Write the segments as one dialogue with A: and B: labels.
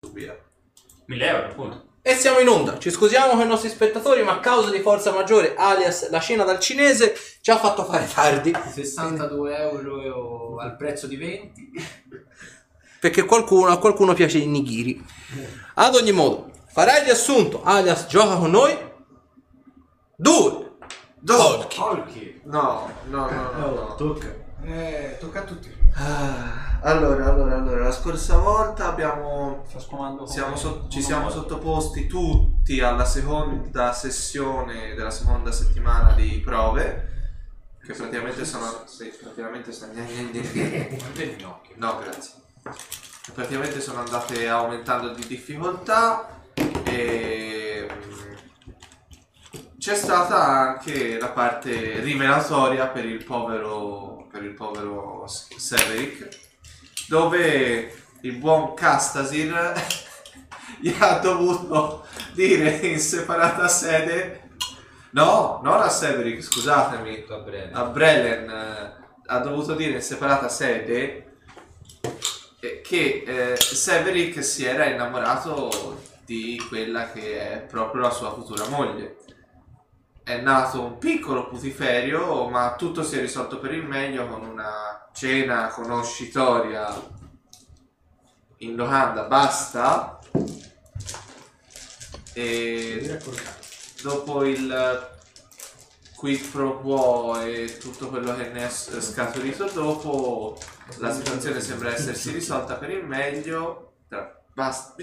A: subire.
B: 1000 euro appunto.
C: E siamo in onda, ci scusiamo con i nostri spettatori, ma a causa di forza maggiore, alias la cena dal cinese, ci ha fatto fare tardi.
D: 62 euro al prezzo di 20.
C: Perché qualcuno, a qualcuno piace il nigiri. Ad ogni modo, farai il riassunto, alias gioca con noi. Due. Dolky.
E: Holky.
A: No, no, no, no. no.
E: tocca.
D: Eh, tocca a tutti.
A: Ah, Allora, allora, allora, la scorsa volta abbiamo
D: Sto sfumando.
A: Siamo
D: come-
A: so- ci
D: come
A: siamo
D: vuoi.
A: sottoposti tutti alla seconda sessione della seconda settimana di prove che praticamente sono sì, praticamente sono
D: Guarda il ginocchio.
A: no grazie Che praticamente sono andate aumentando di difficoltà e mm, c'è stata anche la parte rivelatoria per il povero per il povero S- Severick dove il buon Castasir gli ha dovuto dire in separata sede no, non a Severick, scusatemi
D: Tutto a breve.
A: a Brelen eh, ha dovuto dire in separata sede eh, che eh, Severick si era innamorato di quella che è proprio la sua futura moglie. È nato un piccolo putiferio, ma tutto si è risolto per il meglio con una cena conoscitoria in Locanda, basta. E dopo il quid pro quo e tutto quello che ne è s- scaturito dopo, la situazione sembra essersi risolta per il meglio. Tra- Basta.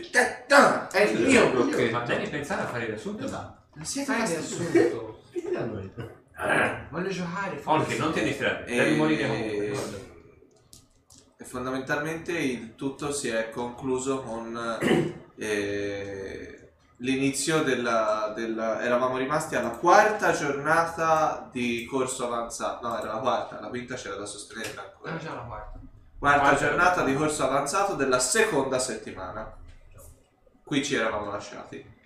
A: È il mio
B: Ma
A: blocchetto.
B: devi pensare a fare il riassunto da.
A: Siete
D: Fai il riassunto. Voglio giocare.
B: Holky, non ti distrarre,
C: Eh,
B: devi morire comunque.
A: E fondamentalmente il tutto si è concluso con eh, l'inizio della, della- Eravamo rimasti alla quarta giornata di corso avanzato. No, era la quarta, la quinta c'era da sostenere ancora.
D: Ah, già la quarta.
A: Quarta
B: Quarta
A: giornata di corso avanzato della seconda settimana. Qui ci eravamo lasciati.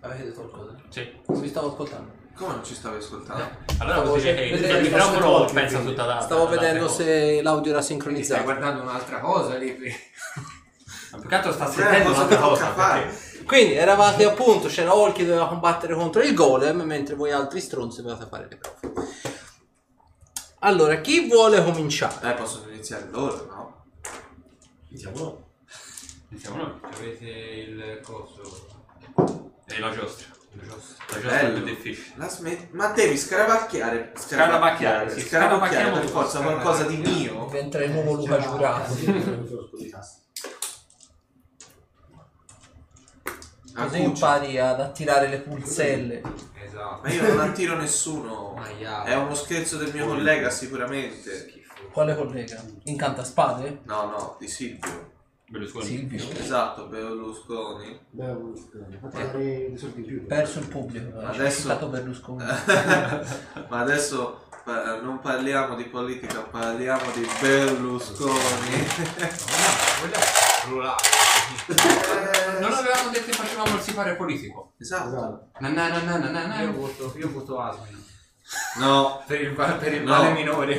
C: Avete detto qualcosa?
B: Sì.
C: Vi stavo ascoltando.
A: Come non ci stavi ascoltando?
B: Allora
C: Stavo-
B: vuol dire che
C: vedete,
B: il microfono
C: stavo-
B: pensa tutta la
C: Stavo
B: alle
C: vedendo
B: altre
C: se l'audio era
D: Quindi stai
C: sincronizzato.
D: guardando un'altra cosa lì.
B: cose. Ma più che altro sta
A: Eh,
B: sentendo
A: cosa
B: un'altra
A: tocca
B: cosa.
A: fare?
B: perché-
C: Quindi eravate appunto, c'era Hulk che doveva combattere contro il golem, mentre voi altri stronzi dovevate fare le prove. Allora, chi vuole cominciare?
A: Eh, possono iniziare loro, no?
E: Diciamo.
B: Iniziamo noi.
D: Avete il coso.
B: E la giostra. La giostra
A: Bello.
B: più difficile.
A: La smet- Ma devi scarabacchiare.
B: Scarabacchiare, sì,
A: Scarabacchiare
B: scarabacchiamo
A: per forza
D: tutto,
A: qualcosa di
D: scarabacchiamo.
A: mio.
C: Entra il nuovo Luca Giurato. Così
A: Acuccio.
C: impari ad attirare le pulselle.
D: Esatto.
A: Ma io non attiro
D: Oh,
A: nessuno.
D: Maiale.
A: È uno scherzo del mio collega, sicuramente.
D: Schifo.
C: Quale collega? Incanta spade?
A: No, no, di Silvio.
B: Berlusconi.
C: Silvio.
A: Esatto, Berlusconi.
E: Beh, un- eh, fatti fare dei soldi in più.
C: Perso il pubblico. eh.
A: Adesso-
C: Ci ha citato Berlusconi.
A: Ma adesso eh, non parliamo di politica, parliamo di Berlusconi.
B: Non avevamo detto che facevamo il sipare politico.
A: Esatto.
E: Esatto.
B: Na na na na na na
D: Io
B: na.
D: voto, io voto Asmin.
A: No.
B: Per il, per il
A: No.
B: male minore.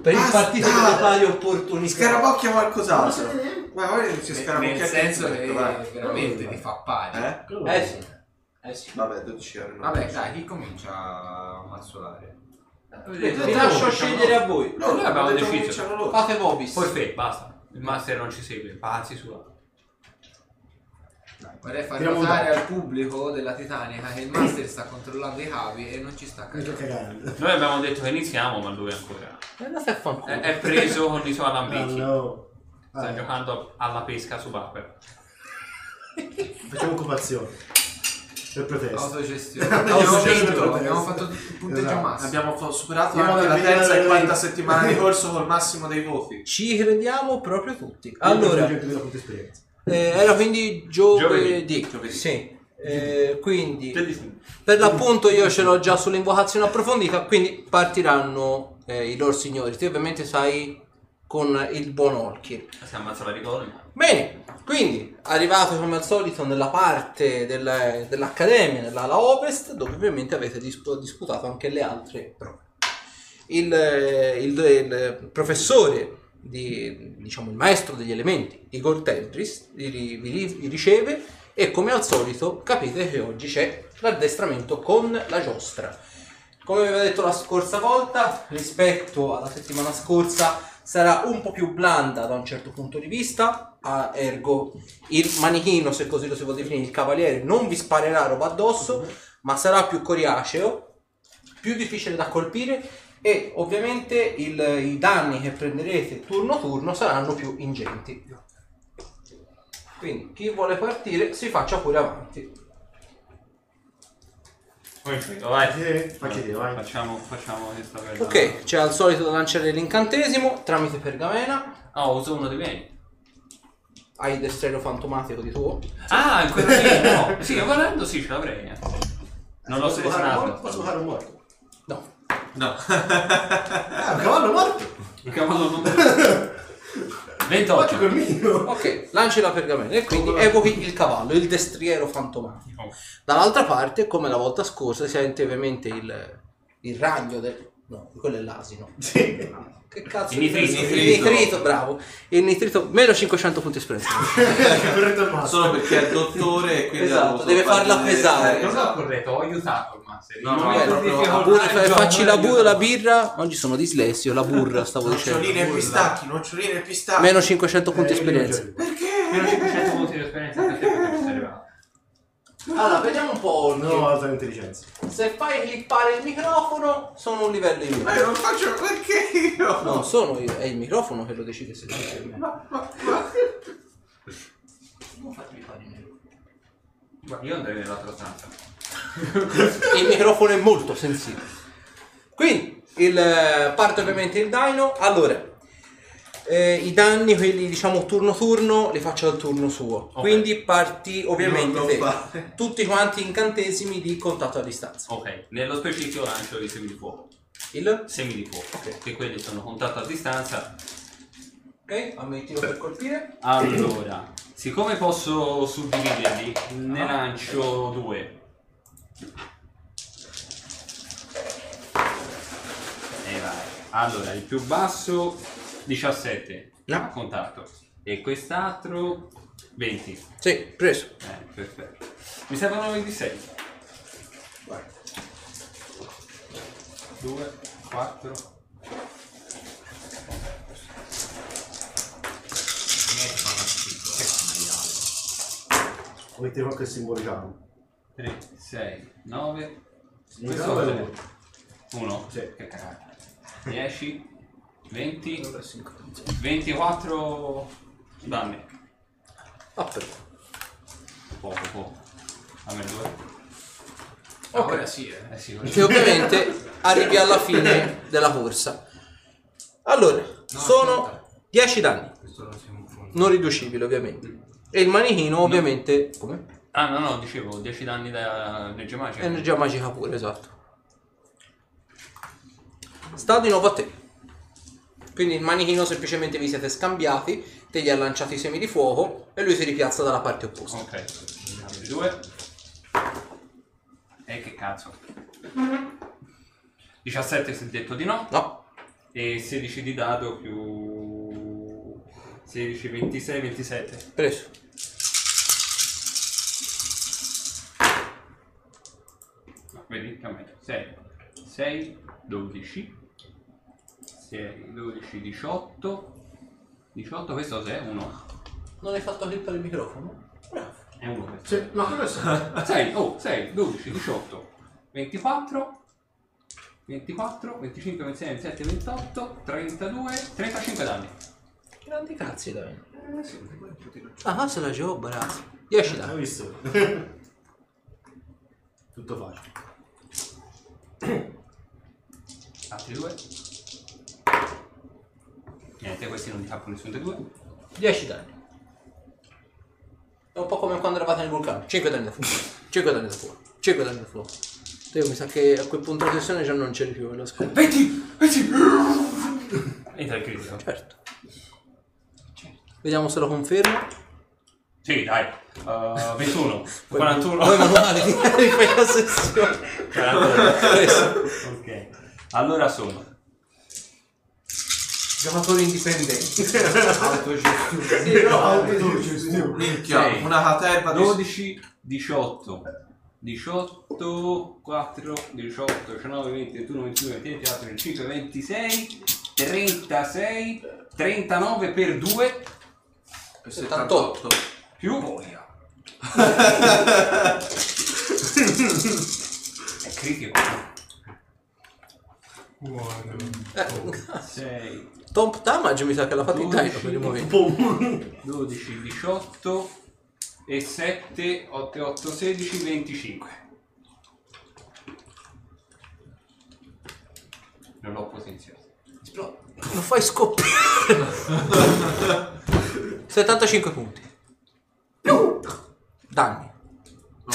C: per il
A: Basta!
C: partito delle pari
A: Mi
C: opportunità.
A: scarabocchia qualcos'altro. Guarda, guarda che ci scarabocchia
D: Nel
A: il
D: senso che
A: petto, vai.
D: veramente ti fa pari.
A: Eh?
C: Eh sì.
D: Eh sì.
A: Vabbè, 12 euro.
D: Vabbè, dai, chi comincia a mazzolare?
B: Eh,
C: Vi Eh, lascio scegliere a voi.
A: No,
B: Noi abbiamo
A: no, abbiamo detto
B: deciso.
A: cominciano loro.
C: Fate Bobis.
B: Poi fe, basta. Il master non ci segue, pazzi sua.
D: Vorrei far
E: Tiriamo un
D: notare al pubblico della Titanica che il master sta controllando i cavi e non ci sta
E: Anche a
D: cagando.
E: cagare.
B: Noi abbiamo detto che iniziamo, ma lui ancora.
C: E Andate a fanculo.
A: Eh,
B: È, è preso con i suoi alambicchi.
E: no.
B: Sta
E: Eh.
B: giocando alla pesca su Bapper.
E: Facciamo occupazione. Per protesta.
D: Autogestione.
E: Autogestione.
D: Abbiamo, abbiamo fatto tutto il punteggio
E: Esatto.
D: massimo.
A: Abbiamo fa- superato
E: Io
A: anche
E: vado
A: la
E: a
A: terza e
E: vedere-
A: quarta settimana di corso col massimo dei voti.
C: Ci crediamo proprio tutti. Allora,
E: Io ho avuto esperienza.
C: eh, era quindi giovedì.
B: Giovedì.
C: Sì. Eh, quindi
B: Bellissimo.
C: per l'appunto io ce l'ho già sull'invocazione approfondita, quindi partiranno eh, i loro signori. Te ovviamente sai con il buon Olkir.
B: Si ammazza la ricorda.
C: Bene, quindi arrivate come al solito nella parte del- dell'Accademia, nell'ala ovest, dove ovviamente avete dis- disputato anche le altre prove. Il, eh, il- il professore di, diciamo, il maestro degli elementi, Igor Tentris, li, ri- vi ri- vi riceve e come al solito capite che oggi c'è l'addestramento con la giostra. Come vi avevo detto la scorsa volta, rispetto alla settimana scorsa, sarà un po' più blanda da un certo punto di vista, a ergo il manichino, se così lo si può definire, il cavaliere, non vi sparerà roba addosso, ma sarà più coriaceo, più difficile da colpire e ovviamente il- i danni che prenderete turno turno saranno più ingenti. Quindi chi vuole partire si faccia pure avanti.
B: Poi finito, vai.
E: Te, Eh, facci te, vai.
B: Facciamo, facciamo questa bella.
C: Ok, c'è al solito da lanciare l'incantesimo tramite pergamena,
B: Ah, uso uno dei miei.
C: hai il destrello fantomatico di tuo.
B: Ah, in quello lì, no. Sì, guardando sì, ce l'avrei. eh. Non l'ho
E: Posso toccare un morto?
B: selezionato.
E: Posso toccare un morto?
C: No.
A: No.
E: Ah, un cavallo morto!
B: Perché vado non...
E: Faccio
B: 28.
E: col mio!
C: Ok, lanci la pergamena e quindi evochi il cavallo, il destriero fantomatico. Dall'altra parte, come la volta scorsa, si sente ovviamente il, il ragno del... No, quello è l'asino. Che cazzo
B: Il
C: di-
B: nitrito.
C: Il nitrito, bravo. Il nitrito, meno 500 punti espresso.
E: Corretto il mazzo.
A: Solo perché è il dottore e quindi
C: Esatto,
A: ha dovuto
C: deve farla
A: fargli vedere-
C: pesare.
A: Eh,
D: Cosa ho
A: esatto.
D: corretto? Ho aiutato il master.
A: No, no,
D: mi
A: è proprio- ah,
C: Pure fai- facci la, bu- la birra. Oggi sono dislessio, la burra stavo dicendo.
A: Noccioline e pistacchi, noccioline e pistacchi.
C: Meno 500 punti
E: Eh, io
C: esperienza.
E: non
B: Meno 500 punti di esperienza per te perché ci sei arrivato.
C: Allora, vediamo un po'.
E: c'ho- No, alta intelligenza.
C: Se fai clippare il microfono, sono un livello in
A: Ma io non faccio perché io.
C: No, sono io, è il microfono che lo decide se lo fai o meno.
A: Ma, ma, ma.
C: Non fatemi fare il microfono.
B: Ma io andrei nell'altra stanza.
C: il microfono è molto sensibile. Quindi il, eh, parte ovviamente il dino. Allora, eh, i danni, quelli diciamo turno turno, li faccio al turno suo.
B: Ok.
C: Quindi parti ovviamente
A: Non lo
C: te.
A: fare.
C: tutti quanti incantesimi di contatto a distanza.
B: Ok, nello specifico lancio i semi di fuoco.
C: Il
B: Semi di fuoco,
C: Ok.
B: che quelli sono contatto a distanza.
C: ok, ammettilo per colpire.
B: Allora, siccome posso suddividerli, ne lancio due. E vai. Allora, il più basso 17
C: No.
B: a contatto e quest'altro 20.
C: Sì, preso.
B: Eh, perfetto. Mi servono 26. 2, 4.
E: Lo mettiamo anche il simbolicato.
B: 3, 6, 9.
E: Questo
B: Questo
E: è
B: è 1.
E: Sì.
B: Che cagata. 10, 20, 24 danni.
C: Aperto.
B: Poco, poco. A me due.
C: Ah, Ok.
D: Ora sì, eh.
B: Eh sì,
C: che ovviamente arrivi alla fine della corsa. Allora, sono 10 danni. Non riducibile, ovviamente. E il manichino, ovviamente, come?
B: Ah no, no, dicevo 10 danni da energia magica.
C: Energia magica pure, esatto. Sta di nuovo a te. Quindi il manichino semplicemente vi siete scambiati, te gli ha lanciato i semi di fuoco e lui si ripiazza dalla parte opposta.
B: Ok. Altri due. E che cazzo. 17 si è detto di no.
C: No,
B: E 16 di dado più 16, 26, 27.
C: preso.
B: No, Ah, vedi, cambia. 6, 6, 12, 6, 12, 18, 18, questo cos'è? 1.
C: Non hai fatto clippare il microfono? Bravo.
B: È 1 questo.
E: Sì, no, quello è stato.
B: 6, oh, 6, 12, 18, 24, 24, 25, 26, 27, 28, 32, 35 danni.
C: Grandi cazzi, dai. Ah, se la gioco, bravo. 10 danni.
E: Hai visto? Tutto facile.
B: Altri due. Niente, questi non li tappo nessuno dei due.
C: 10 danni. È un po' come quando eravate nel vulcano. 5 danni da fuoco. 5 danni da fuoco. 5 danni da fuoco. Te mi sa che a quel punto di sessione già non c'eri più, lo scopo.
B: 20! 20! Entra il critico.
C: Certo. Vediamo se lo confermo.
B: Sì, dai. Uh, 21,
C: Poi-
B: 41.
C: Poi manuale di fai la sessione.
B: 41. ok. Allora sono
C: Giocatori indipendenti.
E: Autogestione.
C: Sì, no,
E: autogestione.
A: Minchia,
B: Sei.
A: una caterva di...
B: 12, 18, 18, 4, 18, 19, 20, 21, 22, 23, 24, 25, 26, 36, 39 per 2
C: 78.
B: più voglia. È critico.
C: Eh,
B: 6,
C: Tom Damage mi sa che l'ha fatto in taglio per il momento.
B: 12, 18 e 7, 8, 8, 16, 25. Non l'ho potenziato.
C: Lo fai scoppiare. 75 punti. Danni.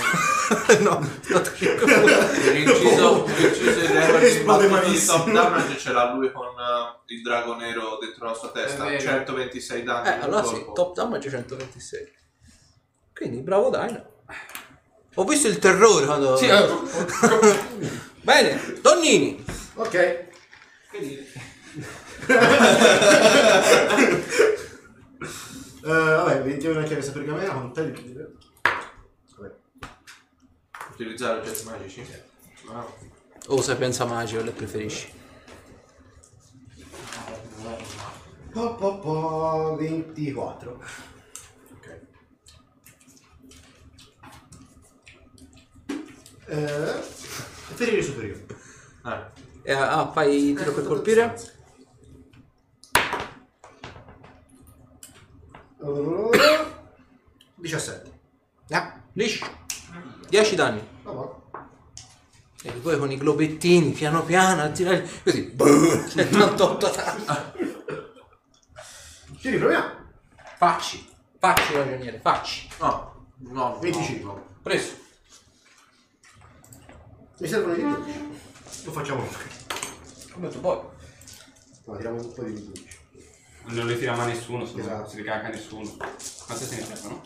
C: No, 75 punti.
A: Inciso, inciso il record di
E: Esplode
A: battuto di
E: malissimo.
A: top damage ce l'ha lui con eh, il drago nero dentro la sua testa.
D: È vero.
A: 126 danni.
C: Eh, allora
A: al
C: sì,
A: corpo.
C: top damage 126. Quindi bravo Dino. Ho visto il terrore quando...
B: Sì,
C: eh. Bene, Donnini.
E: Ok. Eh, vabbè, vediamo una chiave pergamena con te di Vabbè.
A: Utilizzare oggetti magici. Wow.
C: Oh, sapienza magica, le preferisci.
E: Po, po, po, 24. Ok. Eh, ferire superiore.
A: Ah,
C: Eh, ah, fai tiro per colpire?
E: Allora, 17.
C: Ah, liscio. 10 danni.
E: No, no.
C: E poi con i globettini, piano piano, a tirare così. boom, 78 danni.
E: Ci riproviamo.
C: Facci, facci ragioniere, facci.
A: No, no,
E: 25.
C: Preso.
E: Mi servono i 12. Lo facciamo noi.
C: Come tu vuoi.
E: No, tiriamo un po' di 12.
B: Non le tirava nessuno, scusa,
E: Esatto.
B: non si ricacca nessuno. Quante se ne servono?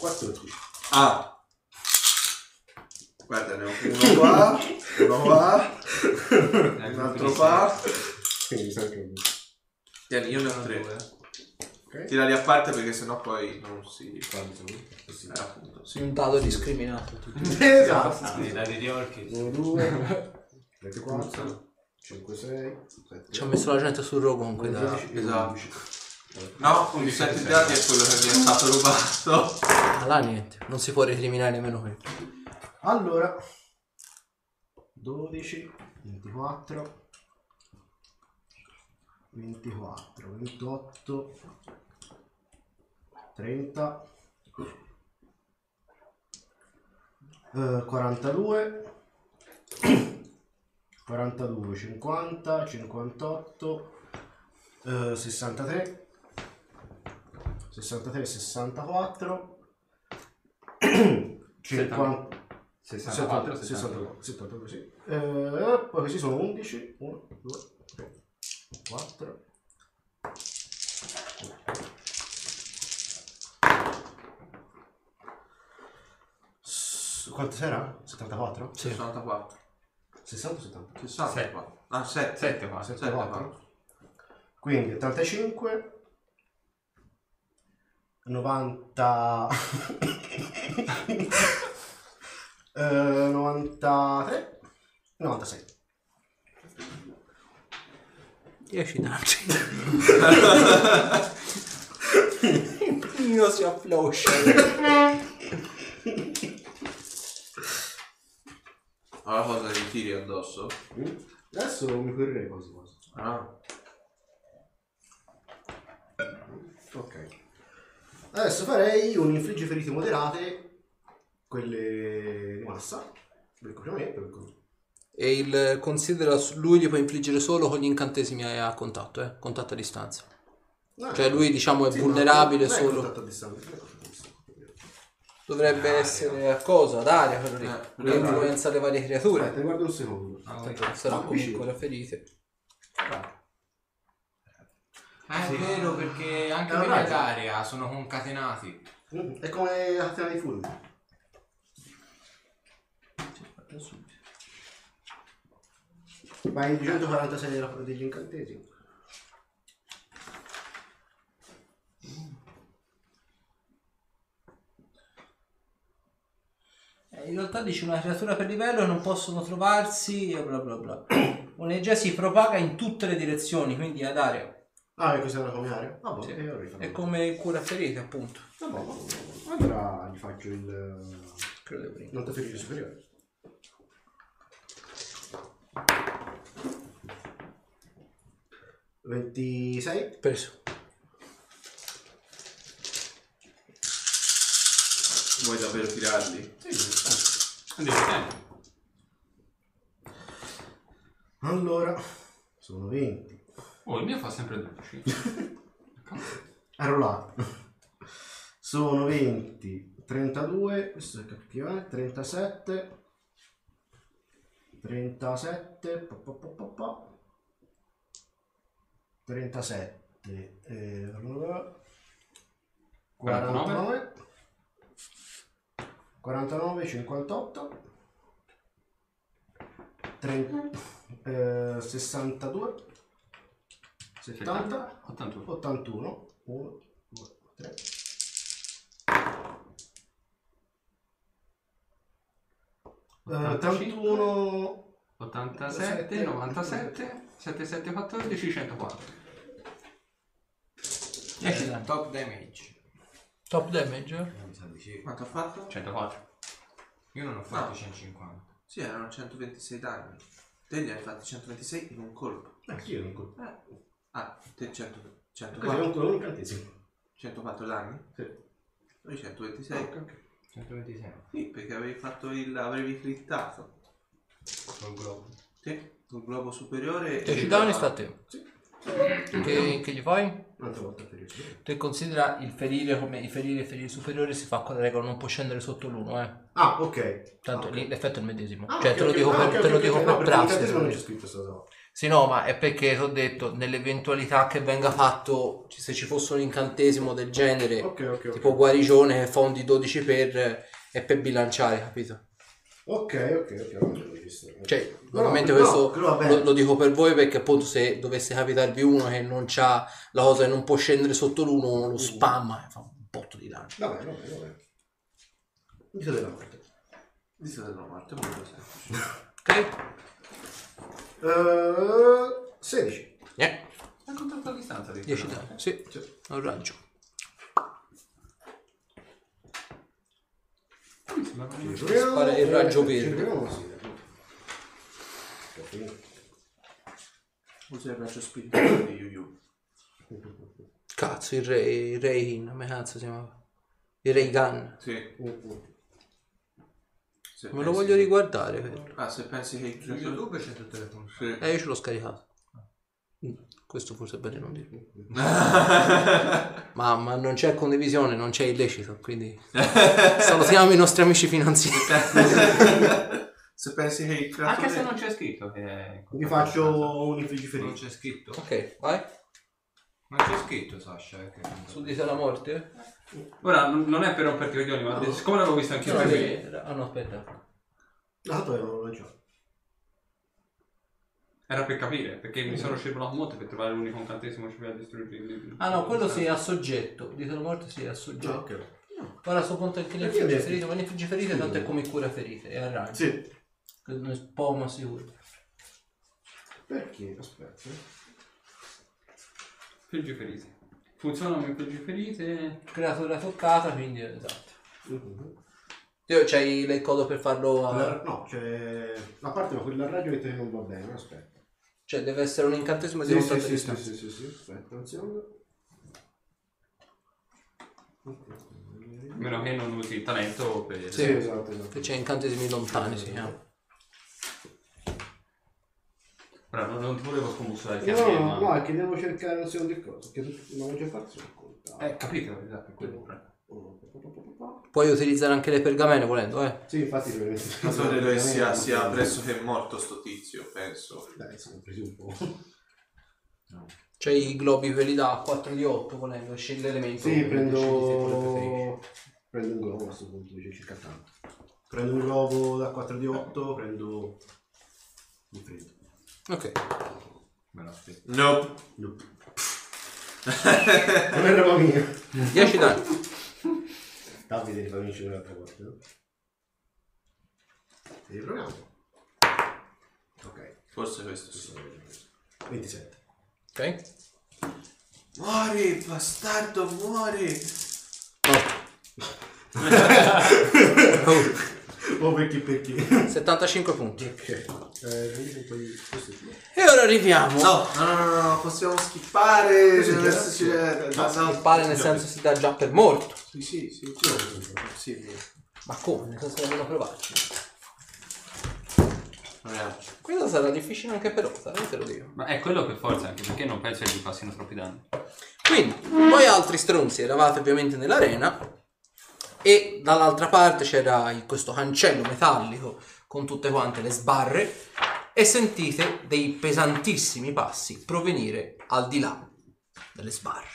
E: 14.
A: Ah. Guarda, ne ho uno qua, uno qua, un altro qua.
E: Quindi mi sa che...
A: Tieni, io ne ho tre.
E: Ok.
A: Tirali a parte perché sennò poi non si... Eh, appunto, sì.
C: Sei un dado discriminato. tu.
E: Esatto.
F: dadi di orchi.
E: 1, 2, 3, 4, 5, 6, 7,
C: Ci ha messo la gente sul rogo comunque. Da...
A: Esatto. No, con i 7 dati è quello che mi è stato rubato.
C: Ma là niente, non si può recriminare nemmeno qui.
E: Allora, 12, 24, 24, 28, 30, eh, 42, 42, 50, 58, eh, 63, 63, 64, 50.
B: 64,
E: 62, 72, sì. Eh, poi questi sono 11, 1, 2, 3, 4, 4. sarà? 74?
C: Sì.
A: 64.
E: 60 o 70?
A: 64. Ah, 7.
B: 7 qua.
A: 74.
E: 74. Quindi 85, 90, eh, 93, 96.
C: 10 danni. Il mio si affloscia.
A: Ho la cosa di tiri addosso.
E: Adesso mi correrei quasi quasi.
A: Ah.
E: Ok. Adesso farei un infligge ferite moderate, quelle di massa, per il compimento, per il co-
C: E il considera su lui gli può infliggere solo con gli incantesimi a a contatto, eh? Contatto a distanza.
E: Ah. No,
C: Cioè, lui, diciamo, è
E: ma
C: vulnerabile
E: non è
C: solo-
E: contatto a distanza, non è contatto a distanza.
C: Dovrebbe essere a cosa? Ad aria quello lì.
A: Eh, quello
C: che
A: ad aria.
C: influenza le varie
E: Aspetta,
C: creature.
E: guarda un secondo.
C: Tanto Ah,
G: Eh,
C: sarà comunque la ferite.
D: Ah, è
A: Sì.
D: vero, perché anche
E: È un
D: quelli
E: raggio.
D: d'aria sono concatenati.
E: Mm, È come la catena di fulmini. Vai 246 della- degli incantesimi.
G: Eh, in realtà dice una creatura per livello non possono trovarsi e bla bla bla. Un'energia si propaga in tutte le direzioni, quindi ad area.
E: Ah, e questa è una comiare? Ah, boh,
G: Sì.
E: e lo rifà.
G: È come il cura ferite, appunto.
E: Ah, boh, boh, boh. Allora gli faccio il... eh,
G: Credo prima.
E: Non ti ferire superiore. Ventisei.
C: Preso.
A: Vuoi davvero tirarli?
B: Andiamo bene.
E: Allora, sono 20.
B: Oh, il mio fa sempre 12.
E: Ha rollato. Sono 20, 32, questo è cattivo, eh? 37, 37, po, po, po, po, po. 37, eh, allora, 49, 49, 58, tre- eh, 62, 70,
B: 81.
E: 81 1 2 3 Eh,
B: 85.
E: 81
B: 87, 97, 77, 14, 104.
G: 10 danni.
D: Eh, Top damage.
C: Top damage?
D: Eh, mi sa di sì.
A: Quanto ha fatto?
B: 104.
D: Io non ho fatto
A: No.
D: 150.
A: Sì, erano 126 danni. Te ne hai fatti 126 in un colpo.
E: eh sì, io non
A: Eh. Ah, te 100,
E: così non
A: 104,
E: quello incantesimo
A: 104 danni?
E: Sì.
A: Noi 126.
D: 126.
A: Sì, perché avevi fatto il. avevi clittato.
D: Col globo.
A: Te, il globo superiore.
C: Te Cioè, ci
A: e-
C: danno sta a te.
E: Sì.
C: Che, che gli fai?
E: un'altra volta per il
C: Tu considera il ferire come il ferire il ferire superiore si fa con la regola non può scendere sotto l'uno, eh.
E: ah ok
C: Tanto
E: Ah, ok.
C: lì l'effetto è il medesimo.
E: Ah,
C: cioè
E: ok,
C: te lo
E: ok,
C: dico
E: ah,
C: per,
E: ok,
C: te lo
E: ok,
C: dico
E: ok,
C: per
E: no, perché
C: prassi.
E: incantesimo non c'è scritto sta roba.
C: Sì, no, ma è perché ti ho detto, nell'eventualità che venga fatto, ci- se ci fosse un incantesimo del genere,
E: ok ok ok
C: tipo guarigione che fa un di 12 per, eh, è per bilanciare, capito?
E: ok ok ok allora devo registrare.
C: Cioè,
E: No,
C: veramente
E: no,
C: questo
E: quello va bene.
C: lo, lo dico per voi perché appunto se dovesse capitarvi uno che non c'ha la cosa che non può scendere sotto l'uno, lo spamma e fa un botto di danno.
E: va bene va bene va bene dito della morte
A: Visto che sono morto, è molto semplice.
C: Ok?
E: Eh, 16
C: Yeah.
B: È un contatto a distanza di
C: 10 Eh, danni. Sì,
E: Sì.
C: un raggio. Spara il raggio verde.
A: Usa il braccio spirituale di Yu-Yu.
C: Cazzo, il re, il Rein, come cazzo si chiamava? Il Reigan.
A: Sì. Se
C: Me
A: pensi-
E: Eh,
C: lo voglio riguardare. quello.
A: Ah, se pensi che il
D: Su
A: giusto
D: YouTube c'è tutte le funzioni.
A: Sì.
C: Eh, io ce l'ho scaricato. Mm, Questo forse è bene non dirlo. ma, ma non c'è condivisione, non c'è illecito, quindi salutiamo i nostri amici finanziari.
A: se pensi che il creatore...
B: Anche se non c'è scritto che è
E: Vi
B: contatto a distanza.
E: faccio un infligiferice.
D: Non c'è scritto.
C: Ok, vai.
D: Non c'è scritto, Sasha. eh, Che...
C: Su di te la morte?
B: Ora, non non è per romperti i coglioni, ma siccome l'avevo visto anche io per me,
C: Ah no, aspetta.
E: Ah, poi non lo lanciato.
B: era per capire, perché mi sono scivolato molto per trovare l'unico incantesimo che poteva distruggere il libro.
C: Ah no, quello si è a soggetto. Di te la morte si è a
E: Ah,
C: soggetto.
E: ok.
C: Ora a questo punto anche le
E: Perché
C: infligge
E: adesso?
C: ferite, ma le infligge ferite tanto è come cura ferite, è a raggio.
E: Sì.
C: Che non è Poma sicuro.
E: Perché? Aspetta.
B: Friggi ferite. Funzionano i friggi ferite.
C: Creatura toccata, quindi esatto.
E: Mhm.
C: Io c'hai il codo per farlo a...
E: La- no, c'è la parte ma quella radio che te non va bene, aspetta.
C: Cioè deve essere un incantesimo di
E: Sì, sì,
C: 80
E: sì, sì,
C: distanza.
E: sì, sì, sì, aspetta un secondo.
B: A meno che non usi il talento per.
E: Sì, esatto,
C: Che
E: esatto.
C: c'è incantesimi lontani, eh. si chiama.
B: Ora, non, non ti volevo scombussare il
E: No, no,
B: casino.
E: no,
B: Ma...
E: è che devo cercare un secondo di cosa, che non avevo già fatto sono contato.
C: Ecco.
B: Eh, capito, esatto, è quello.
C: Puoi utilizzare anche le pergamene volendo, eh.
E: Sì, infatti
A: Il creatore dove sia, sia pressoché morto sto tizio, penso.
E: Dai, sono presi un po'.
C: C'è i globi quelli da 4 di 8 volendo, scegli l'elemento.
E: Sì,
C: Decidi se quello preferisci.
E: prendo... prendo un globo a questo punto, dice circa tanto. Prendo un globo da 4 di 8, prendo... Mi prendo.
C: Ok.
D: Me lo aspetto.
A: Nope.
E: Nope. non è roba mia.
C: 10 danni.
E: Davide, fammi un'altra volta. no? Riproviamo. Ok,
A: Forse questo sì.
E: 27.
C: Ok?
A: Muori, bastardo, muori!
E: O Oh, perché perché?
C: 75 punti.
E: ok. Eh, prendete un po' di... questo è il
C: E ora arriviamo.
A: No, no, no, no, no, possiamo schippare.
E: Così,
A: deve
E: grazie.
A: esserci- eh,
E: Grazie.
A: no, no.
C: Il pale nel senso si dà già per morto.
A: Sì, sì, sì, sì. sì.
C: Ma come? Nel senso dobbiamo provarci.
A: Proviamo.
C: Questo sarà difficile anche per Oza, eh, te lo dico.
B: Ma è quello che forza, anche perché non penso che gli passino troppi danni.
C: Quindi, voi altri stronzi eravate ovviamente nell'arena e dall'altra parte c'era il- questo cancello metallico con tutte quante le sbarre e sentite dei pesantissimi passi provenire al di là delle sbarre.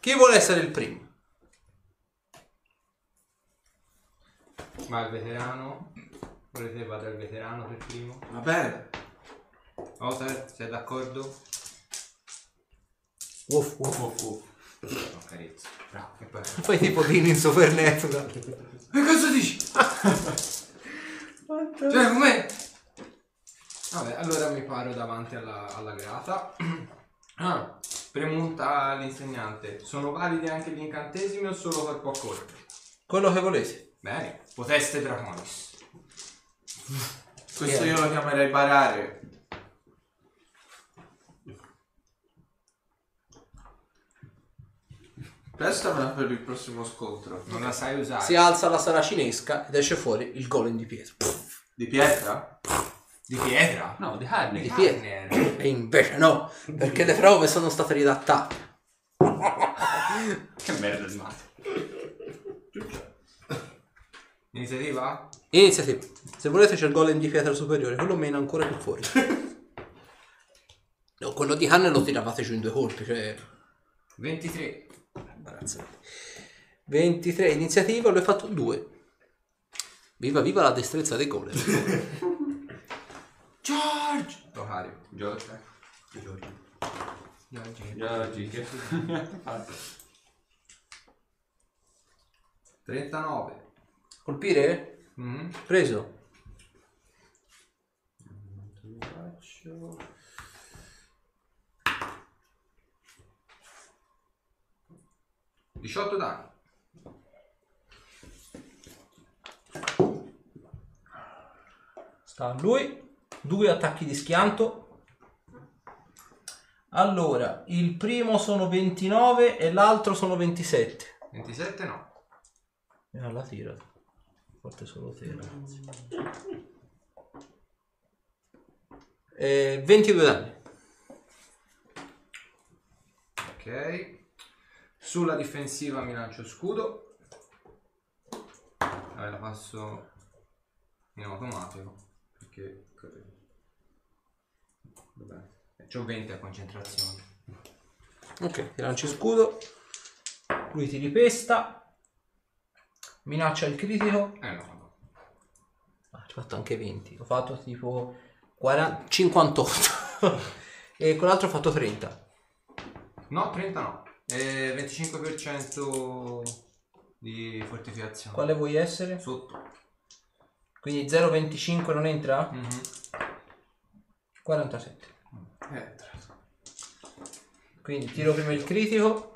C: Chi vuole essere il primo?
D: Ma il veterano? Volete vada il veterano per primo?
A: Va bene.
D: Otar, sei d'accordo?
C: Uff, uff.
D: No, carezzo. Bravo, che bello.
C: Fai tipo Dini in Supernatural.
D: E cosa dici? cioè, come? Vabbè, allora mi paro davanti alla, alla grata. Ah, premunta all'insegnante. Sono validi anche gli incantesimi o solo corpo a corpo?
C: Quello che volete.
D: Bene, poteste draconis.
A: Questo io lo chiamerei barare. Prestamela per il prossimo scontro.
D: Non la sai usare.
C: Si alza la saracinesca ed esce fuori il golem di pietra.
A: Di pietra?
D: Di pietra?
B: No, di carne.
C: Di
D: carne eh.
C: pietra.
D: era.
C: E invece no, perché le prove sono state ridattate.
B: Che merda di male.
D: Iniziativa?
C: Iniziativa. Se volete c'è il golem di pietra superiore, quello meno ancora più fuori. No, quello di Hanne lo tiravate giù in due colpi, cioè...
D: 23.
C: imbarazzante. 23 iniziativa, l'ho fatto 2. Viva viva la destrezza dei golem.
D: George! Tocario. George. George.
B: Giorgi, che...
D: 39.
C: Colpire?
D: Mm.
C: Preso.
D: Faccio... Diciotto danni.
H: Sta a lui. Due attacchi di schianto. Allora, il primo sono 29 e l'altro sono 27.
D: 27 no.
H: E alla tira. Forte solo te, ragazzi.
C: Eh, 22 danni.
D: Ok. Sulla difensiva mi lancio scudo. Vabbè, la passo in automatico. Perché... Vabbè. C'ho 20 a concentrazione.
C: Ok, ti lanci scudo.
H: Lui ti ripesta. Minaccia il critico.
D: Eh no, no.
C: Ah, ci ho fatto anche 20. Ho fatto tipo 40 58. e quell'altro ho fatto 30.
D: No, 30 no. Eh, 25% di fortificazione.
H: Quale vuoi essere?
D: Sotto.
H: Quindi 0,25 non entra? 47.
A: Entra.
H: Quindi tiro prima il critico.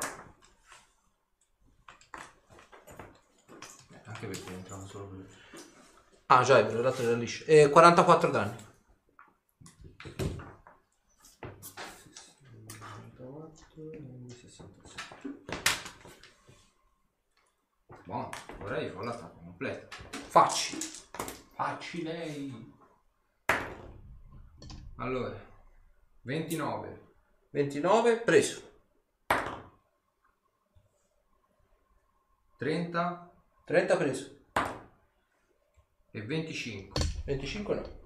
D: Eh, Anche perché entrano solo per...
C: Ah, già, è vero, l'altro era liscio. Eh, 44 danni.
D: Buono, ora io ho l'attacco completo.
C: Facci.
B: Facci lei.
D: Allora, 29,
C: 29, preso.
D: 30
C: 30 preso.
D: e 25.
C: 25 no.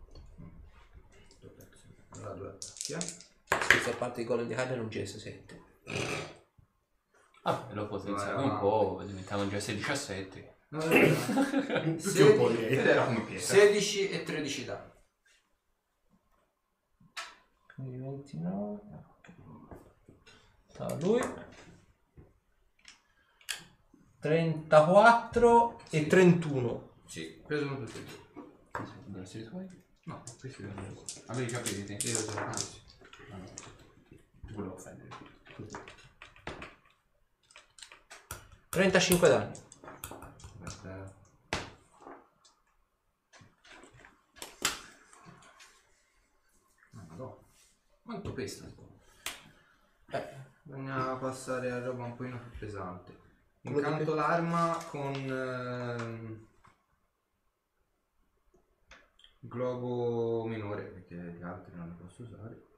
D: Allora, due attacchi, eh.
C: Scusa, a parte i gol di Harden non GS7.
B: Ah, lo potenziavo
D: Vai,
B: un
D: va.
B: po', diventava un GS17.
D: Allora,
E: Più che un
D: 16
E: po' direi.
B: Era come pietra.
D: 16 e 13 danni.
H: Quindi 29. Sta a lui. 34 e 31.
D: Sì, preso tutti e due.
B: devono essere tuoi?
D: No, questi sono
B: Avevi già vedete?
D: Io ho
B: Ah,
D: già
B: Ti volevo offendere.
C: 35 danni.
D: Aspetta. Ah, Madonna. Quanto pesa? Beh, bisogna passare a roba un pochino più pesante.
C: Quello di
D: Incanto l'arma con ehm, globo minore, perché gli altri non li posso usare.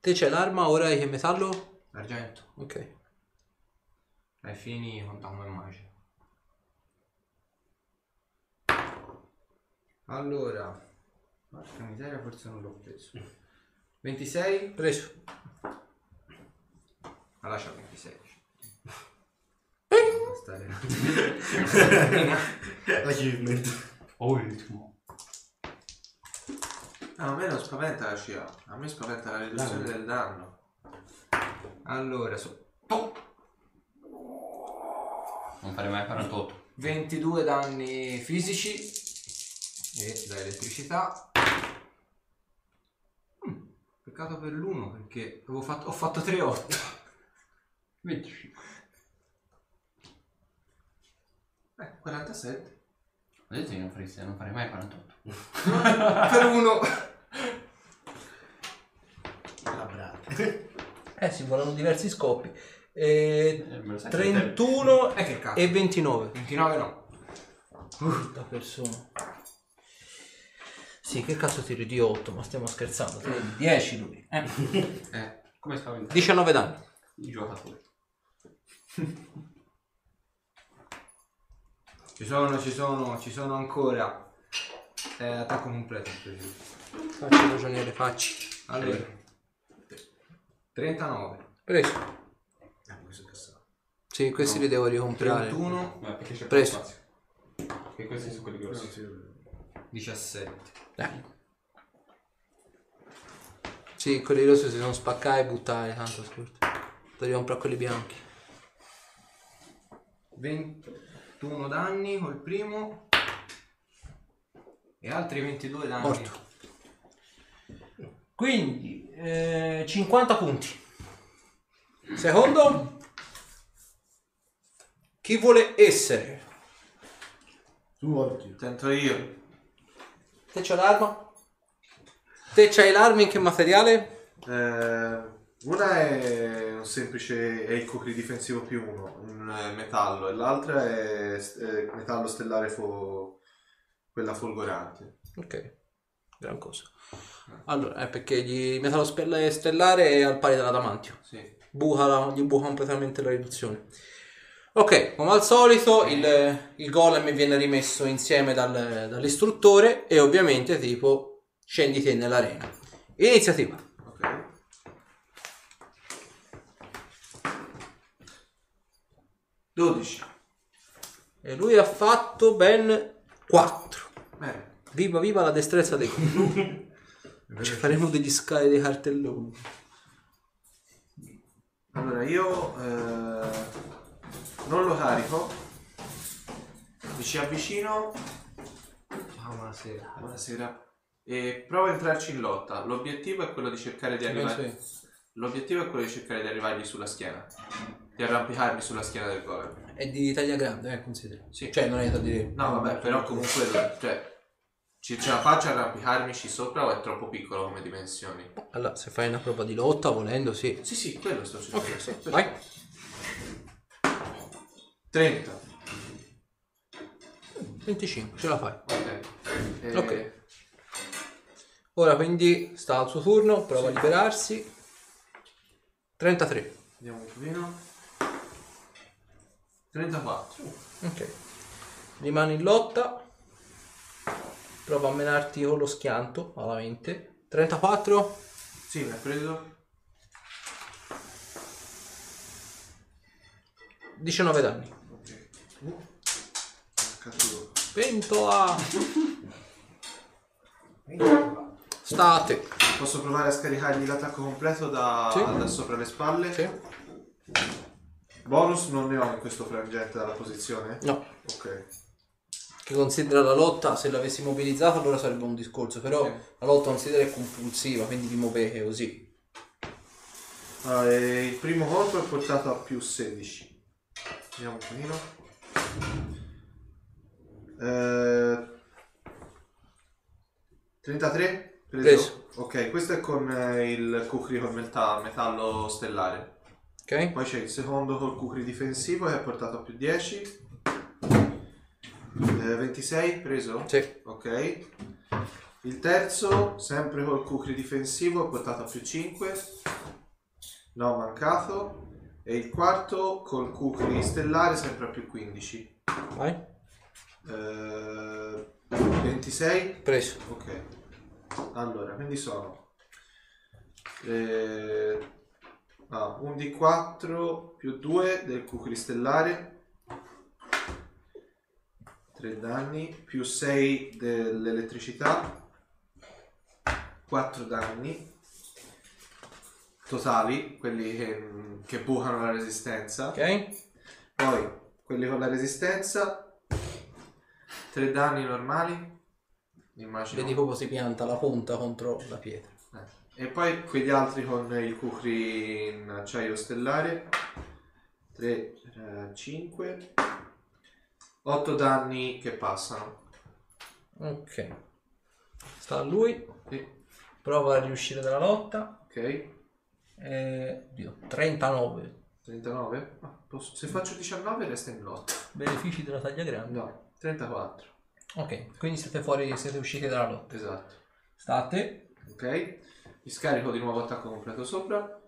C: Te c'è l'arma, ora hai che metallo?
D: L'argento,
C: Ok.
D: ai fini conta come magia. Allora, porca miseria, forse non l'ho preso. 26?
C: Preso.
D: Ma lascia 26. Stare.
E: L'achievement.
B: Oh, il tuo.
A: No, a me non spaventa la CA, a me spaventa la riduzione del danno.
D: Allora, so-
B: Non fare mai 48.
D: 22 danni fisici e da elettricità. Mm, Peccato per l'uno perché avevo fatto- ho fatto 3-8.
B: 25.
A: Eh, 47.
B: Vedete che non faresti, non farei mai 48.
D: per uno.
E: Labrate.
C: Eh, si volano diversi scoppi. Eh,
B: Eh, me lo sai che
C: 31
D: E che cazzo?
C: e 29.
D: 29 no.
C: Da persona. Sì, che cazzo tiri di 8? Ma stiamo scherzando. tiri di 10 lui.
D: Eh,
B: te- Come spaventare
C: 19 danni.
B: i giocatori?
D: ci sono, ci sono, ci sono ancora. Eh, attacco completo. così.
C: Facci ragioniere, facci.
D: Allora. 39.
C: Preso.
E: Ah, questo è cassato.
C: Sì, questi li devo ricomprare.
D: 31.
B: Ma perché c'è
C: Preso.
B: poco spazio. Che questi sono quelli grossi.
D: 17.
C: Eh. Sì, quelli rossi si sono spaccati e buttati, tanto scusa. Devo comprare quelli bianchi.
D: 21 danni col primo. E altri 22 danni.
C: Morto. Quindi, eh, 50 punti. Secondo, chi vuole essere?
E: Tu oggi.
A: Tento io.
C: Te c'è l'arma? Te c'hai l'arma in che materiale?
A: Eh, una è un semplice, è il cocri difensivo più uno, un eh, metallo, e l'altra è eh, metallo stellare fo- quella folgorante.
C: Ok, gran cosa. Allora, eh, perché gli metallo spella- stellare è al pari dell'adamantio.
A: Sì.
C: buca la- gli buca completamente la riduzione. Ok, come al solito il, il golem viene rimesso insieme dal- dall'istruttore e ovviamente tipo scendi te nell'arena. Iniziativa.
A: Ok. Dodici.
C: E lui ha fatto ben 4.
A: Bene.
C: Viva viva la destrezza dei golem. Ci faremo degli scali dei cartelloni.
A: Allora io eh, non lo carico, mi ci avvicino,
D: Ciao, buonasera.
A: buonasera, e provo a entrarci in lotta. L'obiettivo è quello di cercare di arrivare... L'obiettivo è quello di cercare di arrivargli sulla schiena, di arrampicarmi sulla schiena del golem.
C: È di taglia grande, eh, considera.
A: Sì.
C: Cioè, non è da dire.
A: No vabbè, però comunque, cioè, ci- ce la faccio a arrampicarmici sopra o è troppo piccolo come dimensioni?
C: Allora, se fai una prova di lotta, volendo, sì.
A: Sì sì, quello sto cercando.
C: Ok, vai.
A: 30.
C: 25, ce la fai.
A: Ok. Eh,
C: Ok. Ora quindi sta al suo turno, prova a liberarsi. 33.
A: Vediamo un pochino. 34.
C: Ok. Rimane in lotta. Prova a menarti con lo schianto, malamente. 34.
A: Sì, mi ha preso.
C: 19 danni.
A: Ok. Uh. Cattivo.
C: Pentola! State.
A: Posso provare a scaricargli l'attacco completo da,
C: Sì.
A: da sopra le spalle? Bonus non ne ho in questo frangente dalla posizione?
C: No.
A: Ok.
C: che considera la lotta, se l'avessi mobilizzata allora sarebbe un discorso, però la lotta considera è compulsiva, quindi vi muovete così.
A: Ah, e il primo colpo è portato a più 16. Vediamo un pochino. Eh, 33? Preso.
C: Preso.
A: Ok, questo è con eh, il cucri col meta- metallo stellare.
C: Ok?
A: Poi c'è il secondo col cucri difensivo che è portato a più 10. Eh, 26? Preso?
C: Sì.
A: Ok. Il terzo, sempre col Kukri difensivo, portato a più 5. No, mancato. E il quarto col Kukri stellare, sempre a più 15.
C: Vai.
A: Eh, 26.
C: Preso.
A: Ok. Allora, quindi sono... eh, ah, un di 4 più 2 del Kukri stellare. 3 danni più 6 dell'elettricità 4 danni totali quelli che, che bucano la resistenza
C: Ok?
A: poi quelli con la resistenza 3 danni normali immagino
C: Vedi proprio si pianta la punta contro la pietra.
A: Eh. e poi quegli altri con il Kukri in acciaio stellare eh, 3 5 8 danni che passano
C: Ok. Sta a lui.
A: Sì.
C: Prova a riuscire dalla lotta.
A: ok
C: Eh, oddio, 39.
A: 39? Ah, posso- Se faccio 19 resta in lotta.
C: Benefici della taglia grande.
A: No, 34.
C: Ok, quindi siete fuori, siete usciti dalla lotta.
A: Esatto.
C: State.
A: Ok. Mi scarico di nuovo attacco completo sopra.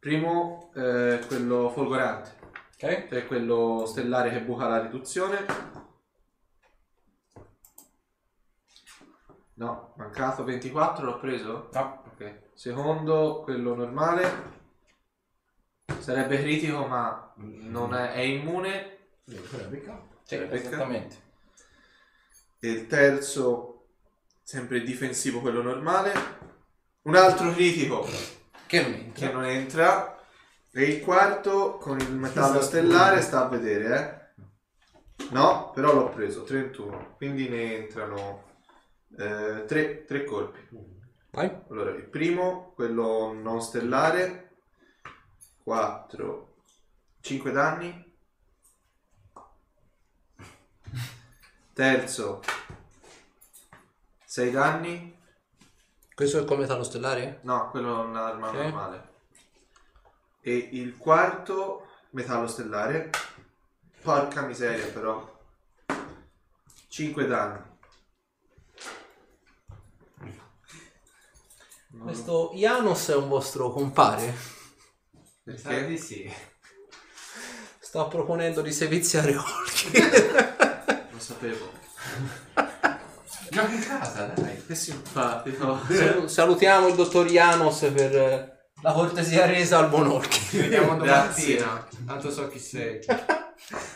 A: Primo, eh, quello folgorante,
C: Ok.
A: che è quello stellare che buca la riduzione. No, mancato 24, l'ho preso?
C: No.
A: Ok. Secondo, quello normale. Sarebbe critico, ma non è, è immune.
E: Vedi, quella è beccata.
C: Sì,
A: Rebecca.
C: esattamente.
A: E il terzo, sempre difensivo, quello normale. Un altro critico
C: Che non entra.
A: che non entra. E il quarto con il metallo stellare sta a vedere, eh. No, però l'ho preso, 31. Quindi ne entrano 3 tre, tre colpi.
C: Vai.
A: Allora, il primo, quello non stellare, 4, 5 danni. Terzo, 6 danni.
C: Questo è come metallo stellare?
A: No, quello è un'arma
C: Ok.
A: normale. E il quarto, metallo stellare. Porca miseria, però. 5 danni. Non-
C: Questo Janos è un vostro compare.
D: Sa
A: Perché?
D: di sì.
C: Sta proponendo di seviziare Holger.
A: Lo sapevo.
B: Giochi in casa, dai.
A: Che simpatico.
C: Salu- Salutiamo il dottor Janos per eh, la cortesia resa al buon Holger.
D: Ci vediamo
A: Grazie.
D: domattina. Tanto so chi sei.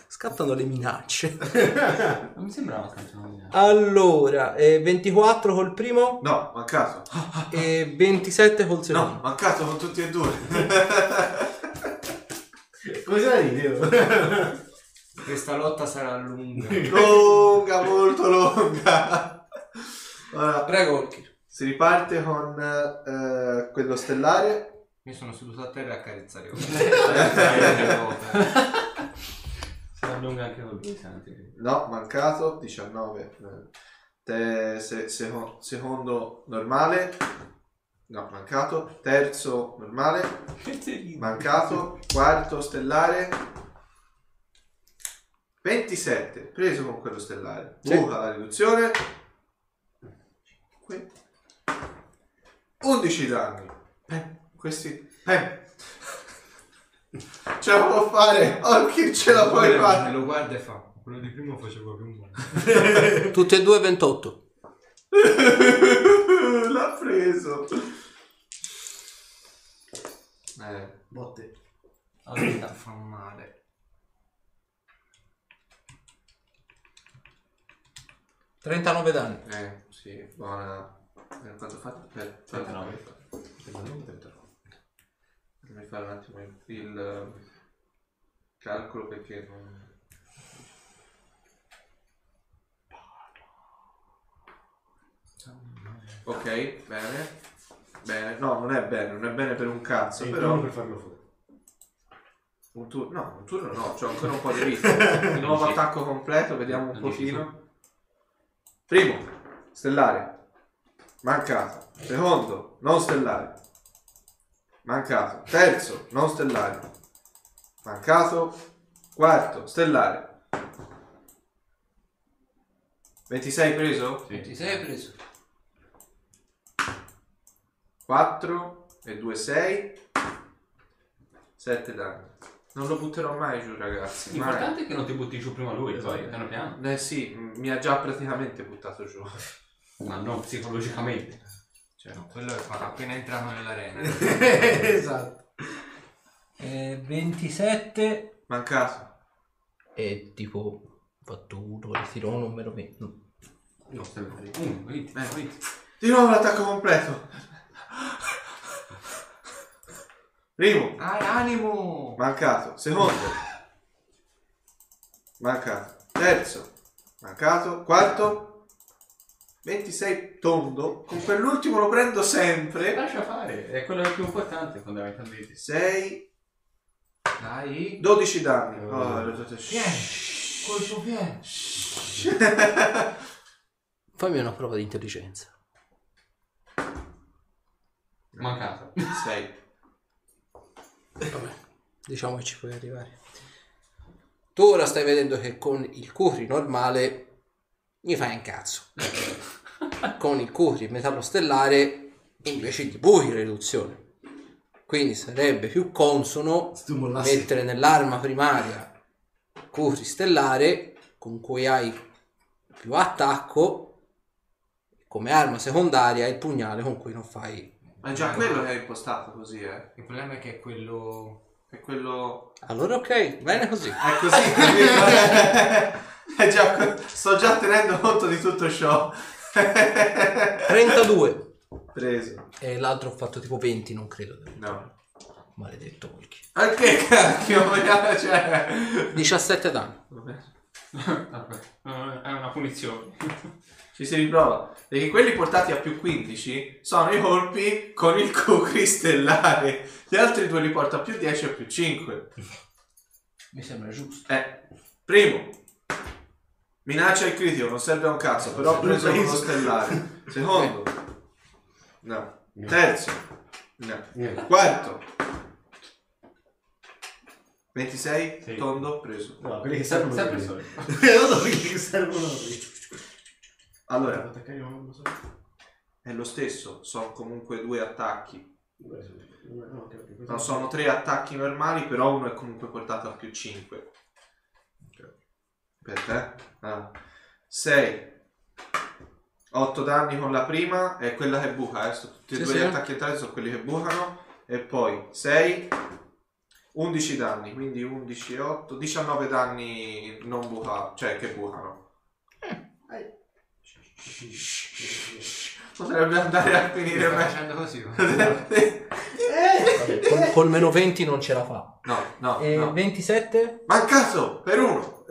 C: Scattano le minacce.
B: Non mi sembrava tanto una
C: Allora, eh, 24 col primo
A: No, mancato.
C: e 27 col secondo.
A: No, mancato con tutti e due.
E: Come se la ridi?
D: Questa lotta sarà lunga.
A: lunga, molto lunga. Ora,
C: Prego Holger.
A: si riparte con eh, quello stellare.
D: Mi sono seduto a terra a carezzare.
B: Si allunga anche col pesante.
A: No, mancato 19. Eh, te- se- seco- secondo normale. No, mancato. Terzo normale. Mancato. Quarto stellare. 27. Preso con quello stellare.
C: Sì.
A: Buca la riduzione. 11 danni. Pem, questi. pem. Ce la può fare. Orchid ce la puoi fare.
D: Me lo guarda e fa. Quello di prima faceva più male.
C: Tutti e due 28.
A: L'ha preso. Eh,
E: Botte.
D: Allora, fa male.
C: 39 danni.
A: eh, sì, buona. eh, Quanto fate? Per
B: 39.
A: 39. Fammi fare un attimo il, il, eh, calcolo perché non... Ok, bene. Bene. No, non è bene, non è bene per un cazzo,
E: Sì,
A: però...
E: però per farlo fuori.
A: Un turno, no, un turno no, c'ho ancora un po' di vita. Il nuovo
B: Dici-
A: attacco completo, vediamo un
B: non dici
A: pochino. Primo, stellare. Mancato. Secondo, non stellare. Mancato. Terzo, non stellare. Mancato. Quarto, stellare. 26 preso?
B: Sì.
C: Ti sei preso?
A: 4 e 2, 6. 7 danni. Non lo butterò mai giù, ragazzi. Mai.
B: L'importante è che non ti butti giù prima lui, poi piano piano,
A: Eh sì, m- mi ha già praticamente buttato giù.
B: ma non psicologicamente.
D: Cioè, No, quello è fatto appena entrato nell'arena.
E: esatto.
C: Eh, 27
A: Mancato.
C: e tipo ho fatto uno, tiro un numero 20.
B: No, stai bene. Uno, venti, eh, venti.
A: Di nuovo l'attacco completo. Primo,
D: Ah, animo!
A: mancato. Secondo, mancato. Terzo, mancato. Quarto, 26 tondo. Con quell'ultimo lo prendo sempre.
B: Lascia fare, è quello più importante fondamentalmente.
A: 6,
D: Dai!
A: 12 danni. Oh,
D: Vieni! Colpo pieno!
E: Cioè,
C: Fammi una prova di intelligenza.
B: Mancato.
A: 6.
C: Diciamo che ci puoi arrivare. Tu ora stai vedendo che con il curry normale gli fai un cazzo. con il curry metallo stellare invece gli buchi la riduzione. Quindi sarebbe più consono
E: Tu mollassi.
C: mettere nell'arma primaria curry stellare con cui hai più attacco come arma secondaria il pugnale con cui non fai
A: Ma è già quello che è impostato così, eh.
D: Il problema è che è quello...
A: È quello...
C: allora ok bene così
A: È così, capito? È già co- sto già tenendo conto di tutto ciò.
C: 32
A: Preso.
C: e l'altro ho fatto tipo 20 non credo
A: No.
C: maledetto Volky
A: Anche cacchio, ma- cioè...
C: 17 danni
A: Vabbè.
B: Vabbè, è una punizione.
A: Ci si riprova. Perché quelli portati a più 15 sono i colpi con il cucri stellare. Gli altri due li porta a più 10 e a più 5.
C: mi sembra giusto
A: Eh, primo. Minaccia il critico, non serve a un cazzo, però ho preso uno stellare. Secondo. No. Terzo. No.
E: Cioè, Niente.
A: Quarto. 26,
B: Sì.
A: tondo, preso.
E: No, quelli che servono.
B: Sempre il
E: sono.
B: solito.
E: Non so quelli che servono.
A: Allora,
E: attaccare non lo so.
A: è lo stesso, sono comunque due attacchi.
E: Beh, sì. No, ok, ok, questo-
A: No, sono tre attacchi normali, però uno è comunque portato a più 5. Aspetta, eh. 6. 8 danni con la prima, è quella che buca, eh. sono tutti e
C: Sì,
A: due
C: sì.
A: gli attacchi entrati sono quelli che bucano. E poi 6. 11 danni, quindi 11, 8, 19 danni non bucati, cioè che bucano.
D: Eh,
A: Potrebbe andare a finire
D: Sta
A: meglio.
D: facendo così. ma-
C: col, col meno 20 non ce la fa
A: No, no,
D: Eh,
C: e
A: no.
C: 27
A: Mancato per uno.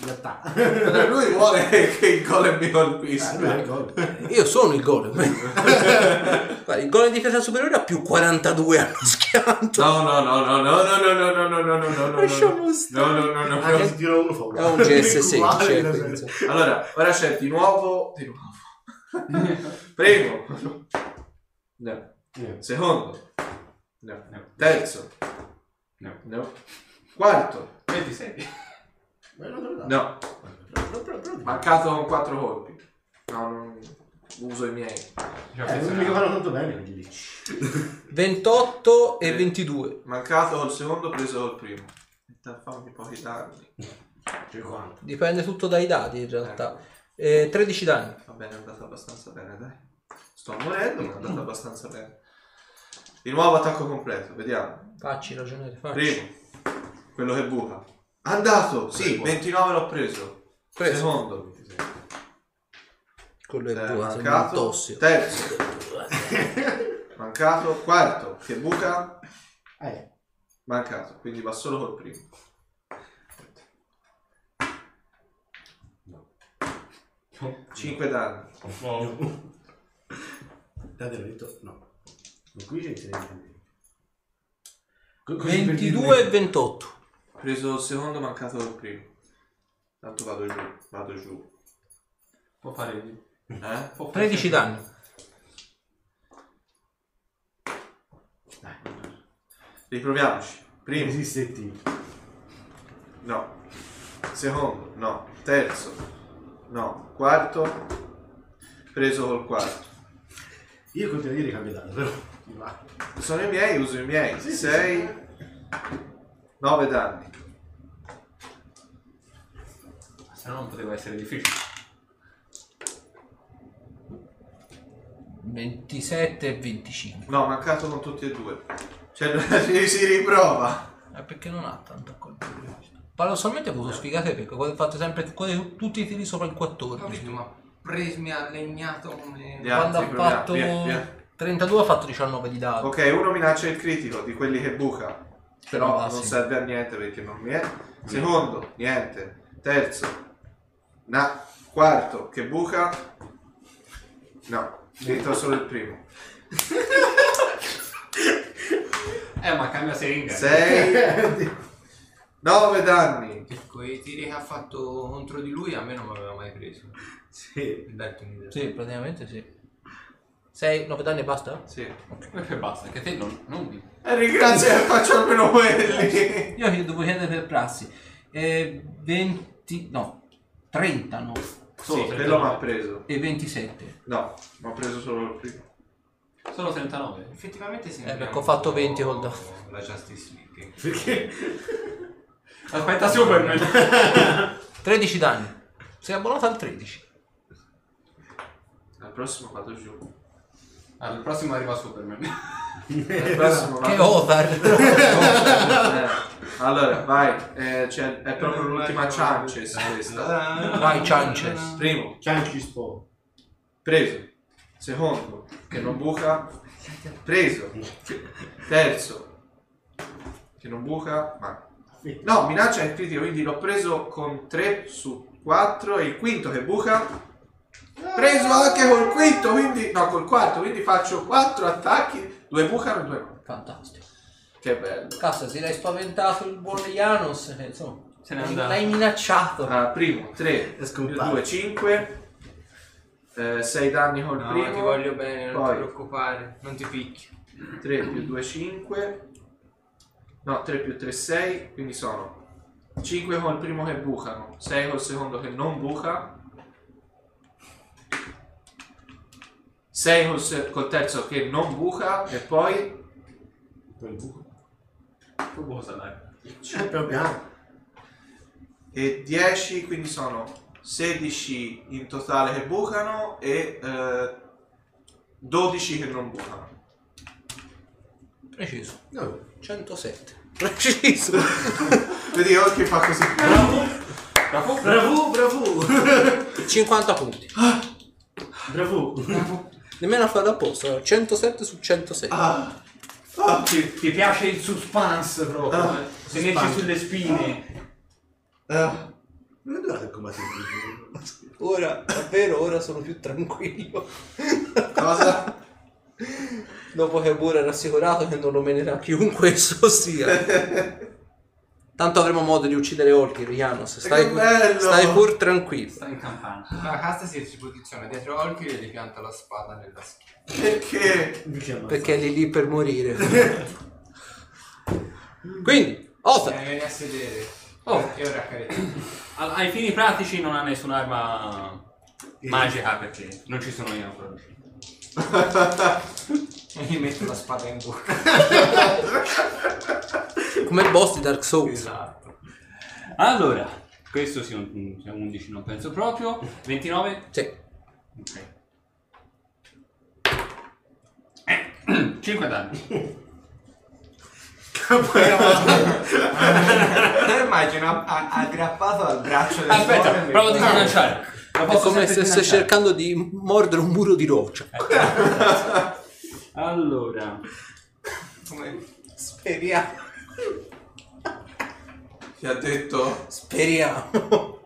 E: In realtà.
A: Allora, Cioè, Lui vuole che il gol mi
E: Ah, lui ha
A: colpisca.
E: il gol.
C: io sono il golem Guarda, il golem di difesa superiore ha più 42 allo schianto
A: No, no, no, no, no, no, no, no, no, no, no, no, no, no, no.
C: lasciamo stare
A: No, no, no, no,
E: Ah,
A: no.
E: si tira uno fa uno.
C: è un GS
E: Uguale,
C: 16
E: la-
A: Allora, ora c'è di nuovo. Di nuovo. Primo. No.
E: Niente.
A: Secondo. No.
B: No.
A: Terzo.
B: No.
A: No. Quarto.
B: 26.
E: Ma non te lo dà.
A: No.
E: Però- però- però- però-
A: Mancato con quattro colpi. No, non uso i miei.
B: Già
E: Eh, non mica
B: funzionava.
E: fanno tanto bene quelli lì.
C: 28 e
A: Eh.
C: 22
A: Mancato col secondo, preso col primo. Aspetta, Fammi pochi danni.
E: Cioè, qua.
C: dipende tutto dai dati in realtà Eh, 13 danni
A: Va bene, è andata abbastanza bene, dai. Sto morendo, ma è
C: Mm.
A: andata abbastanza bene. Di nuovo attacco completo, vediamo.
C: facci ragionare facci
A: Primo, quello che buca. Andato, sì, 29 l'ho preso.
C: Preso.
A: Secondo,
C: quello
A: eh,
C: è buono sembra un
A: mancato.
C: tossico
A: Terzo, mancato. Quarto, che buca,
E: Eh,
A: mancato. Quindi va solo col primo.
C: Mm.
A: 5 danni.
I: No.
E: Date l'ho detto, no. Ma qui c'è il segno. Co- così per dirvi-
C: 22 e 28.
A: Ho preso il secondo, mancato il primo. Tanto vado giù, vado giù.
B: Può fare
A: Eh?
B: può fare
C: 13 danni.
A: Riproviamoci. Primo,
E: Esiste il team.
A: no. Secondo, no. Terzo, no. Quarto, preso col quarto.
E: Io continuo a dire cambia danno, però. Mi va.
A: Sono i miei, uso i miei.
E: Sì, sì,
A: 6, 9 danni.
B: Se no non poteva essere difficile.
C: 27 e 25.
A: No, mancato con tutti e due. Cioè, si- si riprova.
C: Eh, perché non ha tanto colpito questo. Paradossalmente ho avuto sfigate perché ho fatto sempre quasi tutti i tiri sopra il
D: Ho
C: 14.
D: visto, ma pres mi ha legnato come...
A: Gli altri,
C: Quando ha
A: proviamo,
C: fatto
A: via, via.
C: 32 ha fatto 19 di dado. cioè
A: Ok, uno minaccia il critico di quelli che buca.
C: non
A: Però
C: va,
A: non
C: sì.
A: serve a niente perché non mi è. Secondo, niente. Terzo, na. Quarto, che buca. No, dentro solo il primo.
B: Eh, ma cambia seringa.
A: 6, 9 danni.
D: Quei tiri che ha fatto contro di lui a me non mi aveva mai preso.
E: Sì.
D: Per darti un'idea.
C: Sì, praticamente sì. 6, 9 danni e basta?
A: Sì.
B: E basta, che te non, non mi-
A: E Eh, ringrazio che faccio almeno quelli.
C: Io gli devo chiedere per prassi. Eh, 20, no, 39
A: Sì,
B: Solo
A: quello mi ha
B: 39.
A: preso.
C: e 27.
A: No, mi ha preso solo il primo.
B: Solo 39.
D: Effettivamente sembra...
C: perché ho
D: un po'
C: fatto 20 col dado.
D: La Justice League.
B: Aspetta Superman.
C: 13 danni. Sei abbonato al 13.
A: Al prossimo vado giù.
B: Allora, il prossimo arriva Superman.
A: Al prossimo
C: Che
A: vado
C: Othar!
A: Eh, Allora, vai. Eh, cioè, è proprio l'ultima chances questa.
C: Vai, Chances.
A: Primo,
E: Cianci spo.
A: preso. Secondo, che non buca. Preso. Terzo, che non buca. Ma... No, minaccia è critico, quindi l'ho preso con 3 su 4 e il quinto che buca. Preso anche col quinto, quindi no, col quarto, quindi faccio 4 attacchi, due bucano e due no.
C: Fantastico.
A: Che bello.
C: Cazzo, si l'hai spaventato il buon Janos. eh, Insomma,
B: Se n'è
C: l'hai-
B: andato.
C: l'hai minacciato.
A: Ah, primo, 3,
E: È
A: più
E: scomparso.
A: 2, 5. 6 eh, danni col
D: No,
A: primo.
D: ti voglio bene, non
A: Poi.
D: ti preoccupare, non ti picchi.
A: 3 più 2, 5. No, 3 più 3, 6. Quindi sono 5 col primo che bucano, 6 col secondo che non buca. 6 col, se- col terzo che non buca e poi
E: Quel buco.
B: Tu cosa dai?
E: C'è Eh, piano piano.
A: e 10, quindi sono 16 in totale che bucano e eh, 12 che non bucano.
C: Preciso.
E: No.
C: 107. Preciso.
A: Vedi oggi fa così.
E: Bravo, bravo.
C: 50 punti.
E: Bravo.
C: Nemmeno a fare apposta. 107 su 107.
A: Ah, ah, sì.
B: Ti piace il suspense proprio?
A: Ah,
B: Se metti sulle spine.
A: Ah.
E: Non è durato il combattimento.
C: eh, Ora, davvero, ora sono più tranquillo.
A: Cosa?
C: Dopo che pure è rassicurato che non lo menerà chiunque esso sia. Tanto avremo modo di uccidere Olkir, Janos. Stai,
A: Che bello!
C: stai pur tranquillo.
B: Sta in campana.
D: La casta si posiziona dietro Olkir e gli pianta la spada nella schiena.
A: Perché?
E: Mi chiama.
C: Perché è lì lì per morire. Quindi, Othar.
D: Eh, vieni a sedere.
B: Oh.
D: E ora carezzo.
B: Allora, ai fini pratici non ha nessun'arma magica perché non ci sono io ancora uscito.
D: E gli metto la spada in bocca.
C: Come il boss di Dark Souls.
D: Esatto.
B: Allora, questo sia un, sia 11 non penso proprio. 29?
C: Sì.
B: Ok. 5 Eh, danni.
D: Te immagino a- a- aggrappato al braccio del
B: Aspetta,
D: suono e-
B: provo a sbilanciare. Lo
C: È
B: posso
C: come
B: sempre
C: se stesse
B: sbilanciare.
C: cercando di mordere un muro di roccia.
B: Allora,
D: Come...
C: Speriamo.
A: Ti ha detto?
C: Speriamo.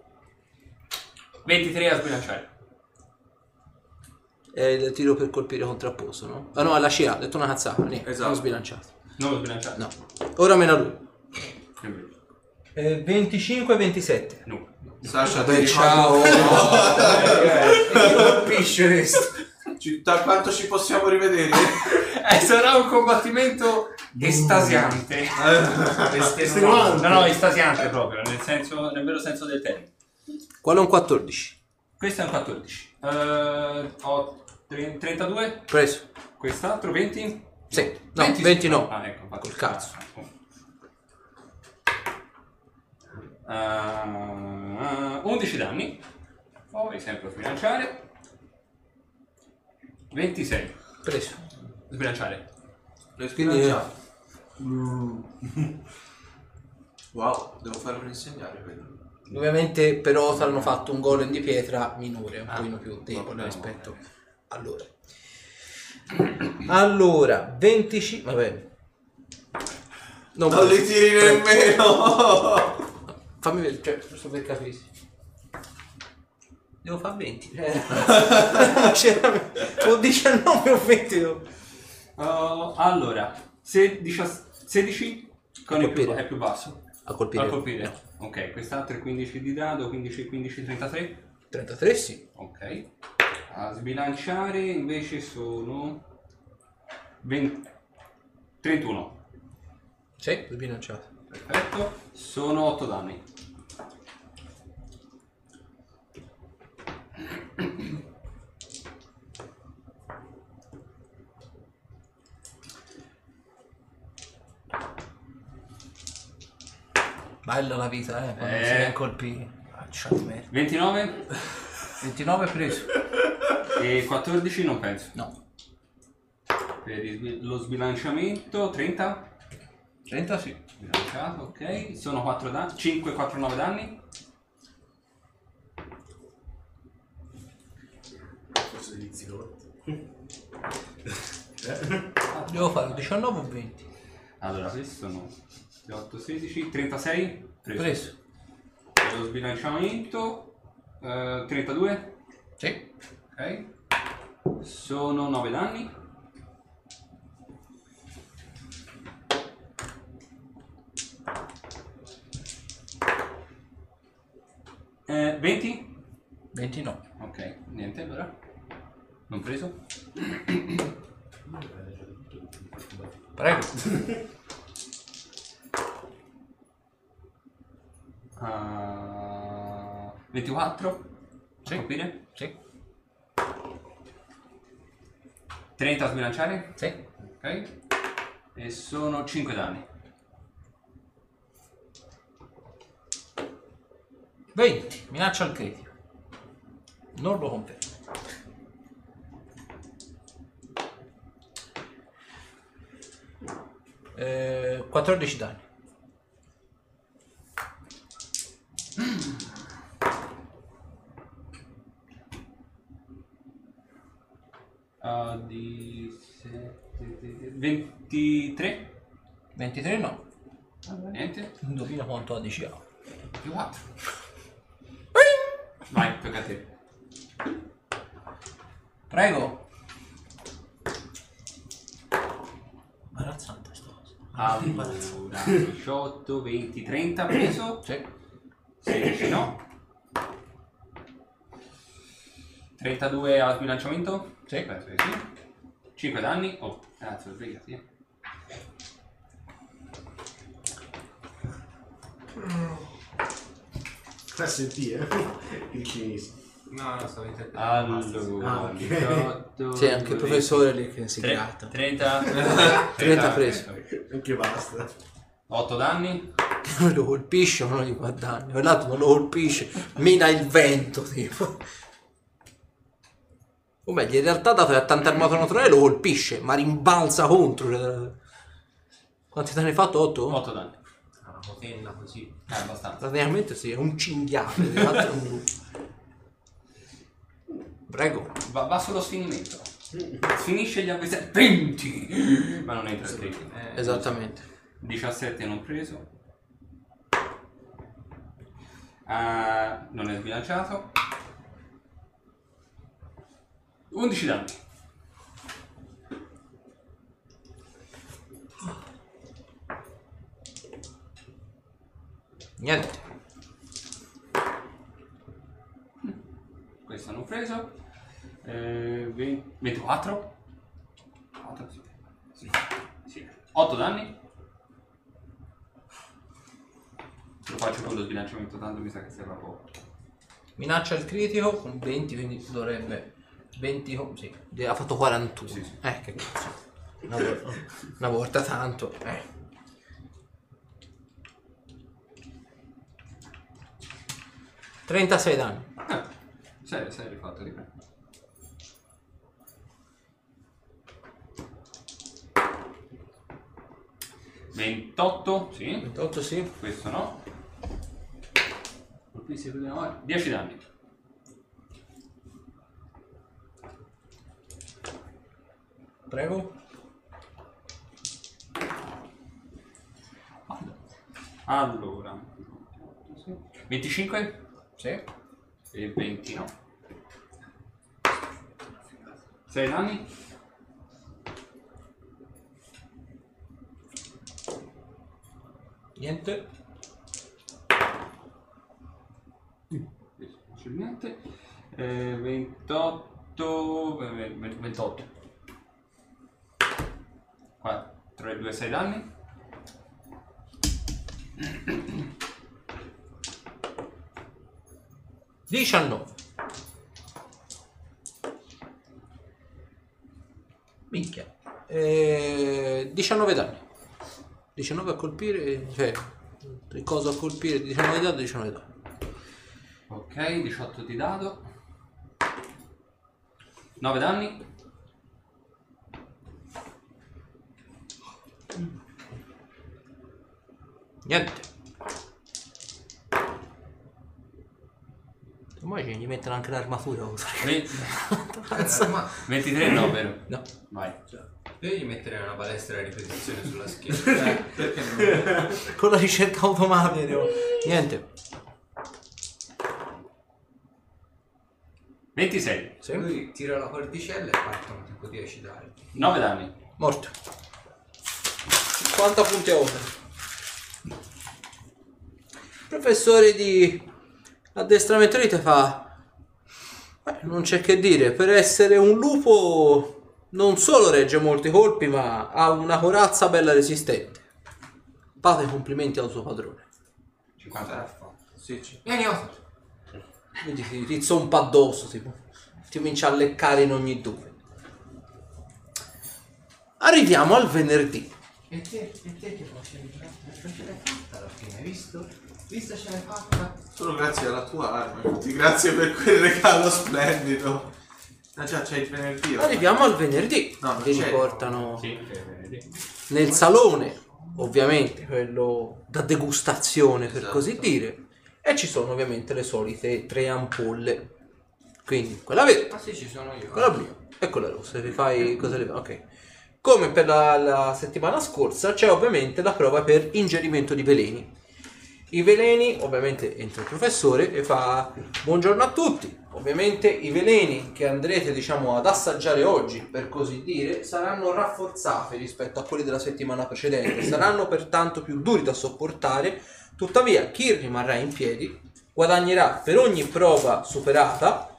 B: 23 a sbilanciare.
C: È il tiro per colpire contrapposto, no? Ah no, è la CA, ho detto una cazzata, niente,
A: Esatto.
C: sono sbilanciato.
B: Non lo sbilanciate.
C: No. Ora meno a lui.
B: Che bello.
C: 25 27.
B: No. no.
A: Sasha, ti
C: Vabbè, Eh, ciao.
A: ricordo-
C: Chi colpisce questo?
A: Ci- da quanto ci possiamo rivedere?
B: Eh, sarà un combattimento estasiante.
E: Estenuante.
B: No, no, estasiante proprio, nel, senso, nel vero senso del termine.
C: Quello è un 14.
B: Questo è un 14. Eh, ho tre- 32,
C: Preso.
B: quest'altro 20.
C: Sì. No,
B: 20
C: 20 no.
B: Ah, ecco, infatti.
C: Col cazzo.
B: Ah, 11 danni. Poi sempre sbilanciare. 26.
C: Preso.
B: Sbilanciare.
C: Quindi-
A: Respirato. Wow, devo farmi insegnare quello.
C: Ovviamente però hanno fatto un golem di pietra minore, un
B: Ah,
C: pochino più debole
B: vabbè,
C: rispetto a loro. Allora, 25... Vabbè. No,
A: Non li tiri nemmeno!
C: Fammi vedere, cioè, giusto per capirsi. Devo fare 20. eh. Cioè, C'era- o 19 o 20. devo-
B: Oh, allora, se- dicias- 16 con il più,
C: Colpire.
B: è più basso.
C: A
B: Per
C: colpire.
B: colpire.
C: No.
B: Ok, quest'altro è 15 di dado, 15, 15, 33.
C: 33 sì.
B: Ok. A sbilanciare invece sono 20 31.
C: Sì, sbilanciato.
B: Perfetto. Sono 8 danni.
C: Bella la vita, eh, quando
B: Eh.
C: si viene a colpire. Faccia di merda.
B: 29
C: 29 preso.
B: e 14 non penso.
C: No.
B: Per il sbi- lo sbilanciamento 30.
C: 30 sì.
B: Sbilanciato, ok. Sono 4 danni. 5, 4, 9 danni.
E: Forse di zio.
C: Devo fare un 19 o 20?
B: Allora, questi sono 8, 16, 36. Preso.
C: Preso.
B: Per lo sbilanciamento eh, 32.
C: Sì.
B: Ok. Sono 9 danni. Eh, 20?
C: 29.
B: Ok, niente allora. Non preso.
C: Prego.
B: Ah, 24?
C: Sì.
B: Capire?
C: Sì.
B: 30 a sbilanciare?
C: Sì.
B: Ok. E sono 5 danni.
C: 20. Minaccia al critico. Non lo confermo. Eh, 14 danni.
B: Ah, di sette- di- di- 23?
C: 23 no.
B: Allora, niente.
C: Indovina quanto ha di CA.
B: Più 4. Vai, tocca a te.
C: Prego. Imbarazzante sto cosa.
B: Allora, 18, 20, 30 preso.
C: Sì.
B: 16 no. 32 a sbilanciamento?
C: Sì.
B: Penso di sì. 5 danni. Oh, cazzo, svegliati. eh.
E: Ah, senti, eh. Il cinese.
D: No, no, stavo intendendo.
E: Ah,
B: Allora,
E: ok.
B: 18,
C: Sì, anche il
B: 20,
C: professore lì che si
B: tre-
C: gratta.
B: 30.
C: 30 preso.
E: Anche basta.
B: 8 danni.
C: Uno lo colpisce, uno gli fa danni. Quell'altro non lo colpisce, mina il vento, tipo. O meglio, in realtà dato che ha tanta armatura naturale lo colpisce, ma rimbalza contro. cioè- Quanti danni hai fatto? 8?
B: 8 danni. Ah,
D: Una potenna così.
B: Eh, abbastanza.
C: Praticamente sì, è un cinghiale, l'altro è un... Prego.
B: Va, va sullo sfinimento. Sfinisce gli avversari. 20! Ma non entra il critico.
D: Eh,
C: Esattamente.
B: 17 non preso. Eh, Ah, non è sbilanciato. 11 danni.
C: Niente.
B: Questo non preso. Eh, ve- 24. 4, sì. Sì. sì. 8 danni. Lo faccio con lo sbilanciamento, tanto mi sa che serve poco.
C: Minaccia il critico con 20, quindi dovrebbe... 20, con- sì. De- Ha fatto 41.
B: Sì, sì.
C: Eh, che cazzo. Una, vol- una volta tanto. Eh. Trentasei danni.
B: Ah, sei, sei rifatto di me. Ventotto, sì,
C: 28 sì.
B: questo no. Colpissi più di una volta. 10 danni.
C: Prego.
B: Allora. 25
C: Sì.
B: e 20 no. 6 danni.
C: Niente.
B: C'è niente. Eh, 28 eh, 28 4 e 2 6 danni
C: Diciannove. Minchia. Eh, 19 danni. 19 a colpire, cioè, il coso a colpire 19 danni, 19 danni.
B: ok 18 di dado 9 danni
C: Niente. Immagini gli mettono anche l'armatura oltre.
B: Ve-
D: Ma
B: 23 no vero?
C: No.
B: vai
D: io gli metterei una palestra a ripetizione sulla schiena.
A: Perché no?
C: Con la ricerca automatica. Niente.
B: 26
C: Sì.
D: Cioè, Lui tira la cordicella e partono tipo 10 dardi.
B: 9 danni
C: Morto. 50 punti a opera. Il professore di addestramento lite fa... Beh, non c'è che dire, per essere un lupo non solo regge molti colpi, ma ha una corazza bella resistente. Fate complimenti al suo padrone.
B: 50
A: Sì, c'è.
D: Vieni Otto!
C: Quindi ti rizzompa addosso, tipo. Ti comincia a leccare in ogni dove. Arriviamo al venerdì.
D: E te, e te che facevi? Non ce l'hai fatta alla fine, hai visto? Visto ce l'hai fatta?
A: Solo grazie alla tua arma, infatti, grazie per quel regalo splendido. Ah già, c'è il venerdì. ormai.
C: Arriviamo al venerdì,
A: No,
C: che ci
A: c'è-
C: portano
B: sì eh,
C: nel salone, ovviamente, quello da degustazione per
A: Esatto.
C: così dire, e ci sono ovviamente le solite tre ampolle, quindi quella verde,
D: Ah sì, ci sono io.
C: Ecco, quella blu e quella rossa, rifai cosa le Ok. Come per la, la settimana scorsa c'è ovviamente la prova per ingerimento di veleni. I veleni, ovviamente entra il professore e fa buongiorno a tutti. Ovviamente i veleni che andrete diciamo ad assaggiare oggi, per così dire, saranno rafforzati rispetto a quelli della settimana precedente, saranno pertanto più duri da sopportare. Tuttavia, chi rimarrà in piedi guadagnerà per ogni prova superata,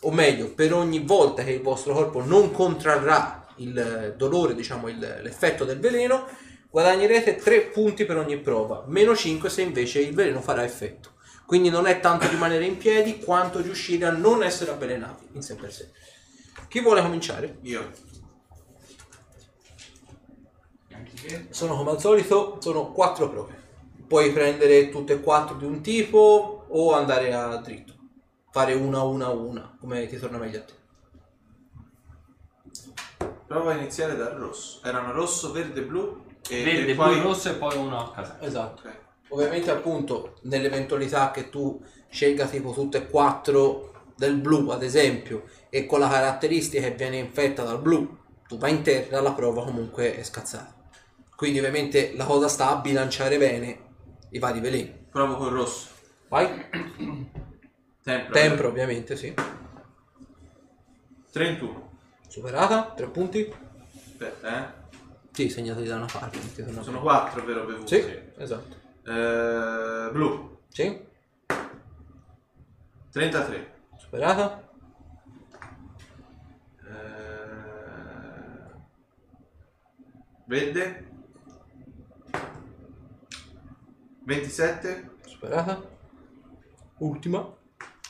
C: o meglio, per ogni volta che il vostro corpo non contrarrà il eh, dolore, diciamo il- l'effetto del veleno, guadagnerete 3 punti per ogni prova, meno 5 se invece il veleno farà effetto. Quindi non è tanto rimanere in piedi quanto riuscire a non essere avvelenati in sé per sé. Chi vuole cominciare?
A: Io.
C: Sono come al solito, sono 4 prove. Puoi prendere tutte e quattro di un tipo o andare a dritto. Fare una, una, una, come ti torna meglio a te.
A: Prova a iniziare dal rosso. Erano rosso, verde, blu e,
B: verde
A: e
B: poi rosso e poi uno a casa
C: Esatto.
A: Ok.
C: Ovviamente appunto nell'eventualità che tu scelga tipo tutte e quattro del blu ad esempio e con la caratteristica che viene infetta dal blu tu vai in terra la prova comunque è scazzata. Quindi ovviamente la cosa sta a bilanciare bene i vari veleni.
A: Provo col rosso.
C: Vai?
A: Tempra.
C: Tempra ovviamente sì.
A: 31.
C: Superata, tre punti.
A: Aspetta, eh.
C: Sì, segnati da una parte. metti da una
A: Sono 4, vero, bevuti?
C: Sì, esatto.
A: Eh, blu,
C: Sì,
A: 33.
C: superata.
A: Eh, verde. 27.
C: Superata. Ultima.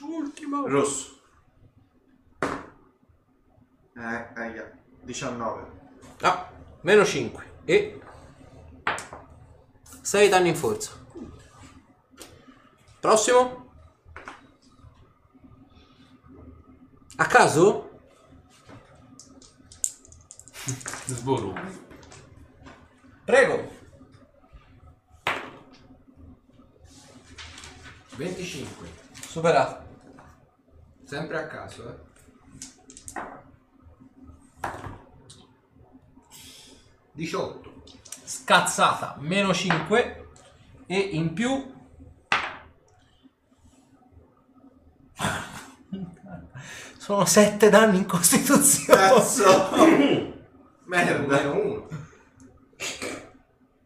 C: Ultima.
A: Rosso. Eh, aia. 19.
C: Ah, meno 5 e 6 danni in forza. Prossimo. A caso?
B: Sborone.
C: Prego.
D: 25.
C: Superato.
D: Sempre a caso, eh. 18.
C: Scazzata. Meno 5 e in più... Sono 7 danni in costituzione.
A: Cazzo!
D: Meno
A: Merda.
D: 1.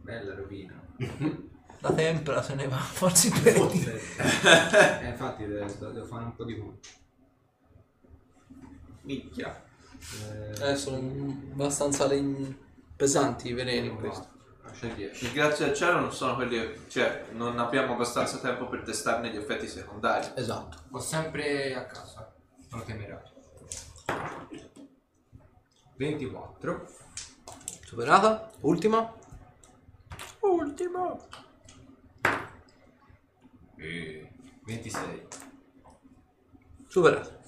D: Bella rovina.
C: La tempra se ne va, forse i piedi.
D: Eh, infatti devo, devo fare un po' di conto.
A: Minchia.
D: Eh,
C: Eh, sono abbastanza len- pesanti i veleni questo.
D: Lascia 10.
A: Grazie al cielo non sono quelli che... Cioè, non abbiamo abbastanza tempo per testarne gli effetti secondari.
C: Esatto.
D: Ho sempre a casa. Sono temerario. 24.
C: Superata. Ultima. Ultima.
D: E 26.
C: Superata.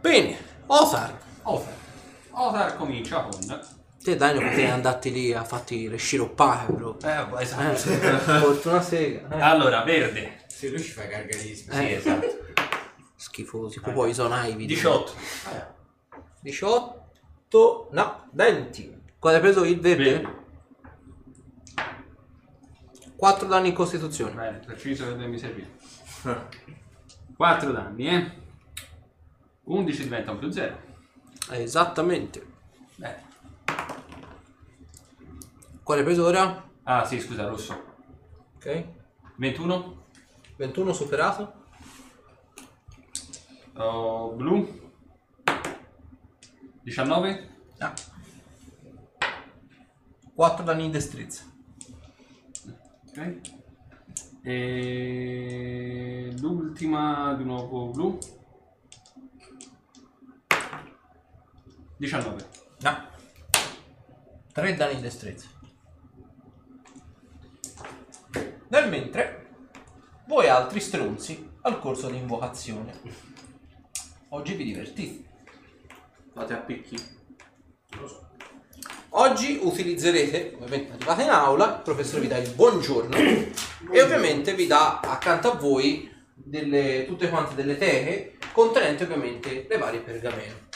C: Bene. Othar.
B: Othar. Othar comincia con...
C: Te dai, non potevi andarti lì a farti le sciroppate, bro.
B: Eh,
C: Eh, fortuna sega. eh.
B: Allora, verde.
D: Se lui ci fa i gargarismi.
B: Sì, esatto.
C: Schifosi. Poi poi sono Ivy.
B: 18.
C: 18. No, 20. Quando hai preso il verde?
B: Verde.
C: 4 danni in costituzione.
B: Bene, preciso che mi serviva. 4 danni, eh. 11 diventa un più 0.
C: Esattamente.
B: Bene.
C: Quale hai preso ora?
B: Ah, sì, scusa, rosso.
C: Ok.
B: 21.
C: 21 superato.
B: Oh, blu. 19.
C: 4 danni in destrezza.
B: Ok. E l'ultima di nuovo blu. 19.
C: No. 3 danni in destrezza. Nel mentre, voi altri stronzi al corso di invocazione. Oggi vi divertite.
A: Fate a picchi.
C: Oggi utilizzerete, ovviamente arrivate in aula, il professore vi dà il buongiorno e ovviamente vi dà accanto a voi delle, tutte quante delle teche contenenti ovviamente le varie pergamene.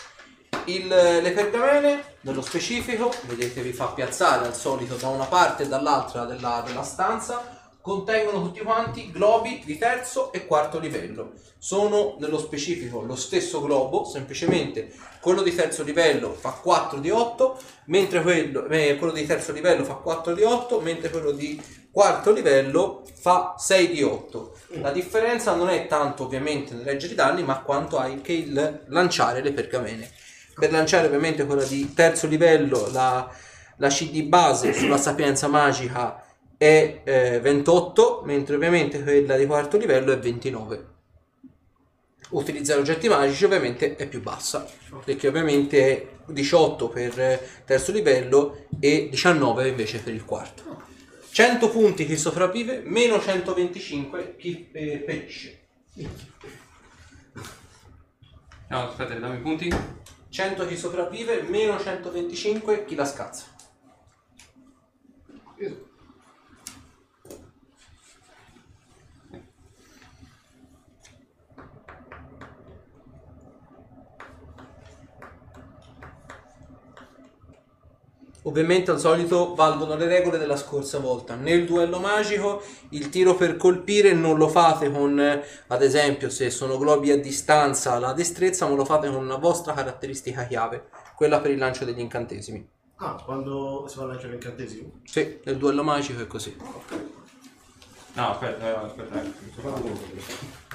C: Il- le pergamene, nello specifico, vedete vi fa piazzare al solito da una parte e dall'altra della, della stanza, contengono tutti quanti globi di terzo e quarto livello. Sono nello specifico lo stesso globo, semplicemente quello di terzo livello fa 4 di 8, mentre quello, eh, quello di terzo livello fa 4 di 8, mentre quello di quarto livello fa 6 di 8. La differenza non è tanto ovviamente nel leggere i danni, ma quanto anche il lanciare le pergamene. Per lanciare ovviamente quella di terzo livello, la, la CD base sulla sapienza magica è eh, 28, mentre ovviamente quella di quarto livello è 29. Utilizzare oggetti magici ovviamente è più bassa, perché ovviamente è 18 per eh, terzo livello e 19 invece per il quarto. 100 punti chi sopravvive, meno 125 chi eh, perisce.
B: No, aspetta, dammi i punti.
C: 100 chi sopravvive, meno 125 chi la scazza. Ovviamente al solito valgono le regole della scorsa volta. Nel duello magico il tiro per colpire non lo fate con, eh, ad esempio, se sono globi a distanza, la destrezza, ma lo fate con una vostra caratteristica chiave, quella per il lancio degli incantesimi.
E: Ah, quando si va a lanciare l'incantesimo?
C: Sì, nel duello magico è così.
B: No, aspetta, eh, aspetta. eh.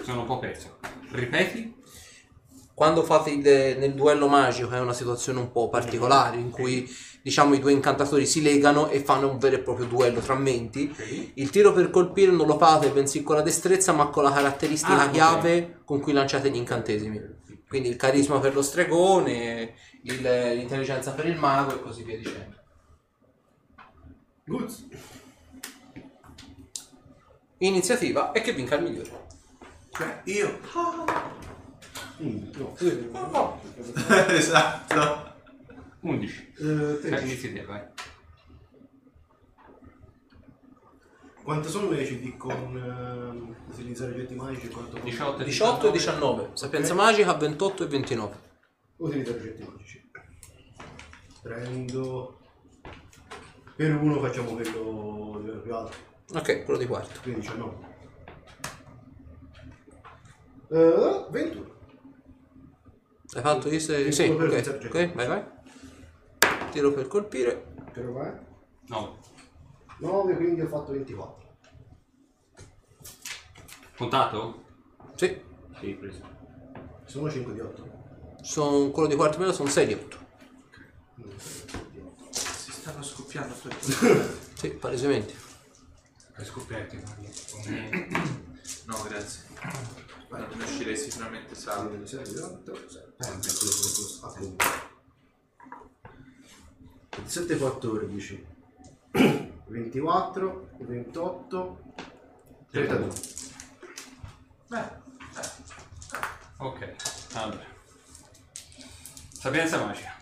B: Sono un po' perso. Ripeti?
C: Quando fate il, nel duello magico è una situazione un po' particolare in cui diciamo i due incantatori si legano e fanno un vero e proprio duello tra menti
B: Ok.
C: Il tiro per colpire non lo fate bensì con la destrezza, ma con la caratteristica
B: Ah, ok.
C: chiave con cui lanciate gli incantesimi. Quindi il carisma per lo stregone, il- l'intelligenza per il mago e così via dicendo.
E: Goods.
C: Iniziativa è che vinca il migliore.
A: Beh, io.
E: Mm, no.
A: esatto.
B: 11.
E: Eh,
B: Eh,
E: tredici.
B: Iniziativa, vai.
E: Quanto sono le CD con ehm, utilizzare oggetti magici? e Quanto con
B: 18 e
C: 18 e 19, sapienza magica 28 e 29.
E: utilizzare oggetti magici? Prendo... Per uno facciamo quello livello più alto,
C: Ok, quello di quarto.
E: quindi 19. Eh, 21.
C: Hai fatto io se... Sì,
E: Tiro per
C: ok,
E: intercetto.
C: ok, vai vai. Tiro per colpire.
E: Che roba è?
B: 9.
E: 9, eh. quindi ho fatto 24.
B: Contato?
C: Sì,
B: Sì, preso.
E: Sono 5 di 8.
C: sono, quello di quarto meno sono 6 di 8.
A: Si stanno scoppiando tutti.
C: Sì, palesemente.
D: Hai scoperto
A: No, grazie. Guarda, non uscirei sicuramente salvo.
E: 6 di 8. Sempre Eh, quello che ho posto. Appunto. 7 14. 24, 28, 32.
A: Beh,
B: Ok, allora. Sapienza magica.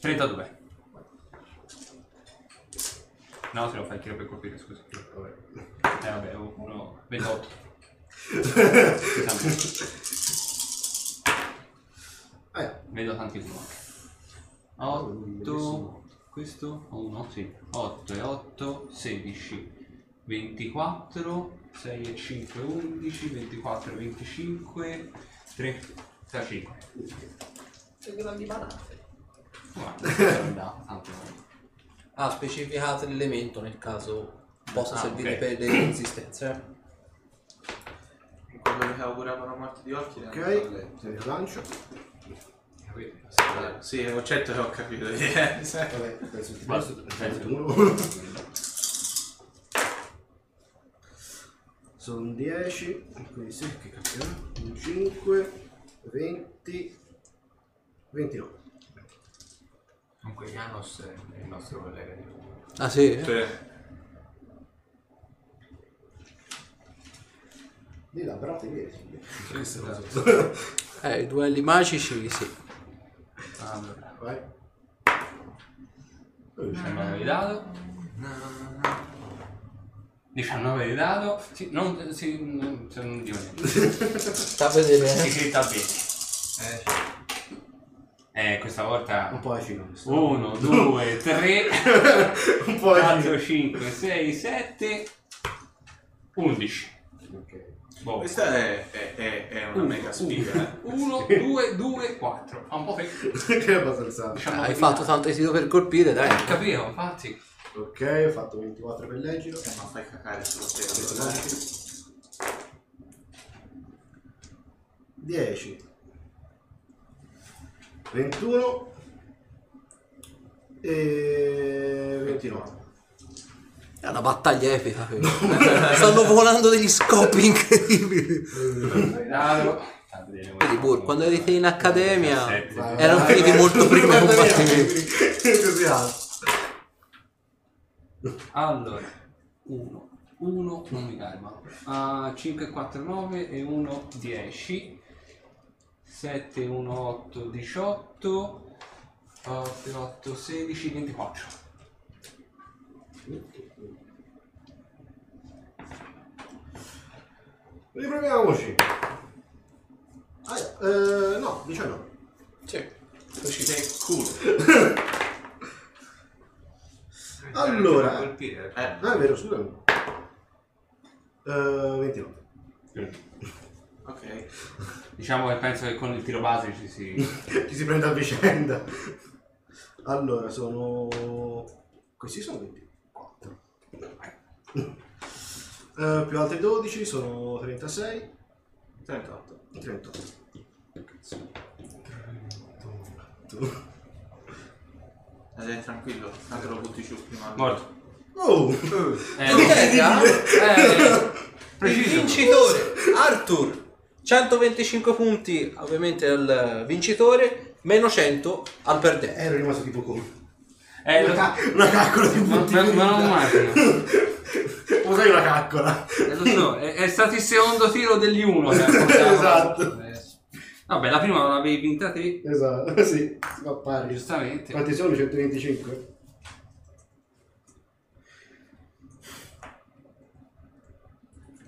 B: 32. No, se lo fai il tiro per colpire, scusa. Eh vabbè, ho uno Esatto. 28. Tanto,
E: Eh,
B: Vedo tanti uno. 8. Questo? 1, sì. 8 e 8, 16. 24, 6 e 5, 11, 24, 25, 35. Guarda, è andato, tanto.
C: Ah, specificate l'elemento nel caso possa
B: Ah,
C: servire
B: ok.
C: per le resistenze. eh.
A: quello che augurava la morte di Orchi.
E: ok, se ne lancio.
A: Sì, è un certo che ho capito. eh.
E: Vabbè, penso che ti
B: Basta,
E: basta.
B: penso.
E: 31. Sono 10, quindi sì, che cacchio. 5, 20, 29.
D: Comunque Janos è il nostro collega di
C: Ah sì?
A: Cioè,
E: Di là, però ti vedi.
C: Eh, i duelli magici sì.
B: Allora,
E: Vai. Eh,
B: 19 di dado. 19 di dado. Sì, non, sì, non, se non dico niente.
C: Sta a vedere.
B: Si
C: eh.
B: scritta bene.
D: Eh,
B: Eh, questa volta
E: Un po' vicino questo.
B: 1, 2, 3,
E: Un po'
B: 4, 5, 6, 7, 11.
E: Ok.
B: Boh,
A: questa è, è- è- è una mega sfiga. eh.
B: 1, 2, 2, 4. Fa un po' per...
E: che è abbastanza.
B: Diciamo
C: Hai fatto tanto tiro per colpire, dai.
B: Capito, infatti.
E: Ok, ho fatto 24 per leggero.
A: Eh, ma fai cacare solo te. allora, dai.
E: 10 21 e 29
C: È una battaglia epica. quella. Stanno volando degli scopi incredibili.
B: Dado.
C: Vedi, Bur, quando eri in accademia,
E: Vai,
C: Erano
E: vai,
C: finiti
E: vai.
C: molto prima i
E: Guarda via,
C: combattimenti.
E: così alto.
B: Allora, 1, 1, non mi calma. Ah, 5, 4, 9 e 1, 10. 7, 1, 8, 18. 8, 8, 16, 24.
E: riproviamoci Ah, eh, no 19
C: Sì.
A: Che culo.
E: Allora.
D: Per colpire.
A: Eh,
E: Ah, è vero, scusami. Eh, 29.
A: Mm. ok.
B: Diciamo che penso che con il tiro base ci si...
E: Ci si prende a vicenda. Allora, sono... Questi sono 24. Eh, più altri 12 sono 36.
A: 38.
E: 38.
A: Ed è Eh, tranquillo, tanto lo butti giù prima.
B: Morto.
E: Oh!
B: Eh,
C: il
B: preciso.
C: vincitore Arthur 125 punti ovviamente al vincitore meno 100 al perdente
E: Ero rimasto tipo come...
B: eh,
E: Una,
B: lo-
E: ca- una caccola di
B: ma,
E: punti
B: ma, ma non
E: vita.
B: immagino.
E: Usai una caccola.
B: Eh, lo so, è, è stato il secondo tiro degli uno. che ha portato-
E: Esatto.
B: Eh, Vabbè, la prima l'avevi vinta te,
E: Esatto, sì. Si fa pari.
B: giustamente.
E: Quanti sono? 125?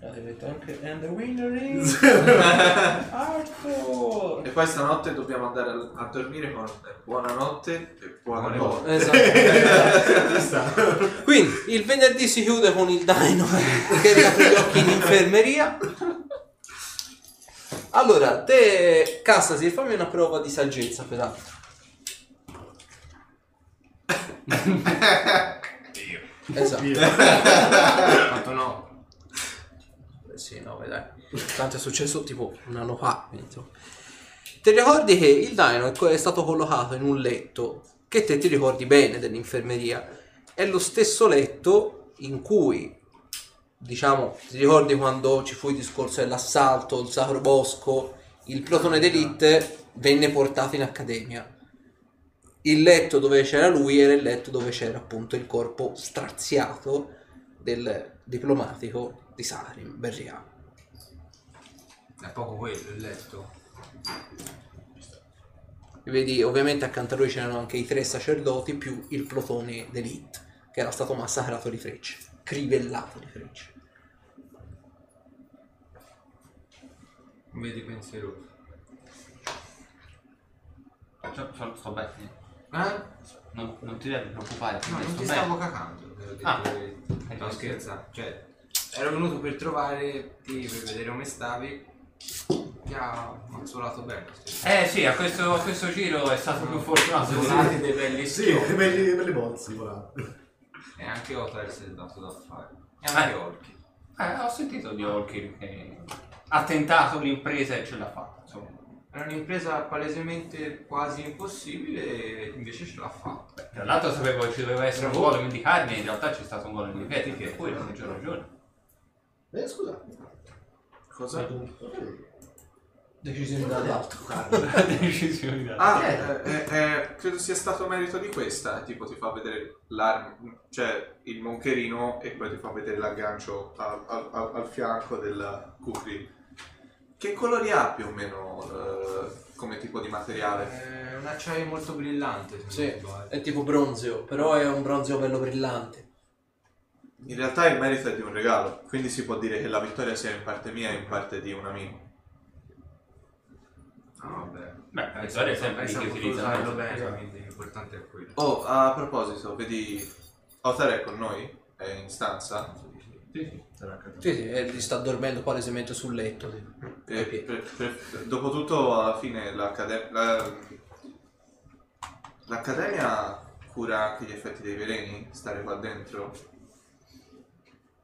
C: Eh, and the winner is Arthur
A: E poi stanotte dobbiamo andare a- a dormire con buonanotte e buonanotte.
C: Esatto. Quindi il venerdì si chiude con il dino che riapre gli occhi in infermeria. Allora, te Cassasi, fammi una prova di saggezza peraltro. Esatto.
D: Quanto no?
C: Eh Sì, no, beh, dai. Tanto è successo tipo un anno fa. quindi, insomma. Ti ricordi che il dino è co- è stato collocato in un letto che te ti ricordi bene dell'infermeria? È lo stesso letto in cui, diciamo, ti ricordi quando ci fu il discorso dell'assalto, il sacro bosco, il plotone d'elite venne portato in accademia. Il letto dove c'era lui era il letto dove c'era appunto il corpo straziato del diplomatico di Sarim, Berria.
D: È poco quello il letto.
C: Vedi, ovviamente accanto a lui c'erano anche i tre sacerdoti più il plotone d'elite, che era stato massacrato di frecce, crivellato di frecce.
D: Vedi pensieroso.
B: Sto, sto- Cioè, sto bene,
D: Eh?
B: non, non ti devi preoccupare.
D: No, non
B: sto
D: ti
B: bene.
D: stavo cacando. te l'ho detto
B: Ah.
D: la verità. No, scherza. Cioè, ero venuto per trovare ti per vedere come stavi. Ti ha mazzolato bene.
B: Eh sì, a questo, a questo giro è stato più fortunato. di me.
D: Volati dei belli
E: Sì,
D: schioppi.
E: belli, belli bozzi, voilà.
D: E anche Otar si è dato da fare. E
B: Eh.
D: anche Orchi.
B: Eh, ho sentito di Orkin che ha tentato l'impresa e ce l'ha fatta. Insomma,
D: Era un'impresa palesemente quasi impossibile e invece ce l'ha fatta.
B: Beh, tra l'altro sapevo che ci doveva essere un gol in di carne, in realtà c'è stato un gol in di Veti, che poi non c'è ragione.
E: Eh, scusa.
A: Cosa?
C: Decisione dall'alto.
B: Decisioni da-
A: Ah, eh, eh, eh, credo sia stato merito di questa. Tipo, ti fa vedere l'arma, cioè il moncherino, e poi ti fa vedere l'aggancio al, al- al- al fianco del Kufri. Che colori ha più o meno eh, come tipo di materiale?
D: È Eh, un acciaio molto brillante. se non
C: Sì, Eh.
D: sbaglio.
C: è tipo bronzeo, però è un bronzeo bello brillante.
A: In realtà il merito è di un regalo, quindi si può dire che la vittoria sia in parte mia e in parte di un amico.
D: Ah, vabbè.
B: Beh, la vittoria è sempre
D: Hai
B: di chi
D: saputo
B: utilizza.
D: usarlo
B: il
D: bene,
B: mezzo.
D: quindi l'importante è quello.
A: Oh, a proposito, vedi, Otar è con noi? È in stanza?
C: Sì, sì, e gli sta dormendo palesemente sul letto. sì.
A: Eh, per- per- dopotutto, alla fine, l'accade- la- l'accademia cura anche gli effetti dei veleni? Stare qua dentro?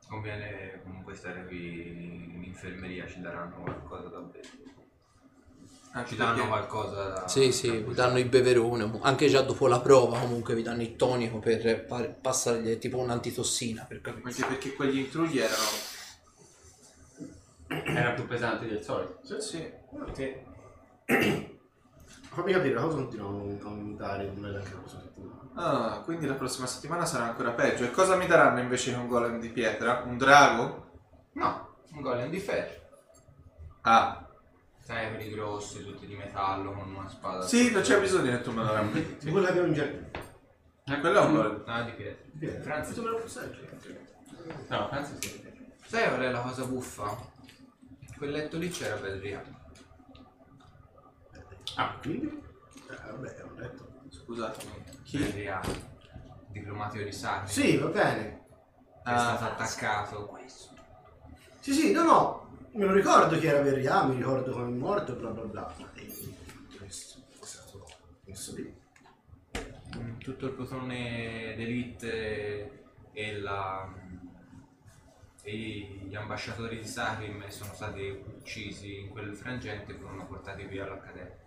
D: Conviene comunque stare qui in infermeria, ci daranno qualcosa da bere.
A: Ah,
D: Ci danno qualcosa da...
C: Sì, sì, vi danno il beverone, anche già dopo la prova comunque vi danno il tonico per par- passargli è tipo un'antitossina per capire.
A: Anche perché quegli intrugli erano...
B: Era più pesante del solito.
A: Sì, Eh, sì.
E: Te. Fammi capire, la cosa continua a aumentare come la cosa settimana.
A: Ah, quindi la prossima settimana sarà ancora peggio. E cosa mi daranno invece che un golem di pietra? Un drago?
D: No, un golem di ferro.
A: Ah,
D: Sai, quelli grossi, tutti di metallo, con una spada.
A: sì, non c'è bisogno che tu me lo rammetti.
E: Di quella che è un giardino.
A: Eh, quello è un golem.
D: No, di pietra.
E: Franz, tu me lo cioè? passaggio.
B: No, anzi sì.
D: Sai qual è la cosa buffa? Quel letto lì c'era Belria.
A: Ah.
E: Quindi? Eh, Eh, vabbè, ho detto.
A: Scusatemi. Chi?
D: Chi? Diplomatico di Sarri.
E: Sì, va bene.
D: Che È
A: Ah.
D: stato attaccato.
E: Sì, sì, no, no. Me lo ricordo chi era Verrià, mi ricordo come è morto, bla bla bla. Ma eh, Questo è stato messo lì.
D: Mm, Tutto il plotone d'elite e, la- e gli ambasciatori di Sarim sono stati uccisi in quel frangente e furono portati via all'Accademia.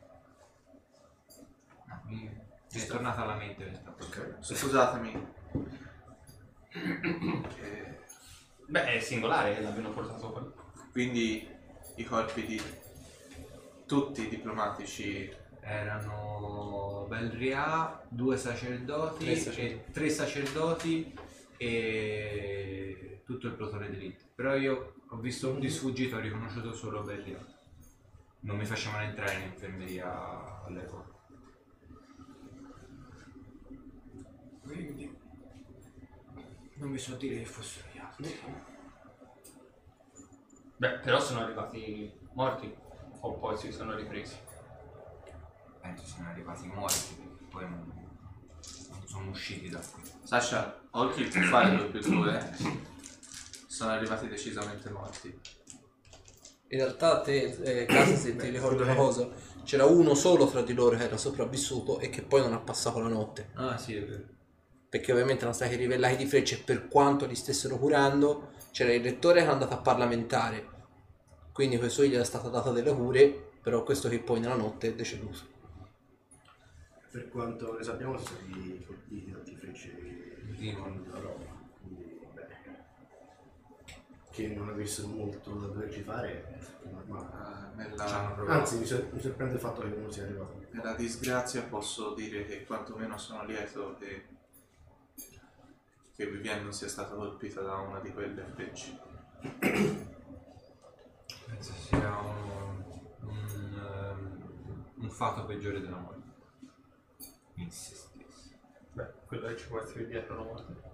D: Ah, mi mi è tornata alla mente questa cosa.
E: Ok.
A: Scusatemi.
I: Beh, è singolare che l'abbiano portato qua.
A: Quindi i corpi di tutti i diplomatici
D: Erano Belria, due sacerdoti,
J: Tre sacerdoti.
D: E tre sacerdoti e tutto il plotone d'elite. Però io ho visto un di sfuggito, ho riconosciuto solo Belria. Non mi facevano entrare in infermeria all'epoca. Quindi non mi so dire che fossero gli altri.
I: Beh, però sono arrivati morti. O poi si sono ripresi.
D: Penso siano arrivati morti, perché poi non, non sono usciti da qui.
A: Sasha, oltre può fare 2 più 2 sono arrivati decisamente morti.
J: In realtà te, eh, Casa, se ti ricordo una cosa, c'era uno solo fra di loro che era sopravvissuto e che poi non ha passato la notte.
D: Ah sì, è vero.
J: Perché ovviamente erano stati rivellati di frecce e per quanto li stessero curando, c'era il rettore che era andato a parlamentare. Quindi questo gli era stato dato delle cure, però questo che poi nella notte è deceduto.
E: Per quanto ne sappiamo sono stati colpiti da frecce
D: Sì.
E: la roba. Quindi, vabbè. Che non avessero molto da doverci fare è
A: Eh,
E: normale.
D: Ci hanno
A: nella,
D: provato.
E: Anzi, mi, sor- mi sorprende il fatto che uno sia arrivato.
A: nella disgrazia posso dire che quantomeno sono lieto che, che Vivian non sia stata colpita da una di quelle frecce.
D: Penso sia un, un, ehm, un fatto peggiore della morte. In se stesso.
I: Beh, quello che ci può essere dietro la morte.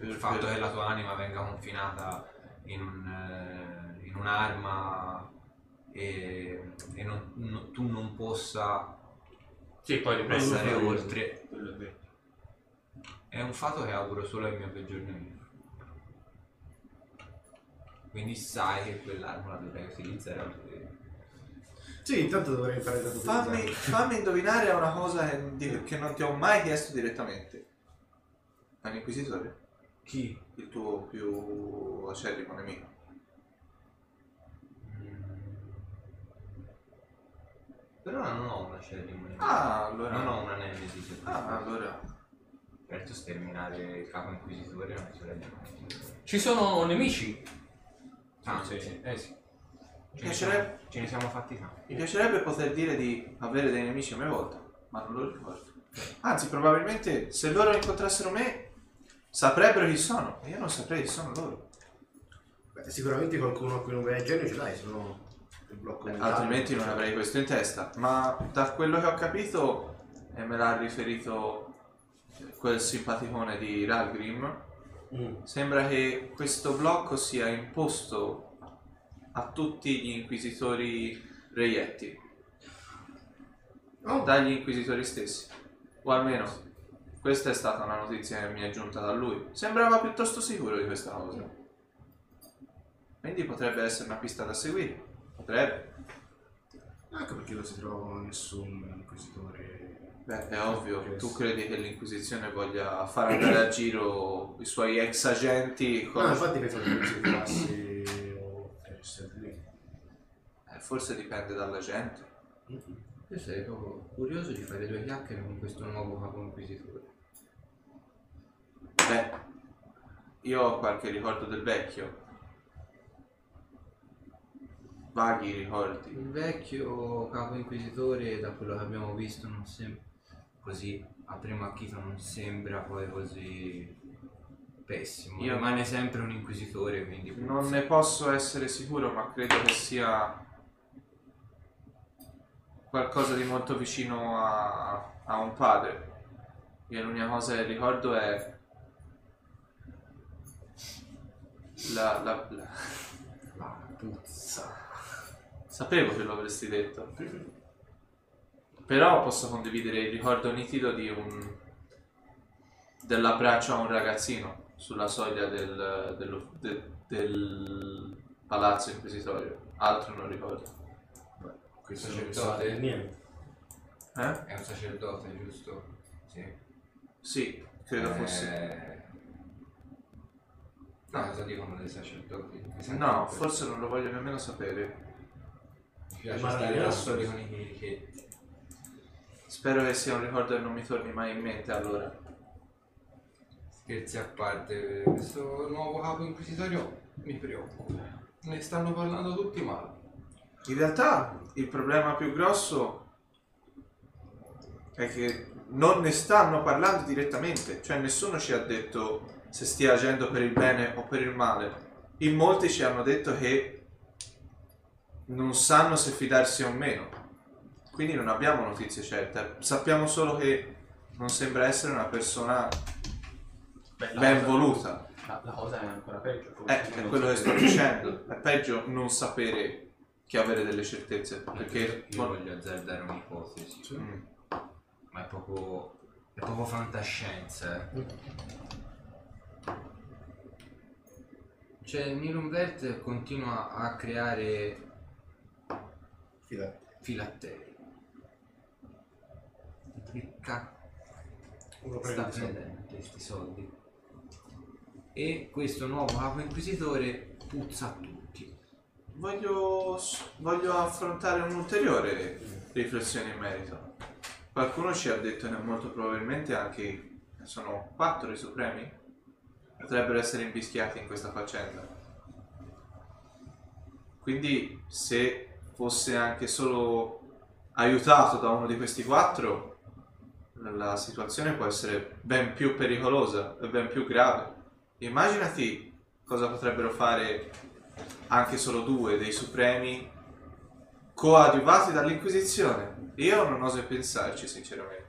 D: Il fatto che la tua anima venga confinata in, un, eh, in un'arma e, e non- no- tu non possa
I: Sì, poi ripresi.
D: passare oltre
I: Quello è vero.
D: è un fatto che auguro solo ai miei peggior nemici. Quindi sai che quell'arma la dovrai utilizzare al tuo
E: Sì, intanto dovrei imparare da
A: Fammi, fammi indovinare una cosa che, di- che non ti ho mai chiesto direttamente. Un inquisitore?
D: Chi?
A: Il tuo più acerrimo nemico.
D: Mm. Però non ho una cerimonia.
A: Ah, allora
D: Non ho una nemesi. se
A: Ah, allora.
D: Certo, sterminare il capo inquisitore non si rende mai.
I: Ci sono nemici.
A: Ah.
D: Tanti.
I: Sì, eh sì.
A: Mi
D: Ce ne, siamo,
A: piacerebbe,
D: ce ne siamo fatti tanti.
A: mi piacerebbe poter dire di avere dei nemici a mia volta, ma non lo ricordo. Anzi, probabilmente se loro incontrassero me, saprebbero chi sono, e io non saprei chi sono loro.
E: Beh, sicuramente qualcuno a cui non vai a genio ce l'hai, se no il blocco
A: Beh,
E: mentale-
A: altrimenti non avrei questo in testa. Ma da quello che ho capito, e me l'ha riferito eh, quel simpaticone di Ralgrim,
E: Mm.
A: Sembra che questo blocco sia imposto a tutti gli inquisitori reietti.
E: Oh.
A: Dagli inquisitori stessi. O almeno questa è stata una notizia che mi è giunta da lui. Sembrava piuttosto sicuro di questa cosa. Quindi potrebbe essere una pista da seguire. Potrebbe.
E: Ecco perché non si trova nessun inquisitore.
A: Beh, è ovvio, tu credi che l'Inquisizione voglia far andare a giro i suoi ex agenti con
E: No, infatti penso che non si trovasse o fosse lì.
A: Eh, forse dipende dalla gente.
D: Io sarei proprio curioso di fare due chiacchiere con questo nuovo capo inquisitore.
A: Beh, io ho qualche ricordo del vecchio. Vaghi ricordi.
D: Il vecchio capo inquisitore, da quello che abbiamo visto, non sembra così a primo acchito, non sembra poi così pessimo.
A: Io-
D: Rimane sempre un inquisitore, quindi
A: Non ne posso essere sicuro, ma credo che sia qualcosa di molto vicino a, a un padre. Io l'unica cosa che ricordo è la, la, la...
D: la puzza.
A: Sapevo che lo avresti detto. Però posso condividere il ricordo nitido di un... dell'abbraccio a un ragazzino sulla soglia del, dello- de- del palazzo inquisitorio. Altro non ricordo.
E: Questo
D: Sacerdote.
E: Niente.
A: Eh?
D: È un sacerdote, giusto? Sì.
A: Sì, credo fosse.
D: Eh, No, cosa dicono dei sacerdoti? Mi sento
A: No,
D: per-
A: forse non lo voglio nemmeno sapere.
D: Mi piace
E: Ma
D: stare
E: ragazzi-
D: da soli con i chirichetti.
A: Spero che sia un ricordo che non mi torni mai in mente allora.
D: Scherzi a parte, questo nuovo capo inquisitorio mi preoccupa. Ne stanno parlando tutti male.
A: In realtà il problema più grosso è che non ne stanno parlando direttamente, cioè nessuno ci ha detto se stia agendo per il bene o per il male. In molti ci hanno detto che non sanno se fidarsi o meno. Quindi non abbiamo notizie certe, sappiamo solo che non sembra essere una persona
I: Beh, la
A: ben
I: cosa-
A: voluta.
I: La, la cosa è ancora peggio.
A: Eh,
I: forse,
A: è
I: non
A: quello che
I: so.
A: sto dicendo. È peggio non sapere che avere delle certezze. Perché.
D: Io voglio azzardare un'ipotesi.
A: Mm.
D: ma è proprio, è proprio fantascienza. eh. Cioè, il Nirumbert continua a creare
E: Fidati.
D: filatteri. Che cacchio
E: Uno
D: sta
E: prende i soldi.
D: prendendo questi soldi? E questo nuovo capo inquisitore puzza a tutti.
A: Voglio, voglio affrontare un'ulteriore riflessione in merito. Qualcuno ci ha detto che molto probabilmente anche sono quattro i supremi potrebbero essere invischiati in questa faccenda. Quindi se fosse anche solo aiutato da uno di questi quattro, la situazione può essere ben più pericolosa e ben più grave. Immaginati cosa potrebbero fare anche solo due dei supremi coadiuvati dall'Inquisizione. Io non oso pensarci, sinceramente.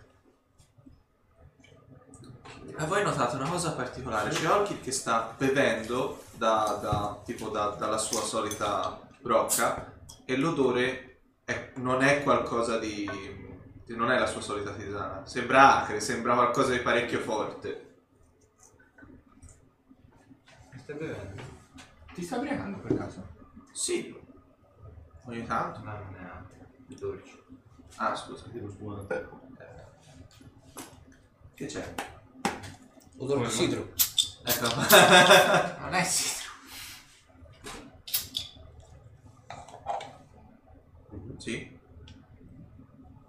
A: E voi notate una cosa particolare, c'è Olkid che sta bevendo da, da- tipo da- dalla sua solita brocca e l'odore è- non è qualcosa di... non è la sua solita tisana, sembra acre, sembra qualcosa di parecchio forte.
D: Stai bevendo? Ti sta briagando per caso?
A: Sì, ogni tanto.
D: No, non è altro. È dolce.
A: Ah, scusa,
E: Devo sfumare.
A: Eh. che c'è?
J: Odore di sidro.
A: Ecco.
D: Non è sidro.
A: Sì,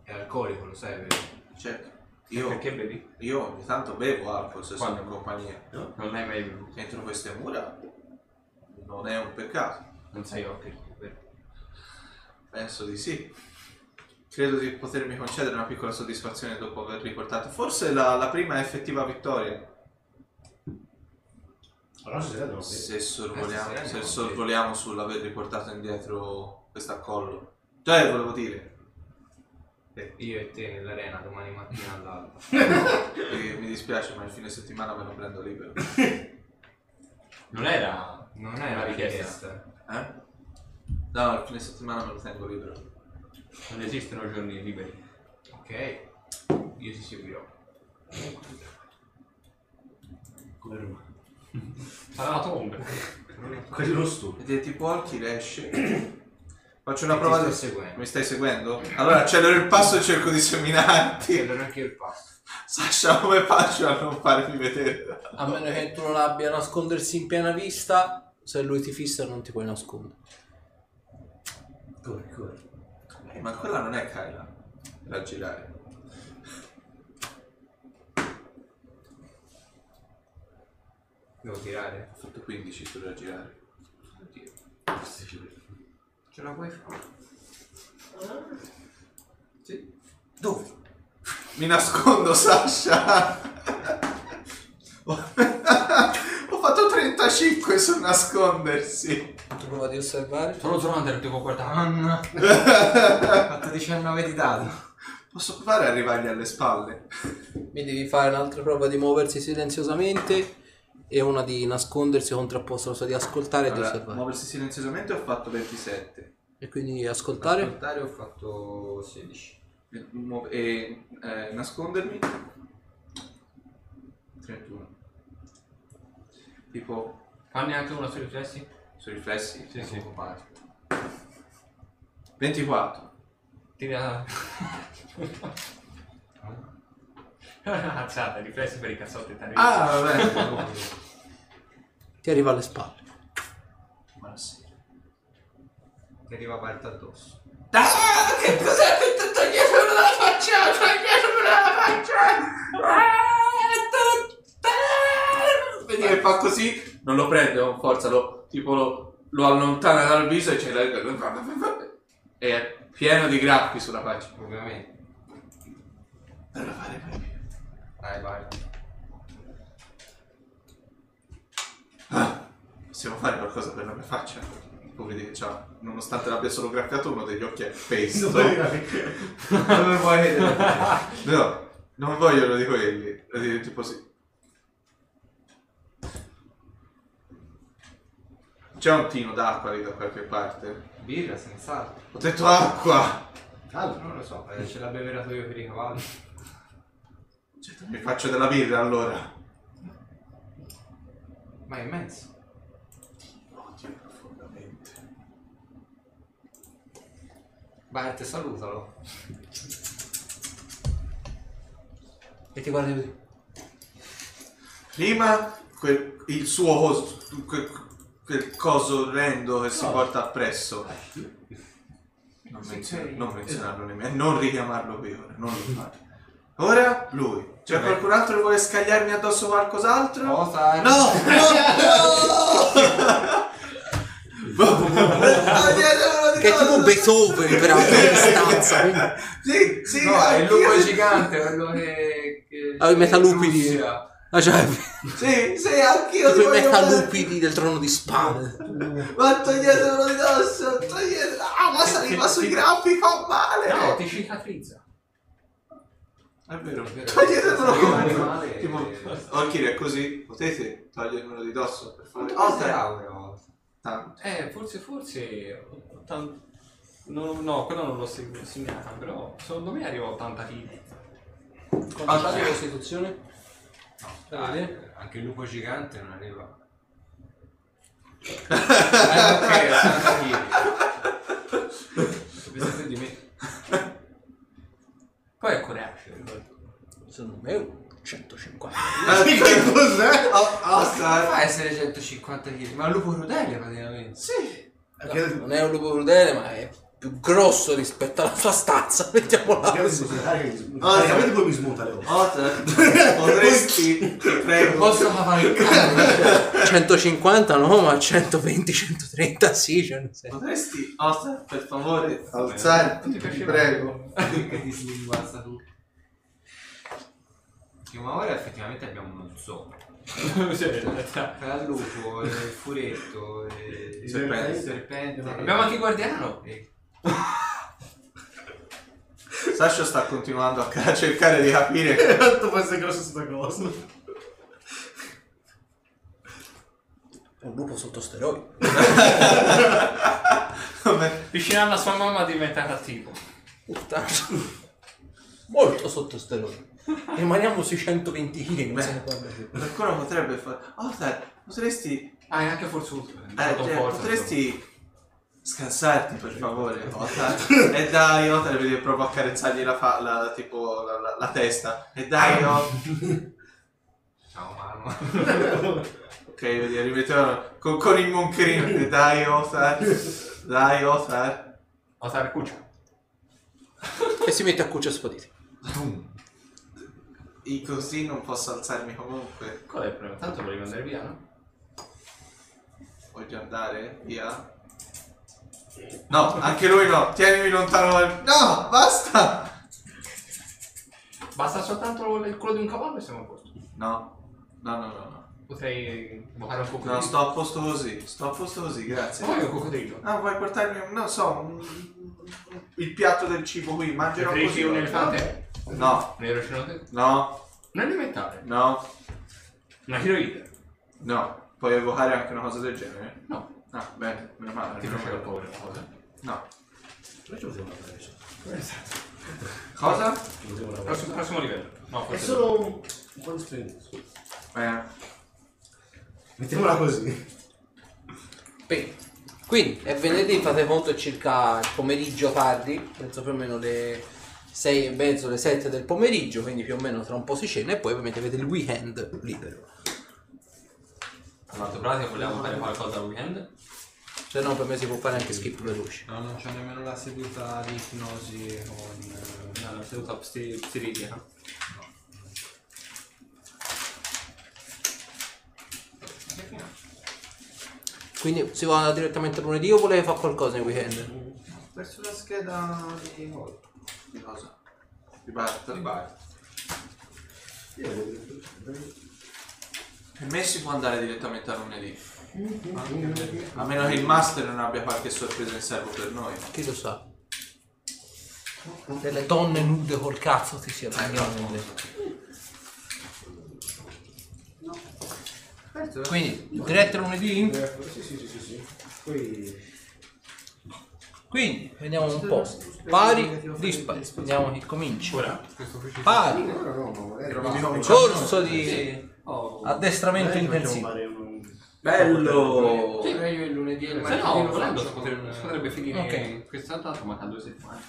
D: È alcolico, lo sai, vero?
A: certo.
I: E
A: Io,
I: Perché bevi?
A: io ogni tanto bevo alcol se sono
I: Quando?
A: in compagnia.
I: Non hai mai bevuto.
A: Dentro queste mura non è un peccato.
I: Non sei occhio, vero?
A: Penso di sì. Credo di potermi concedere una piccola soddisfazione dopo aver riportato forse la, la prima effettiva vittoria.
E: Allora stasera devo
A: Se sorvoliamo,
D: stasera
A: se
D: no, sì.
A: sorvoliamo sull'aver riportato indietro questo accollo. Cioè, volevo dire,
D: Io e te nell'arena domani mattina all'alba.
A: eh, mi dispiace, ma il fine settimana me lo prendo libero.
I: Non era.
D: Non è una
I: Una
D: richiesta.
A: Eh? No, il fine settimana me lo tengo libero.
I: Non esistono giorni liberi.
D: Ok, io ti seguirò.
E: Come Roma.
I: Sarà la tomba.
E: Quello lo stu.
A: Vedete tipo Orchid esce. Faccio una
D: Ti
A: prova
D: sto
A: di...
D: seguendo.
A: Mi stai seguendo? Allora accelero il passo e cerco di seminarti.
D: Allora anche io il passo.
A: Sasha, come faccio a non farmi vedere?
J: A meno che tu non abbia a nascondersi in piena vista, se lui ti fissa non ti puoi nascondere.
E: Corri, corri.
D: Eh,
A: Ma quella non è Kyla. Da girare.
D: Devo tirare?
A: Ho fatto 15 su raggirare.
D: Oddio. Ce la puoi fare?
A: Sì. Dove? Mi nascondo, Sasha. Ho fatto 35 su nascondersi.
J: Prova di osservare.
I: Sono Zorander, devo guardare.
D: Anna! Fatto 19 di dado.
A: Posso provare a arrivargli alle spalle?
J: Mi devi fare un'altra prova di muoversi silenziosamente e una di nascondersi contrapposta alla sua di ascoltare e di
A: Allora,
J: osservare.
A: muoversi silenziosamente ho fatto 27.
J: E quindi ascoltare?
D: Ascoltare ho fatto 16.
A: e, mu- e, eh, nascondermi 31 tipo
I: Fanne anche uno sui riflessi?
A: sui riflessi
I: Sì, sì.
A: 24
I: Tira...
D: Ah.
I: Cazzata, riflessi per i cazzotti t'arrivi.
A: ah vabbè
C: Ti arriva alle spalle.
A: buonasera
D: Ti arriva parte addosso.
A: Ah, che cos'è che ti toglievano dalla faccia? Toglievano dalla faccia! Ah, tutta- Vedi che fa così, non lo prende con forza, lo, tipo lo, lo allontana dal viso e c'è la... E è pieno di graffi sulla faccia.
D: Ovviamente.
A: Non lo fare per me.
D: Dai, vai.
A: Ah, possiamo fare qualcosa per la mia faccia? Tu vedi che c'ha, nonostante l'abbia solo graffiato, uno degli occhi è pesto.
D: Dove vuoi vedere?
A: No, non voglio uno di quelli. Voglio dire, Tipo sì. C'è un tino d'acqua lì da qualche parte.
D: Birra, senz'altro.
A: Ho detto acqua!
E: Allora,
D: Non lo so, eh, ce l'ha beverato io per i cavalli.
A: Cioè, Mi faccio della birra allora.
D: Ma è immenso.
A: Odio profondamente.
D: Bart, salutalo.
C: E ti guardi così.
A: Prima quel- il suo cos- quel, quel coso orrendo che si porta appresso. Non, menzio- non menzionarlo nemmeno, non richiamarlo qui ora, non lo fate. Ora lui. C'è qualcun altro che vuole scagliarmi addosso qualcos'altro?
D: Cosa?
A: No! Ah, No!
C: Che è tipo Beethoven peraltro in stanza. quindi.
A: Sì, sì,
D: No, è il
A: anch'io-
D: lupo gigante, quello che... che
C: Ah, i metalupidi.
D: in Russia.
C: Ah, cioè,
A: Sì, sì, anch'io
C: tipo
A: ti
C: i
A: voglio
C: metalupidi del trono di spade.
A: bene. Ma toglietemelo di dosso, toglietelo. Ah, ma saliva sui graffi, fa
I: No,
A: male.
I: ti cicatrizza.
A: È vero,
D: È vero.
A: toglietemelo
D: Sì,
A: come-
D: è male.
A: Tipo, Orchid è così, potete togliermelo di dosso per favore?
D: Quanto costa l'aura? oh?
A: Tanto.
I: Eh, forse, forse... 80 No, no, quello non l'ho seg- segnata, però secondo me arrivo a 80 kg.
C: Quanto c'ha di costituzione?
D: Dai,
C: Dai.
D: Ah, anche il lupo gigante non arriva. Eh,
I: Pensate di me. Poi è coraggio.
C: Secondo me è un 150.
E: Ah,
A: Eh,
E: che cos'è?
A: Osta.
D: Fa a essere 150 kg, ma il lupo crudele praticamente.
A: Sì.
E: Ah, Che
C: Non è un lupo crudele, ma è più grosso rispetto alla sua stazza. Mettiamola.
E: devo smuta,
A: Ah,
E: Sapete come mi smuta Leo?
A: Osta. Potresti, ti prego.
D: Posso cavalcare?
C: 150 no, ma 120, 130 sì. Cioè, nel senso.
A: Potresti, Osta, per favore, alzarti, ti prego.
D: che ti slinguazza tu. Sì, ma ora effettivamente abbiamo uno zoo. Cioè, Tra il lupo, eh, il furetto, eh,
A: Il serpente.
D: il serpente.
I: Abbiamo anche il guardiano.
D: Eh,
A: Sasha sta continuando a ca- cercare di capire.
E: Tanto può essere grossa sta cosa.
C: È un lupo sotto steroidi.
A: come-
I: Vicino alla sua mamma diventa cattivo.
C: Puttana. Molto sotto steroidi. Rimaniamo sui 120 kg. Non se ne parla più.
A: Qualcuno potrebbe fare. Osta, potresti.
I: Ah, è anche forzuto.
A: eh,
I: Molto
A: cioè,
I: forte,
A: potresti. Scansarti per favore, Osta. E dai, Osta, vedi che prova a carezzargli la, fa- la, tipo, la, la- la testa. E dai, Osta.
D: Ciao mamma.
A: Ok, vedi, rimettevano con, con il moncherino. e Dai, Othar. Dai, Othar.
I: insomma. Otar Cuccia.
C: E si mette a cuccia spaditi.
A: I così non posso alzarmi comunque.
I: Qual è il problema? Tanto volevi andare via, no?
A: Voglio andare via. No, anche lui no. Tienimi lontano dal... No, basta.
I: Basta soltanto il culo di un cavallo e siamo a posto.
A: No, no, no, no. no.
I: Potrei bucare un coccodrillo.
A: No, sto a posto così. Sto a posto così,
I: Voglio un
A: grazie.
I: coccodrillo.
A: Ah, vuoi portarmi, un- non so, un- il piatto del cibo qui? Mangerò
I: Preferisci
A: così.
I: un
A: oggi.
I: elefante?
A: No,
I: Un erocinote?
A: no,
I: Un alimentare?
A: no,
I: Una tiroide?
A: no. Puoi evocare anche una cosa del genere?
I: No.
A: No, bene, meno male.
I: Ti
A: almeno
I: faceva
A: quello.
I: paura una cosa.
A: No.
E: Noi ci possiamo fare adesso.
A: Cosa?
I: Prossimo, prossimo livello. No,
E: È
I: forse
E: solo un, un po' di esperienza.
A: Eh,
E: Mettiamola così.
C: Bene. Quindi è venerdì, fate conto è circa il pomeriggio tardi, penso più o meno le 6 e mezzo, le 7 del pomeriggio, quindi più o meno tra un po' si cena e poi ovviamente avete il weekend libero.
I: Allora, pratica vogliamo fare qualcosa al weekend?
C: Se no per me si può fare anche skip veloce.
D: No, non c'è nemmeno la seduta di ipnosi con... eh,
I: No, la seduta psi- psichiatrica.
C: Quindi si va direttamente lunedì o volete fare qualcosa nel weekend?
A: verso la scheda di cosa? Di cosa? Di Bart. Di Per me si può andare direttamente a lunedì. A meno che il master non abbia qualche sorpresa in serbo per noi.
C: Chi lo sa? Delle donne nude col cazzo ti sia veramente. Quindi diretto lunedì?
E: Sì, sì, sì, sì, sì. Poi...
C: Quindi vediamo un po'. Pari, dispari. Vediamo chi comincia. Pari.
E: No, no, no, Eh, magari... Eravamo in
C: Corso di addestramento intensivo.
E: fare un...
A: Bello!
I: Sì.
D: Meglio il lunedì e il
I: Se
D: martedì
I: no,
D: lo
I: volendo si
D: faccio con... eh,
I: potrebbe, si potrebbe finire
C: Ok.
I: questa data, manca due settimane.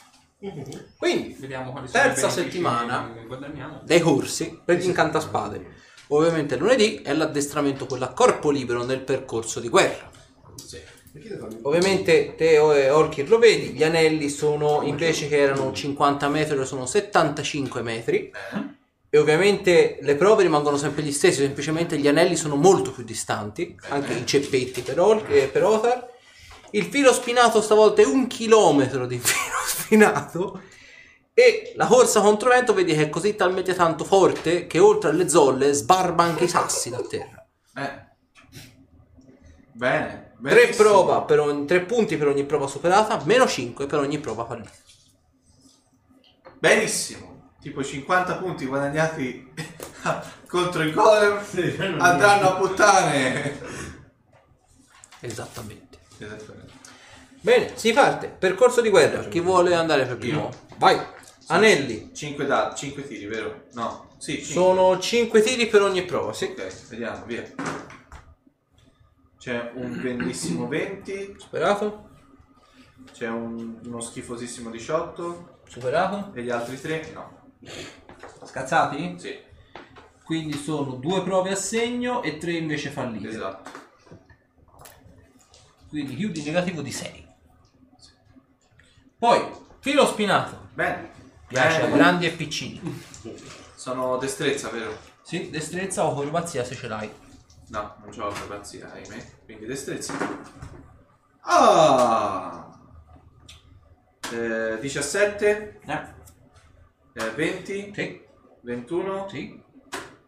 C: Quindi,
I: Vediamo quali
C: Terza
I: sono i benefici
C: settimana.
I: che guadagniamo.
C: dei corsi per gli incantaspade. Ovviamente lunedì è l'addestramento quello a corpo libero nel percorso di guerra.
E: Perché devo farmi-
C: Ovviamente te o- e Orchid lo vedi, gli anelli sono invece che erano 50 metri ora sono 75 metri e ovviamente le prove rimangono sempre gli stesse, semplicemente gli anelli sono molto più distanti, anche i ceppetti per, Or- eh, per Othar. Il filo spinato stavolta è un chilometro di filo spinato e la corsa contro vento vedi che è così talmente tanto forte che oltre alle zolle sbarba anche i sassi da terra.
A: Eh. Bene.
C: Tre,
A: benissimo.
C: prova per ogni- tre punti per ogni prova superata, meno 5 per ogni prova fallita.
A: Benissimo. Tipo 50 punti guadagnati contro il golem andranno a puttane.
C: Esattamente. Bene, si parte. Percorso di guerra. Chi vuole andare per primo? Vai. Anelli.
A: 5 da 5 tiri, vero? No. Sì, cinque.
C: Sono 5 tiri per ogni prova, sì.
A: Ok, vediamo, via. C'è un bellissimo 20,
C: Superato.
A: c'è un- uno schifosissimo 18
C: Superato.
A: e gli altri 3 no.
C: Scazzati?
A: Sì,
C: Quindi sono due prove a segno e tre invece fallite.
A: esatto.
C: Quindi chiudi negativo di 6. Poi, filo spinato.
A: Bene.
C: Piace a
A: Bene.
C: grandi e piccini.
A: Sono destrezza, vero?
C: Sì, destrezza o acrobazia se ce l'hai.
A: No, non c'ho acrobazia, ahimè. Quindi destrezza. Ah! Eh, 17,
I: Oh,
C: Eh?
A: eh, 20,
C: Sì.
A: 21.
C: Sì.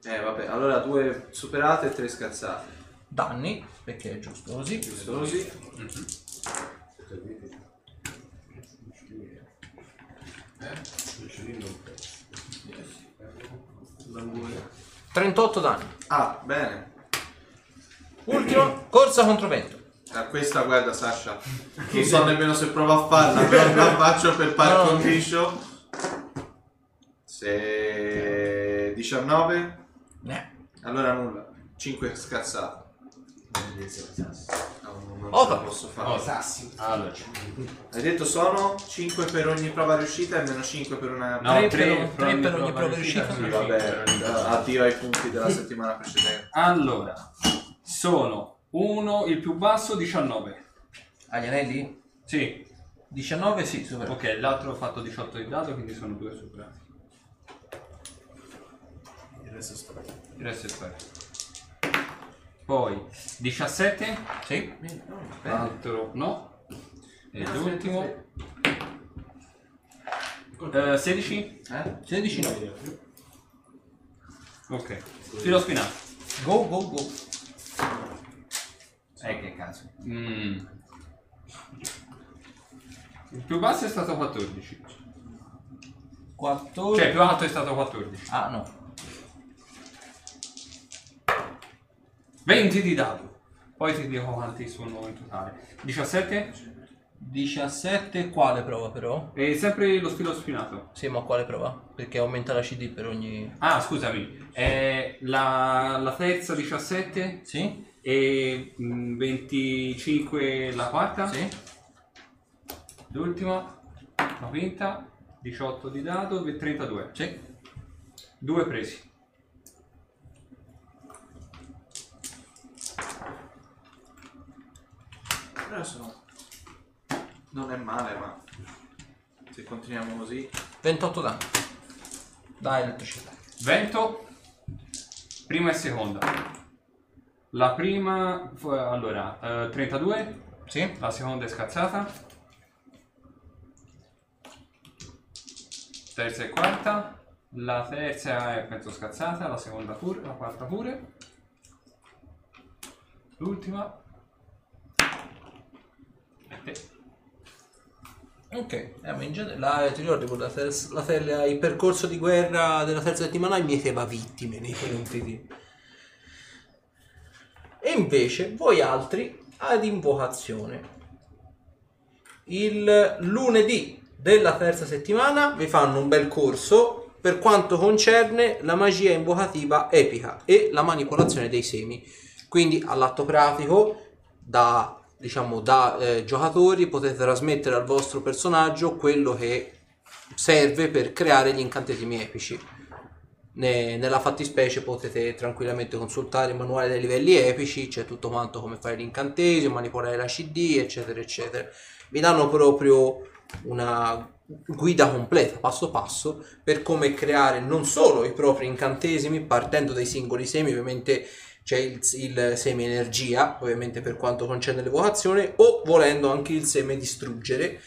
A: Eh, vabbè, allora due superate e tre scazzate.
C: Danni, perché è giusto così.
A: Giusto così.
E: Sì,
C: 38 danni.
A: Ah, bene.
C: Ultimo, corsa contro vento.
A: A Eh, questa guarda Sasha, non so nemmeno se prova a farla, però la faccio per par
C: No.
A: condicio. Se 19,
C: Eh.
A: allora nulla. 5 scazzate. Ah, No, non ce
C: Opa.
A: la posso fare.
I: Allora,
A: Hai detto sono 5 per ogni prova riuscita e meno 5 per una...
I: no,
C: Tre
I: tre,
C: per- tre per ogni prova riuscita.
A: Sì,
I: sono
A: vabbè,
I: cinque per ogni
A: eh,
I: prova.
A: addio ai punti della settimana precedente.
I: Allora, sono uno, il più basso 19.
C: Agli anelli?
I: Sì,
C: 19 sì, superato.
I: ok, l'altro ho fatto 18 di dato, quindi sono due superati. Il resto è sparato. Poi 17,
C: Sì.
I: l'altro no. E l'ultimo. Eh, 16?
A: Eh?
C: 16 no.
I: Ok. Filo spinato.
C: Go, go, go.
I: Eh, che cazzo. Mm. Il più basso è stato 14.
C: 14.
I: Cioè, il più alto è stato 14.
C: Ah no.
I: 20 di dado. Poi ti dico quanti sono in totale. 17,
C: 17 quale prova però?
B: E sempre lo stilo sfinato.
C: Sì, ma quale prova? Perché aumenta la CD per ogni...
B: Ah, scusami, è la, la terza 17
C: Sì?
B: e mm, 25 la quarta.
C: Sì?
B: L'ultima, la quinta, 18 di dado, e 32.
C: Sì?
B: Due presi.
A: Adesso no. Non è male, ma se continuiamo così.
C: 28 danni. Dai, elettricità.
B: Vento, prima e seconda. La prima, fu- allora, eh, 32,
C: Sì?
B: la seconda è scazzata. Terza e quarta. La terza è penso scazzata, la seconda pure, la quarta pure. L'ultima. E te.
C: Ok, eh, ma in genere, la, ti ricordi quella ter- la ter- il percorso di guerra della terza settimana mieteva vittime nei confronti di... E invece voi altri ad invocazione. Il lunedì della terza settimana vi fanno un bel corso per quanto concerne la magia invocativa epica e la manipolazione dei semi. Quindi all'atto pratico da diciamo da eh, giocatori potete trasmettere al vostro personaggio quello che serve per creare gli incantesimi epici. Ne- nella fattispecie potete tranquillamente consultare il manuale dei livelli epici, c'è tutto quanto come fare l'incantesimo, manipolare la CD, eccetera, eccetera. Vi danno proprio una guida completa, passo passo, per come creare non solo i propri incantesimi partendo dai singoli semi, ovviamente c'è il, il seme energia, ovviamente per quanto concerne l'evocazione, o volendo anche il seme distruggere.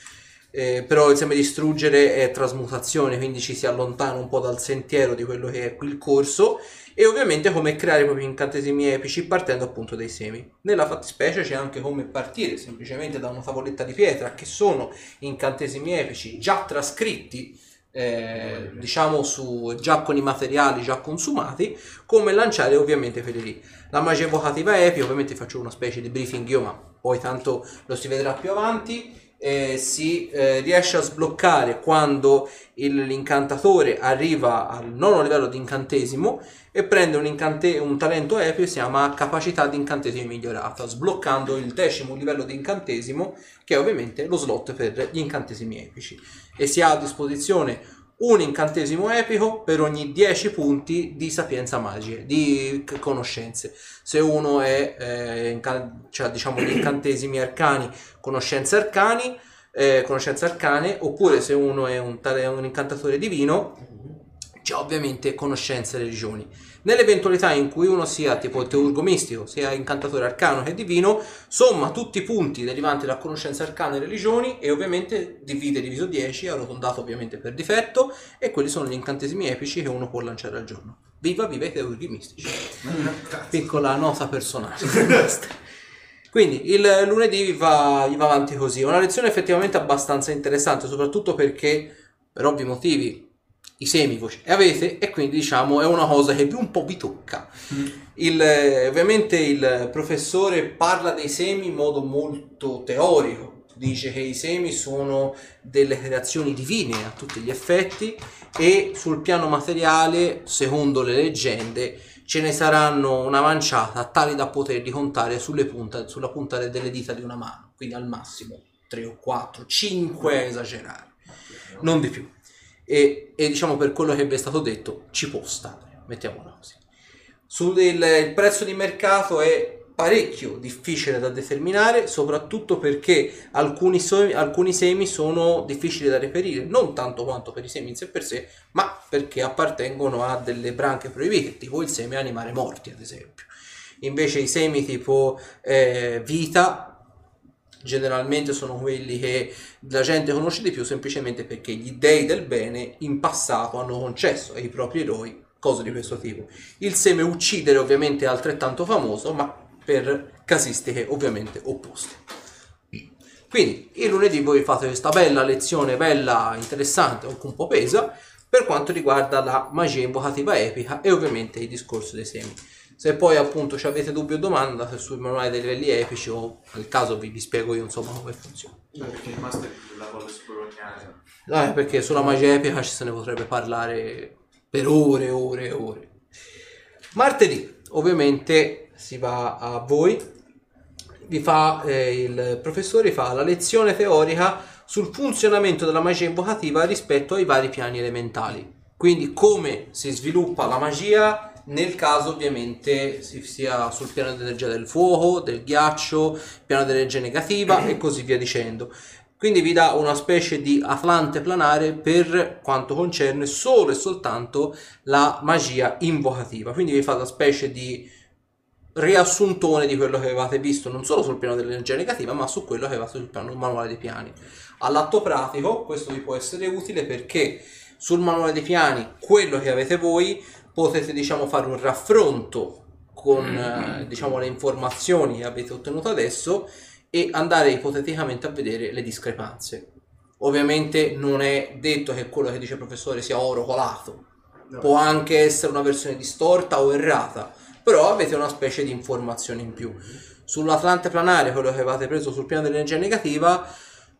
C: Eh, però il seme distruggere è trasmutazione, quindi ci si allontana un po' dal sentiero di quello che è qui il corso. E ovviamente come creare i propri incantesimi epici partendo appunto dai semi. Nella fattispecie c'è anche come partire semplicemente da una tavoletta di pietra che sono incantesimi epici già trascritti, eh, diciamo su, già con i materiali già consumati, come lanciare ovviamente quelli lì. La magia evocativa epica, ovviamente faccio una specie di briefing io, ma poi tanto lo si vedrà più avanti. eh, si eh, riesce a sbloccare quando il- l'incantatore arriva al nono livello di incantesimo e prende un, incante- un talento epico che si chiama capacità di incantesimo migliorata, sbloccando il decimo livello di incantesimo che è ovviamente lo slot per gli incantesimi epici. E si ha a disposizione un incantesimo epico per ogni 10 punti di sapienza magiche, di c- conoscenze. Se uno è, eh, inca- cioè, diciamo, gli incantesimi arcani, conoscenze arcani, eh, conoscenze arcane, oppure se uno è un, tale- un incantatore divino, c'è ovviamente conoscenze religioni. Nell'eventualità in cui uno sia tipo teurgo mistico, sia incantatore arcano che divino, somma tutti i punti derivanti da conoscenze arcane e religioni e ovviamente divide diviso 10, arrotondato ovviamente per difetto, e quelli sono gli incantesimi epici che uno può lanciare al giorno. Viva viva i teurghi mistici! Piccola nota personale. Quindi il lunedì vi va, vi va avanti così. È Una lezione effettivamente abbastanza interessante, soprattutto perché per ovvi motivi i semi voi ce li avete e quindi diciamo è una cosa che vi- un po' vi tocca. Il, eh, ovviamente il professore parla dei semi in modo molto teorico. Dice che i semi sono delle creazioni divine a tutti gli effetti e sul piano materiale, secondo le leggende, ce ne saranno una manciata tali da poterli contare sulle punta- sulla punta delle dita di una mano, quindi al massimo 3 o 4, 5 a esagerare, non di più. E, e diciamo per quello che vi è stato detto ci può stare, mettiamola così. Sul il, il prezzo di mercato è parecchio difficile da determinare, soprattutto perché alcuni, so- alcuni semi sono difficili da reperire, non tanto quanto per i semi in sé per sé, ma perché appartengono a delle branche proibite, tipo il seme animare morti, ad esempio. Invece i semi tipo eh, vita generalmente sono quelli che la gente conosce di più semplicemente perché gli dei del bene in passato hanno concesso ai propri eroi cose di questo tipo. Il seme uccidere ovviamente è altrettanto famoso, ma per casistiche ovviamente opposte. Quindi il lunedì voi fate questa bella lezione, bella, interessante, anche un po' pesa, per quanto riguarda la magia invocativa epica e ovviamente il discorso dei semi. Se poi appunto ci avete dubbi o domande andate sul manuale dei livelli epici o nel caso vi, vi spiego io insomma come funziona.
A: Perché il master la voglio sbrognare.
C: Dai, perché sulla magia epica ci se ne potrebbe parlare per ore e ore e ore. Martedì, ovviamente, si va a voi, vi fa, eh, il professore fa la lezione teorica sul funzionamento della magia invocativa rispetto ai vari piani elementali. Quindi come si sviluppa la magia nel caso ovviamente si sia sul piano dell'energia del fuoco, del ghiaccio, piano dell'energia negativa e così via dicendo. Quindi vi dà una specie di atlante planare per quanto concerne solo e soltanto la magia invocativa. Quindi vi fa una specie di riassuntone di quello che avevate visto non solo sul piano dell'energia negativa, ma su quello che avevate sul piano del manuale dei piani. All'atto pratico, questo vi può essere utile perché sul manuale dei piani, quello che avete voi, potete diciamo fare un raffronto con eh, diciamo le informazioni che avete ottenuto adesso e andare ipoteticamente a vedere le discrepanze. Ovviamente non è detto che quello che dice il professore sia oro colato, può anche essere una versione distorta o errata, però avete una specie di informazione in più. Sull'Atlante planare, quello che avevate preso sul piano dell'energia negativa,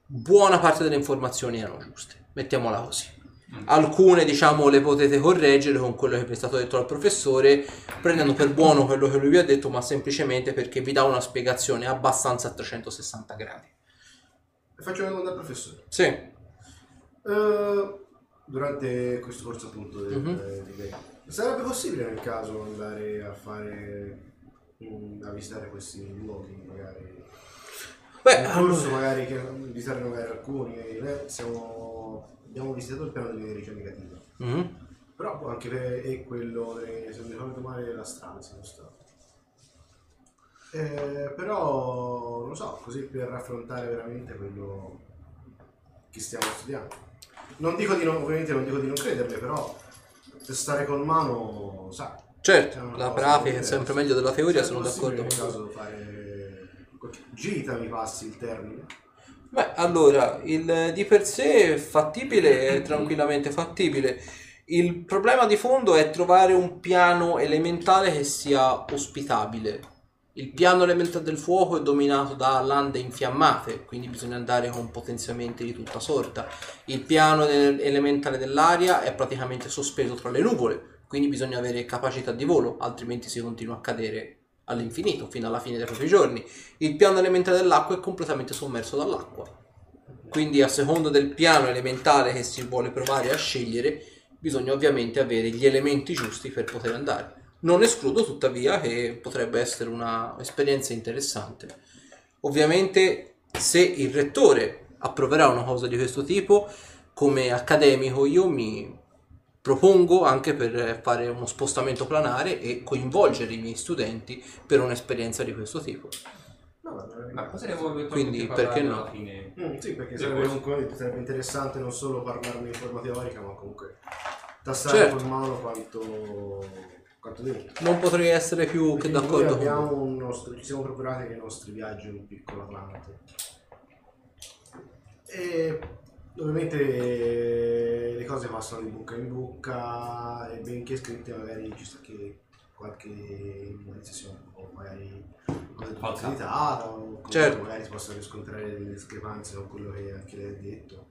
C: buona parte delle informazioni erano giuste, mettiamola così.
E: Mm.
C: Alcune, diciamo, le potete correggere con quello che vi è stato detto dal professore, prendendo per buono quello che lui vi ha detto, ma semplicemente perché vi dà una spiegazione abbastanza a 360 gradi.
E: Faccio una domanda al professore.
C: Sì,
E: Eh, durante questo corso appunto del,
C: Mhm.
E: di lei, sarebbe possibile nel caso andare a fare mm, a visitare questi luoghi magari
C: beh,
E: un
C: allora-
E: corso magari che visitare magari alcuni eh, noi siamo, abbiamo visitato il piano dell'energia negativa
C: Mhm.
E: però può anche per, e quello delle- se non mi ricordo male la strada siamo stati Eh, però non lo so così per affrontare veramente quello che stiamo studiando non dico di non, ovviamente non dico di non crederle però per stare con mano sa è
C: certo,
E: una
C: la
E: cosa
C: pratica è
E: diversa. esatto.
C: sempre meglio della teoria,
E: Se è
C: sono
E: possibile,
C: d'accordo con voi.
E: nel caso fare qualche gita mi passi il termine
C: Beh, allora, il di per sé è fattibile, è tranquillamente fattibile. Il problema di fondo è trovare un piano elementale che sia ospitabile. Il piano elementale del fuoco è dominato da lande infiammate, quindi bisogna andare con potenziamenti di tutta sorta. Il piano del- elementale dell'aria è praticamente sospeso tra le nuvole, quindi bisogna avere capacità di volo, altrimenti si continua a cadere all'infinito, fino alla fine dei propri giorni. Il piano elementare dell'acqua è completamente sommerso dall'acqua. Quindi a seconda del piano elementare che si vuole provare a scegliere, bisogna ovviamente avere gli elementi giusti per poter andare. Non escludo tuttavia che potrebbe essere un'esperienza interessante. Ovviamente se il rettore approverà una cosa di questo tipo, come accademico io mi propongo anche per fare uno spostamento planare e coinvolgere i miei studenti per un'esperienza di questo tipo.
E: no, vabbè,
I: Ma cosa ne vuoi
C: Quindi, perché no?
I: alla fine?
E: Mm, sì, perché
I: Sì,
E: sarebbe,
I: questo.
E: comunque sarebbe interessante non solo parlarne in forma teorica, ma comunque tassare
C: Certo.
E: con mano quanto, quanto deve.
C: Non potrei essere più che
E: Perché
C: d'accordo
E: noi
C: con voi.
E: abbiamo un nostro, ci siamo procurati nei nostri viaggi un piccolo Atlante. E ovviamente le cose passano di bocca in bocca e benché scritte magari ci sta che qualche notizia sia un po' magari
B: Falsa.
E: facilitata o comunque
C: Certo.
E: magari si possono riscontrare delle discrepanze con quello che anche lei ha detto.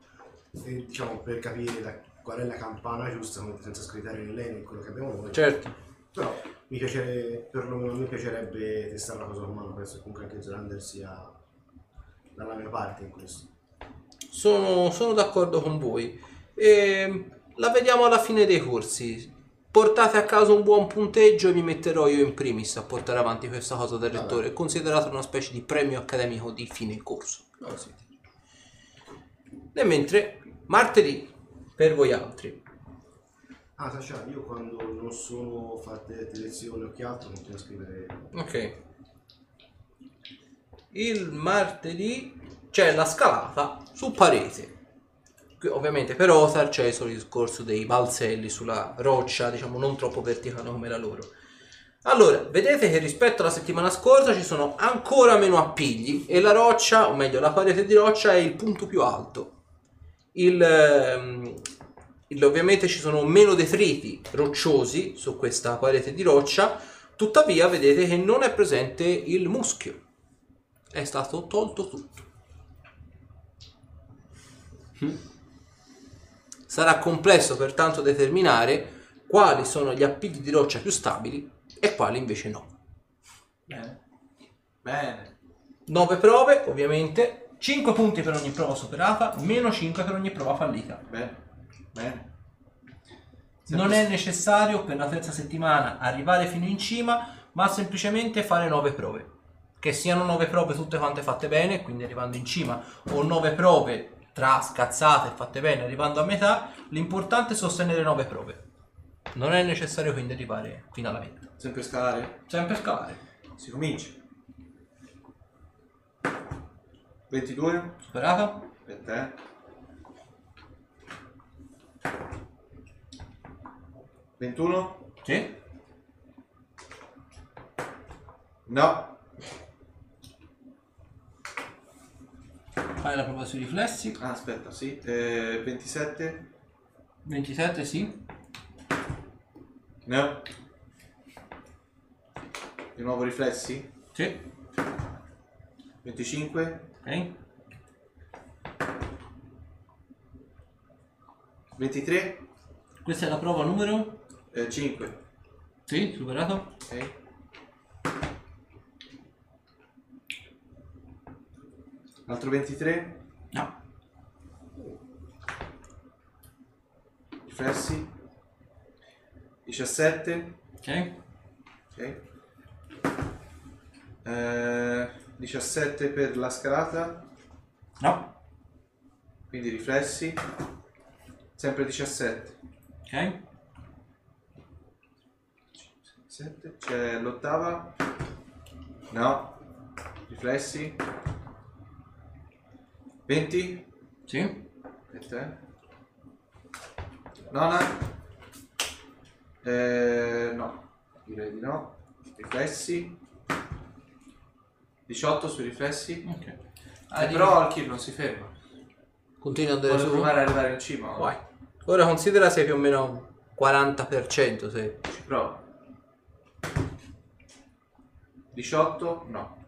E: E diciamo per capire la- qual è la campana giusta senza screditare né lei né quello che abbiamo noi.
C: Certo.
E: Però mi piacerebbe, perlomeno mi piacerebbe testare la cosa con mano, penso che comunque anche Zorander sia dalla mia parte in questo.
C: Sono, sono d'accordo con voi. E la vediamo alla fine dei corsi. Portate a casa un buon punteggio e mi metterò io in primis a portare avanti questa cosa del rettore. Considerate una specie di premio accademico di fine corso. Nel mentre martedì, per voi altri,
E: Ah, Sasha, io quando non sono fatte lezioni o che altro continuo a scrivere.
C: Ok. Il martedì c'è la scalata su parete. Qui, Ovviamente per Othar c'è il solito discorso dei balzelli sulla roccia, diciamo non troppo verticale come la loro. Allora, vedete che rispetto alla settimana scorsa ci sono ancora meno appigli e la roccia, o meglio la parete di roccia, è il punto più alto. Il, ehm, il- ovviamente ci sono meno detriti rocciosi su questa parete di roccia, Tuttavia vedete che non è presente il muschio. È stato tolto tutto. Sarà complesso pertanto determinare quali sono gli appigli di roccia più stabili e quali invece no.
A: Bene. Bene.
C: 9 prove, ovviamente. 5 punti per ogni prova superata, meno 5 per ogni prova fallita.
A: Bene. Bene.
C: Non è necessario per la terza settimana arrivare fino in cima, ma semplicemente fare 9 prove. Che siano 9 prove tutte quante fatte bene, quindi arrivando in cima, o 9 prove tra scazzate e fatte bene, arrivando a metà, l'importante è sostenere 9 prove. Non è necessario quindi arrivare fino alla meta.
A: Sempre scalare?
C: Sempre scalare.
A: Si comincia. 22.
C: Superata?
A: Per te. Ventuno?
C: Sì.
A: No.
C: Fai la prova sui riflessi.
A: Ah, aspetta, sì. Eh, 27?
C: 27, sì.
A: No. Di nuovo riflessi?
C: Sì.
A: 25?
C: Ok.
A: 23?
C: Questa è la prova numero?
A: Eh, 5.
C: Sì, superato.
A: Ok. Altro 23?
C: No.
A: Riflessi? 17?
C: Ok.
A: Ok. Eh, 17 per la scalata,
C: No.
A: quindi riflessi. Sempre 17.
C: Ok.
A: 7. C'è l'ottava. No. Riflessi. 20.
C: Sì.
A: E te? eh. Nona? Eh, no, direi di no. Riflessi. 18 sui riflessi.
C: Ok. Ah,
A: Eh, però Alkir non si ferma.
C: Continua ad andare
A: Vuole
C: su.
A: provare ad arrivare in cima.
C: Vai. Ora considera sei più o meno 40% se
A: Ci prova. 18? No.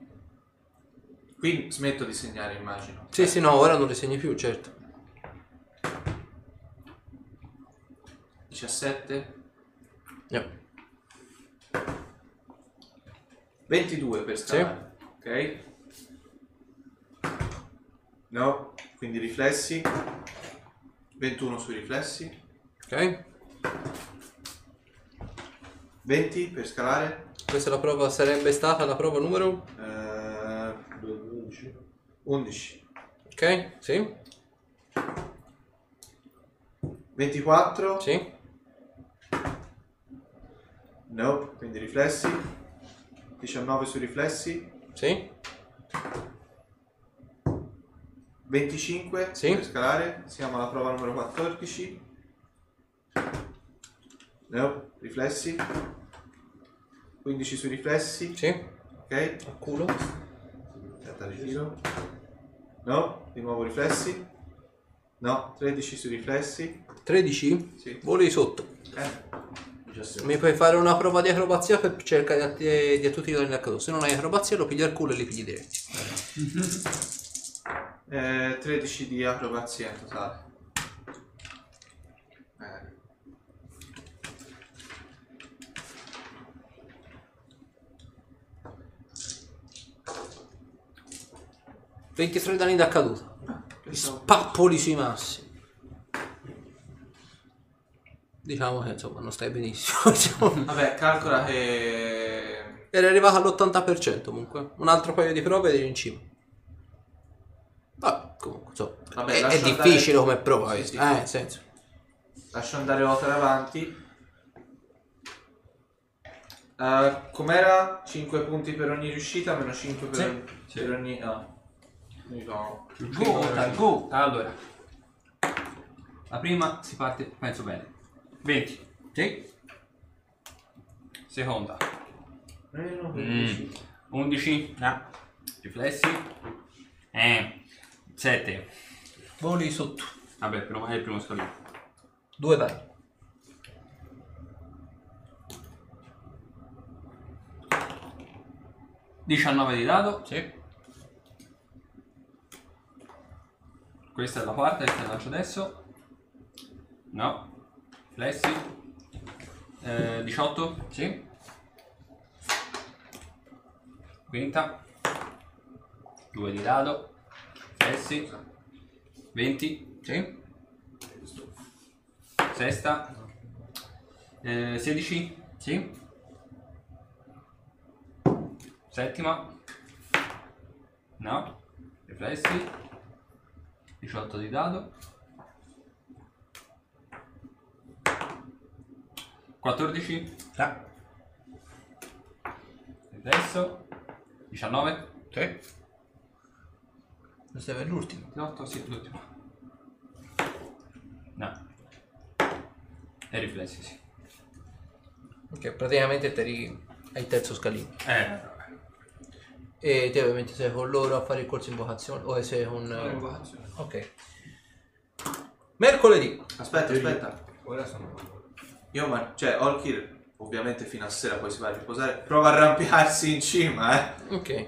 A: Qui smetto di segnare, immagino.
C: Sì, sì, no, ora non le segni più, certo.
A: 17?
C: No.
A: 22 per scalare. Ok. No, quindi riflessi. 21 sui riflessi.
C: Ok.
A: 20 per scalare.
C: Questa è la prova sarebbe stata la prova numero.
A: Eh, 11.
C: Ok? Sì.
A: 24?
C: Sì.
A: No, quindi riflessi. 19 sui riflessi.
C: Sì.
A: 25
C: Sì.
A: per scalare, siamo alla prova numero 14. No, riflessi. 15 sui riflessi,
C: Sì.
A: ok?
C: A culo.
A: Aspetta, ritiro. No, di nuovo riflessi. No, 13 sui riflessi.
C: 13.
A: Sì.
C: Voli sotto.
A: Eh,
E: 17.
C: Mi puoi fare una prova di acrobazia per cercare di, di attutire l'accaduto. Se non hai acrobazia lo pigli al culo e li pigli diretti.
A: eh, 13 di acrobazia in totale. Eh,
C: Sì. 23 danni d'accaduto.
A: pensavo-
C: Pappoli sui massi. Diciamo che insomma non stai benissimo. insomma.
A: Vabbè, calcola che
C: Era arrivato all'80% comunque. Un altro paio di prove ed eri in cima. Vabbè, comunque, insomma,
A: Vabbè,
C: è- è,
A: lascia andare-
C: difficile come prova.
A: Sì,
C: questa,
A: sì.
C: eh, nel senso.
A: Lascio andare Otter avanti. Eh, com'era? 5 punti per ogni riuscita, meno 5 per, per ogni. No. Mi sono-
B: Go, Otar, go! Allora, la prima si parte, penso bene. 20. Sì. Seconda.
A: Meno
B: 11. 11. No. Riflessi. Eh. 7.
C: Voli sotto.
B: Vabbè, però è il primo scalino.
C: Due danni.
B: 19 di dado.
C: Sì.
B: Questa è la quarta che ti lancio adesso. No. Flessi. Eh, 18. Sì. Quinta. 2 di dado. Flessi. 20. Sì. Sesta. Eh, 16. Sì. Settima. No. Riflessi. 18 di dado. 14.
C: Ah.
B: Riflesso. 19.
C: Sì. Questo è l'ultimo.
B: 18, sì, l'ultimo. No. E riflessi, sì.
C: Ok, praticamente te ri... hai il terzo scalino.
B: Eh, vabbè.
C: E te ovviamente sei con loro a fare il corso invocazione o sei con...
K: Invocazione.
C: Ok. Mercoledì.
A: Aspetta, aspetta.
D: Ora sono con loro.
A: Io, ma, cioè, Olkir, ovviamente fino a sera poi si va a riposare. Prova a arrampicarsi in cima, eh.
C: Ok.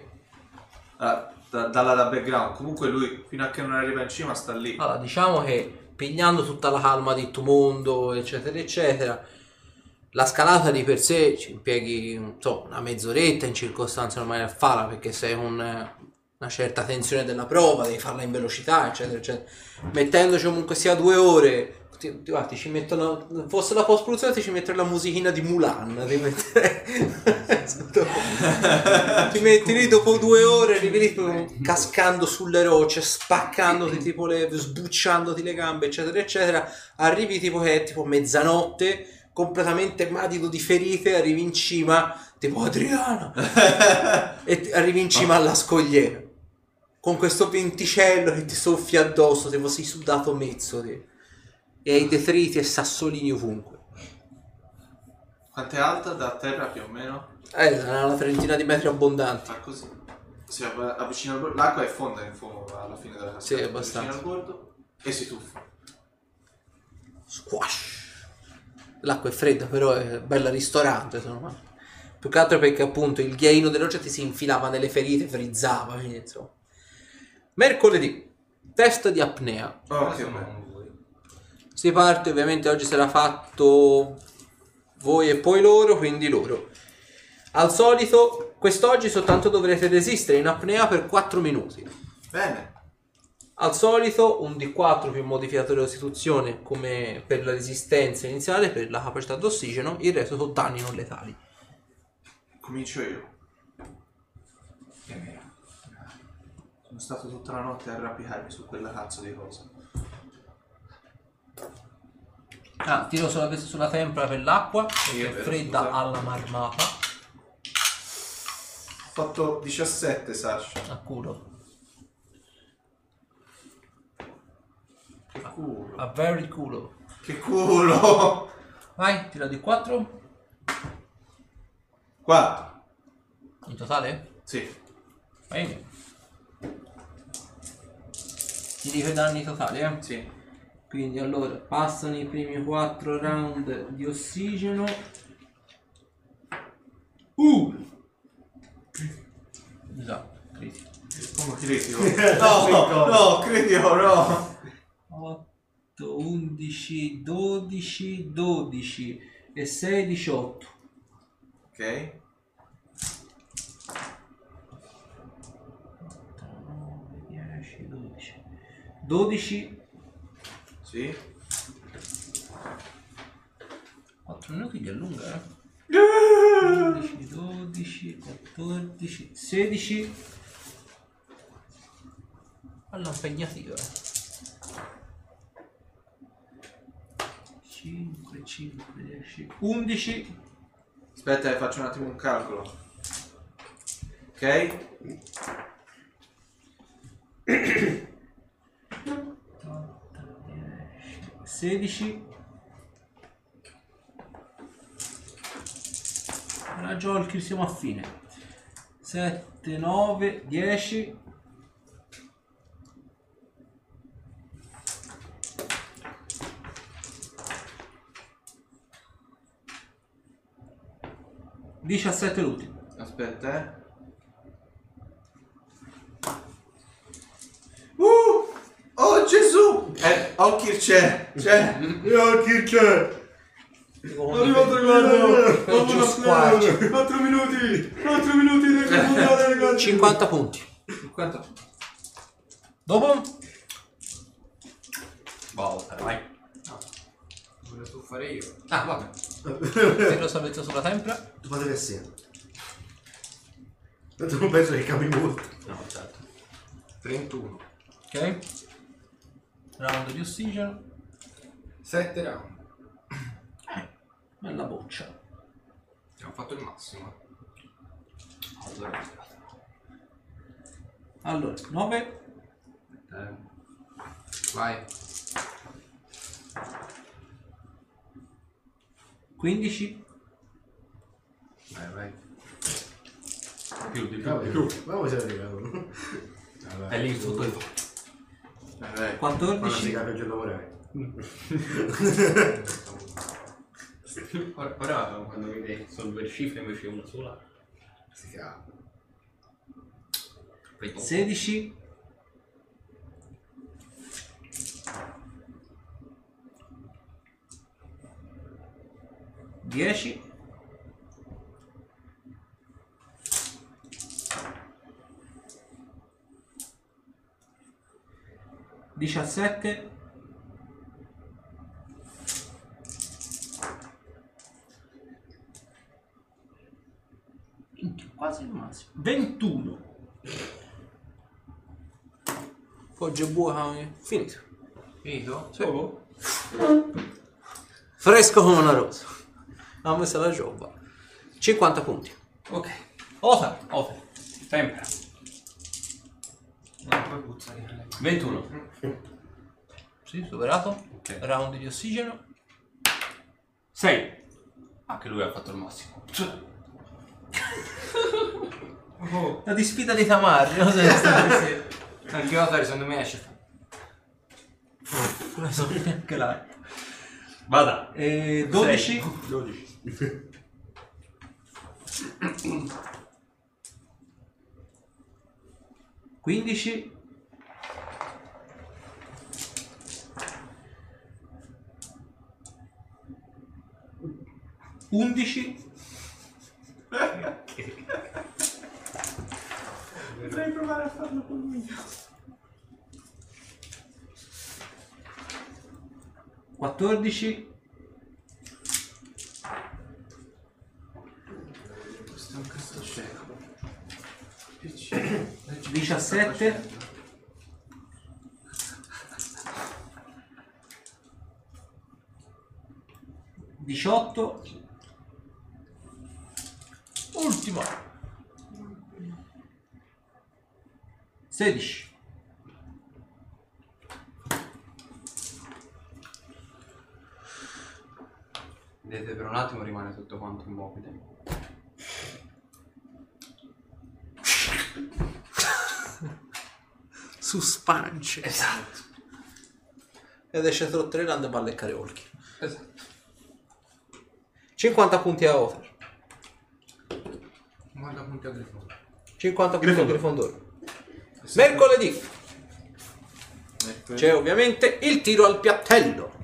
A: Da- da- dalla da background. Comunque lui, fino a che non arriva in cima, sta lì.
C: Allora, diciamo che pigliando tutta la calma di tutto mondo, eccetera, eccetera, la scalata di per sé ci impieghi non so, una mezz'oretta in circostanze normali a farla perché sei con eh, una certa tensione della prova, devi farla in velocità, eccetera, eccetera. Mettendoci comunque sia due ore. Ti, ti- guarda, ti ci mettono, fosse la post produzione ti ci mettere la musichina di Mulan ti, mettere- ti metti lì dopo due ore arrivi lì proprio cascando sulle rocce spaccandoti tipo le, sbucciandoti le gambe eccetera eccetera arrivi tipo che è tipo mezzanotte completamente madido di ferite arrivi in cima tipo Adriano e ti- arrivi in cima alla scogliera con questo venticello che ti soffia addosso tipo sei sudato mezzo te. e hai detriti e sassolini ovunque
A: Quanto è alta da terra più o meno?
C: eh, sarà una trentina di metri abbondanti
A: Fa così. Si avv- avvicina al bordo. L'acqua è fonda in fondo alla fine della cascata.
C: Sì,
A: Si
C: abbastanza.
A: Avvicina al bordo e si tuffa.
C: squash l'acqua è fredda però è bella ristorante sono qua. più che altro perché appunto il ghiaino delle rocce ti si infilava nelle ferite frizzava quindi, insomma. mercoledì test di apnea
A: Oh,
D: Ora
A: che
D: sono
A: bello.
D: con voi.
C: si parte ovviamente oggi se l'ha fatto voi e poi loro quindi loro al solito quest'oggi soltanto dovrete resistere in apnea per 4 minuti
A: Bene.
C: Al solito un D4 più un modificatore di costituzione come per la resistenza iniziale, per la capacità d'ossigeno, il resto sono danni non letali.
A: Comincio io. Che mera. Sono stato tutta la notte a arrampicarmi su quella cazzo di cosa.
C: Ah, tiro solo questo sulla tempra per l'acqua,
A: Sì, è
C: perché è
A: vero,
C: fredda
A: scusa.
C: alla marmata,
A: Ho fatto 17, Sasha.
C: a culo.
A: Che culo.
C: A very culo.
A: Che culo.
C: Vai, tira D4
A: 4.
C: in totale?
A: Sì.
C: Vai. Ti dico i danni totali, eh?
A: Sì.
C: Quindi allora passano i primi 4 round di ossigeno. Uh! Esatto, critico.
A: Come critico? No, no, critico, no.
C: 8, 11, 12, 12 e 6, 18.
A: Ok.
C: 9, 10, 12. 12,
A: Sì.
C: 4 minuti che allunga, eh? 11, 12, 14, 16. Alla impegnativa. 5, 5, 10, 11.
A: Aspetta, eh, faccio un attimo un calcolo. Ok?
C: 16. Ragiol che siamo a fine. 7, 9, 10. 17 l'ultimo.
A: Aspetta, eh. Uh! Eh, Olkir Oh, c'è, c'è. Io Olkir c'è. Arriva il traguardo.
C: per
A: Mamma
C: giusquarci.
A: mia, 4 minuti. 4 minuti di puntata, ragazzi.
C: 50 punti.
D: 50.
C: Dopo?
B: Volta, vai.
D: Volevo tu fare io.
L: Ah, vabbè. Se lo salvezzo sulla tempra.
E: Tu fatele assieme. Tanto non penso che cambi molto.
L: No, certo.
D: 31.
L: Ok. Round di ossigeno.
D: 7 round.
L: Bella boccia.
D: Abbiamo fatto il massimo.
L: Allora, 9.
I: Eh,
D: Vai.
L: 15.
D: Vai, vai.
B: Più di più.
E: Vabbè, ma come sei arrivato?
L: È lì sotto il
A: Eh, eh.
E: Quando
L: 14.
E: si cambia già lavorare.
I: Ora, ora quando vede sono due cifre invece una sola.
E: Si cambia.
I: Poi dopo.
L: 16. 10 17 Minchia, quasi il massimo 21
C: Poggia buca, eh, finito.
L: Finito?
C: Fresco come una rosa. Ha messo la giova. 50 punti.
L: Ok. Osa. Osa.
B: Sempre.
I: Eh, poi puzza di lei.
B: 21.
L: Sì, superato.
B: Ok.
L: Round di ossigeno.
B: 6. Anche lui ha fatto il massimo.
L: La disfida di Tamar. Cosa è stato?
D: Anche Otar secondo me esce.
L: Non so neanche là.
B: Vada.
L: Eh, 12.
B: 12.
L: 15. 11
I: Potrei provare a farlo con lui.
L: 14 17 18 Ultimo.
C: 16.
I: Vedete, per un attimo rimane tutto quanto immobile.
C: Su spance. Esatto. Ed esce Trotterland e va a leccare Olki.
I: Esatto.
C: 50 punti a Over.
D: Guarda punti a telefono.
C: 50 punti a Grifondoro. Mercoledì. C'è ovviamente il tiro al piattello.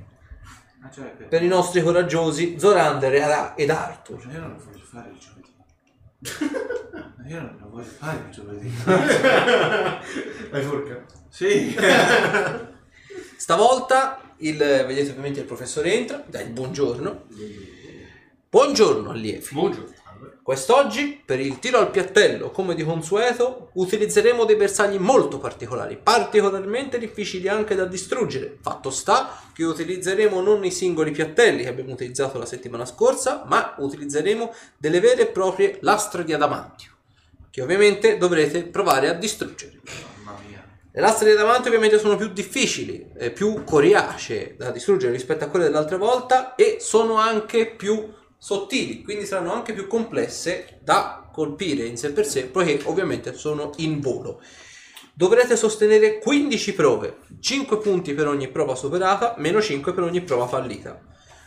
A: Ah, cioè, che-
C: Per i nostri coraggiosi Zorander ed Ar- ed Arthur.
A: Io non lo voglio fare il giovedì. Ma Io non lo voglio fare il giovedì.
E: Hai forca?
A: Sì.
C: Stavolta il, vedete ovviamente il professore entra, dà il buongiorno. Buongiorno allievi.
B: Buongiorno.
C: Quest'oggi, per il tiro al piattello, come di consueto, utilizzeremo dei bersagli molto particolari, particolarmente difficili anche da distruggere. Fatto sta che utilizzeremo non i singoli piattelli che abbiamo utilizzato la settimana scorsa, ma utilizzeremo delle vere e proprie lastre di adamantio, che ovviamente dovrete provare a distruggere.
A: Mamma mia.
C: Le lastre di davanti ovviamente sono più difficili, eh, più coriacee da distruggere rispetto a quelle dell'altra volta e sono anche più sottili, quindi saranno anche più complesse da colpire in sé per sé, poiché ovviamente sono in volo. Dovrete sostenere 15 prove, 5 punti per ogni prova superata, meno 5 per ogni prova fallita.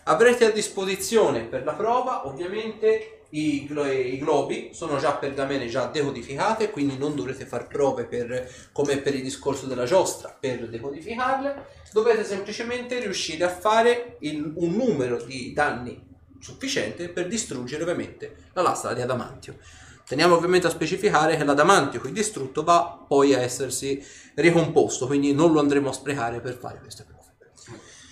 C: Avrete a disposizione per la prova ovviamente
J: i, glo- i globi sono già pergamene già decodificate, quindi non dovrete far prove per, come per il discorso della giostra per decodificarle. Dovete semplicemente riuscire a fare il- un numero di danni sufficiente per distruggere ovviamente la lastra di adamantio. Teniamo ovviamente a specificare che l'adamantio qui distrutto va poi a essersi ricomposto, quindi non lo andremo a sprecare per fare queste prove.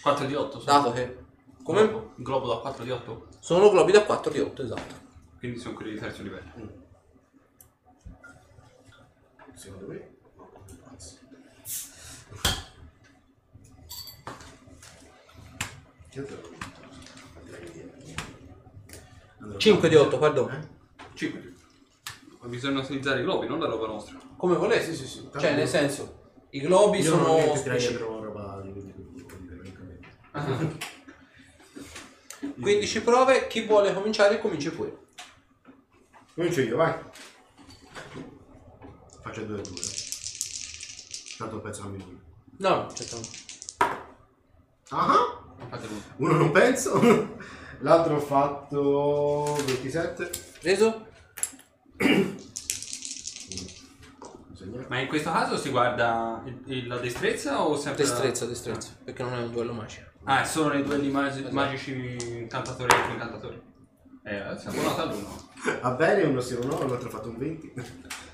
I: 4 di 8.
J: Dato che come
I: Globo, globo da 4 di 8.
J: sono globi da 4 di 8, esatto.
B: Quindi sono quelli di terzo livello.
E: Secondo me. no, anzi. Che altro avevo detto? Andrei a vedere. Andrò
J: 5
E: a-
J: di 8, perdono.
E: Eh?
B: 5. Ma bisogna utilizzare i globi, non la roba nostra.
J: Come volete,
E: Sì, sì, sì.
J: Cioè, nel senso, i globi
E: Io non ho
J: sono
E: niente tirare
J: specifici.
E: dietro roba di quindi quindi, francamente.
J: 15 prove, chi vuole cominciare cominci pure.
E: Comincio io, vai. Faccio 2 a 2. Tanto penso a minuto.
J: No, no, certo.
E: Ah! Uno non penso. L'altro ho fatto 27.
J: Preso?
E: Segna.
I: Ma in questo caso si guarda il- il- la destrezza o sempre la-
J: Destrezza, destrezza, perché non è un duello magico.
I: Ah, è solo nei duelli magi-
E: Esatto.
I: magici incantatori e incantatori. Eh, siamo nata all'uno.
E: A bene uno si 9, l'altro ha fatto un 20.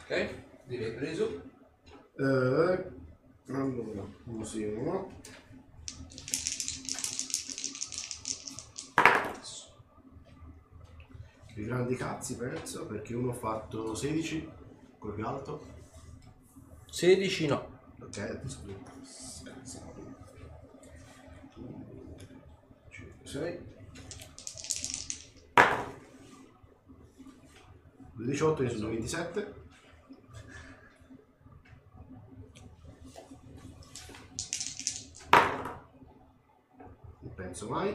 J: Ok? Direi preso.
E: Eh, allora, uno sì, uno no. I grandi cazzi penso perché uno ha fatto 16 col più alto.
J: 16 no.
E: Ok, adesso scherziamo. 5, 6. 18 ne sono 27. Non penso mai.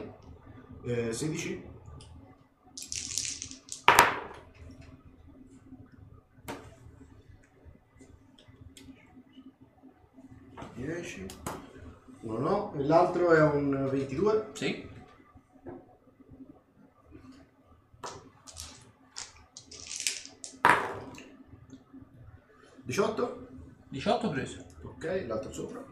E: Eh, 16. Dieci. Uno no, e l'altro è un 22.
J: Sì.
E: Diciotto.
J: 18 preso.
E: Ok, l'altro sopra.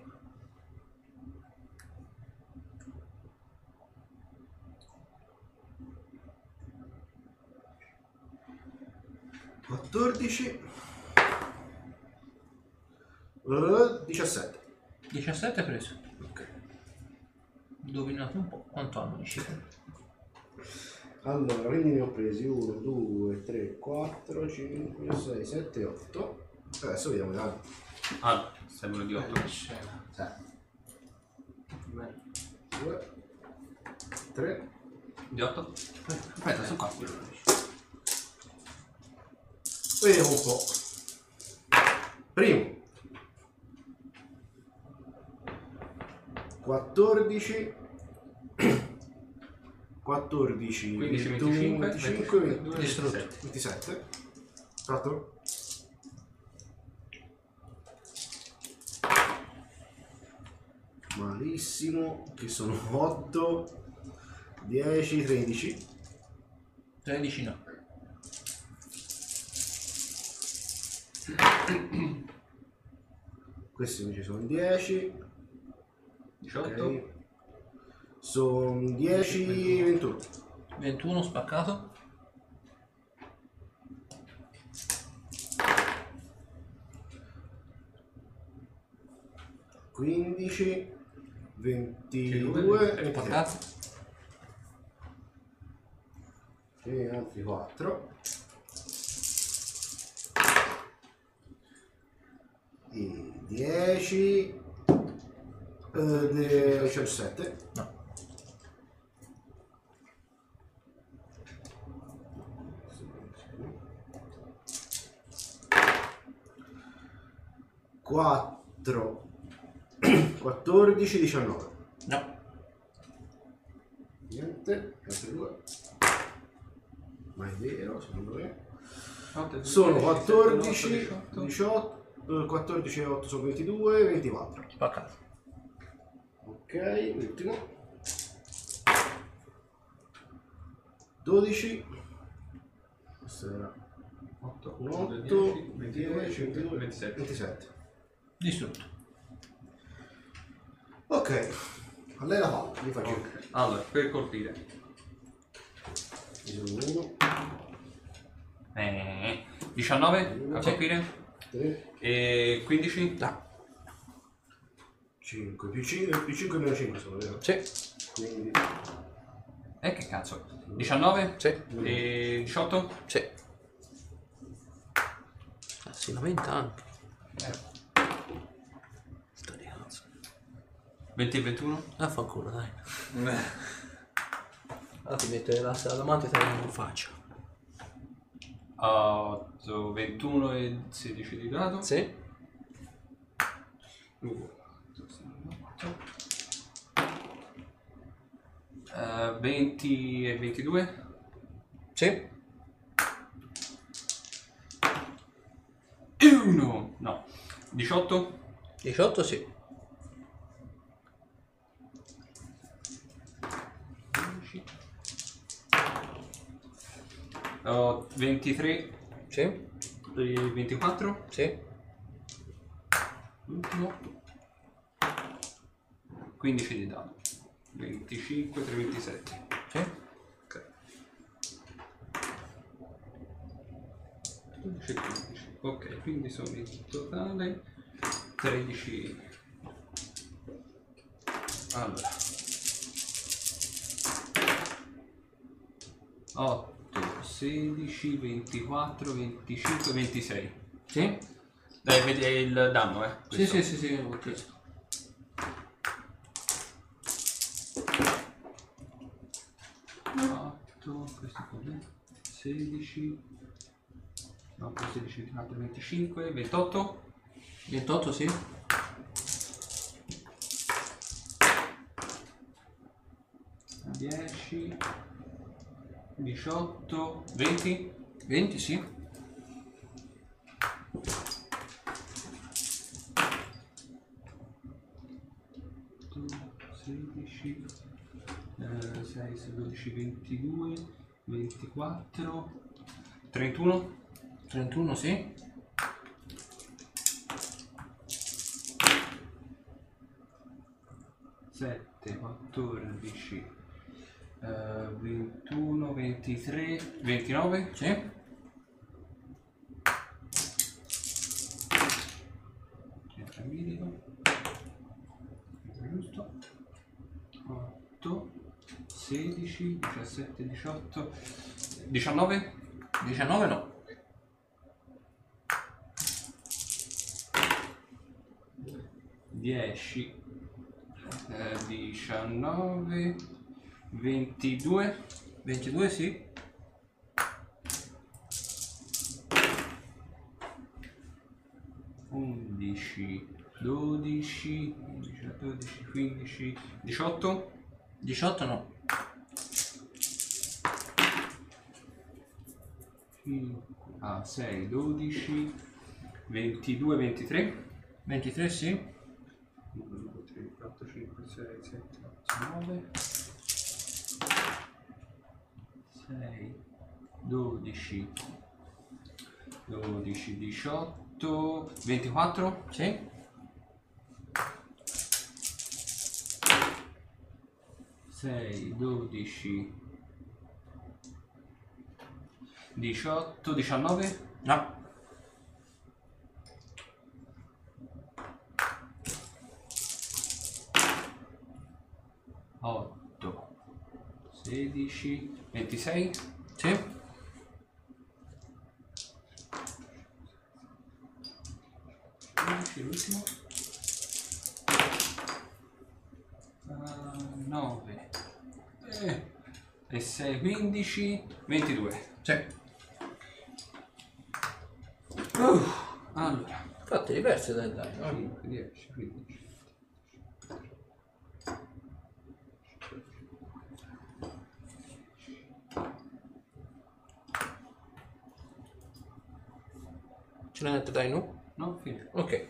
E: Quattordici. Eh, Diciassette.
L: 17 preso.
E: Ok.
L: Indovinate un po' quanto hanno i cifre.
E: Allora, quindi ne ho presi 1, 2, 3, 4, 5, 6, 7, 8. Adesso vediamo i danni.
B: Ah, sembra di 8.
D: scena.
E: 2, 3,
B: Di 8?
I: Aspetta, sono qua.
E: Vediamo un po'. Primo. 14 14
I: 15,
E: 21,
I: 25,
E: 25
I: 22,
E: 27 27 Fatto? 8 Malissimo che sono 8 10 13
L: 13 no.
E: Questi invece sono 10
B: 18?
E: Sono 10 21
L: 21 spaccato.
E: 15
I: 22,
E: 22 e
L: Spaccato.
E: e altri 4 e 10 eh, de- 17
L: No.
E: 4 14 19
L: No.
E: niente altri due ma è vero secondo me
I: Otto,
E: Sono
I: 17,
E: 14,
I: 18.
E: 18, eh, 14 e 8 sono 22, 24.
L: Spaccato.
E: Ok, ultimo. 12, Questo era
B: 8,
E: 8,
B: 10,
E: 22,
B: 22, 27.
E: 27.
M: Distrutto.
E: Ok, a lei la palla, mi faccio
B: Ok. Allora, per colpire.
E: il 1,
B: Eh, 19 a
E: Sì.
B: colpire.
E: 3,
B: E 15.
E: 5, più 5, più 5 meno 5 sono, vero?
C: Sì,
E: Quindi
B: Eh, che cazzo. 19
C: sì,
B: e 18.
C: sì. Ah, si lamenta anche.
B: Eh,
C: Sto di cazzo.
B: 20 e 21.
C: Ah, fa ancora, dai. Allora ti metto la, la mano e te la in faccia.
B: 8, 21 e 16 di Uh, dado.
C: Sì.
B: 20 Eh, e 22.
C: Sì.
B: E 1. No. 18.
C: 18 sì.
B: 15. Oh, 23
C: Sì.
B: e 24.
C: Sì.
B: L'ultimo. 15 di dado. 25, 3, 27.
C: Sì.
B: 15 15. Ok, quindi sono in totale 13. Allora. 8, 16, 24, 25, 26.
C: Sì.
B: Dai, vedi è il danno, eh?
C: Sì,
B: questo.
C: sì, sì, sì, ok.
B: Otto, questo com'è? 16. No, poi 16, 24, 25, 28.
C: 28 sì.
B: 10, 18, 20,
C: 20 sì.
B: 16,
C: eh,
B: 6, 12, 22, 24, 31,
C: 31 sì.
B: 7, 14, eh, 21, 23, 29,
C: Sì.
B: 30 minimo, giusto, 8, 16, 17, 18, 19,
C: 19 no.
B: 10, eh, 19, 22,
C: 22 sì.
B: 11, 12, 11, 12, 15, 18,
C: 18 no.
B: 5, Ah, 6, 12, 22, 23,
C: 23 sì.
B: 1, 2, 3, 4, 5, 6, 7, 8, 9, 6, 12, 12, 18, 24,
C: Sì.
B: 6, 12, 18, 19,
C: No.
B: 8, 16, 26,
C: Sì.
B: 11, l'ultimo. Ah, 9 eh, e 6, 15, 22.
C: Sì.
B: Uh, Allora,
C: Fatti diversi dai dai.
B: 5, 10, 15.
C: Ce l'hai detto dai no?
B: No, fine.
C: Ok.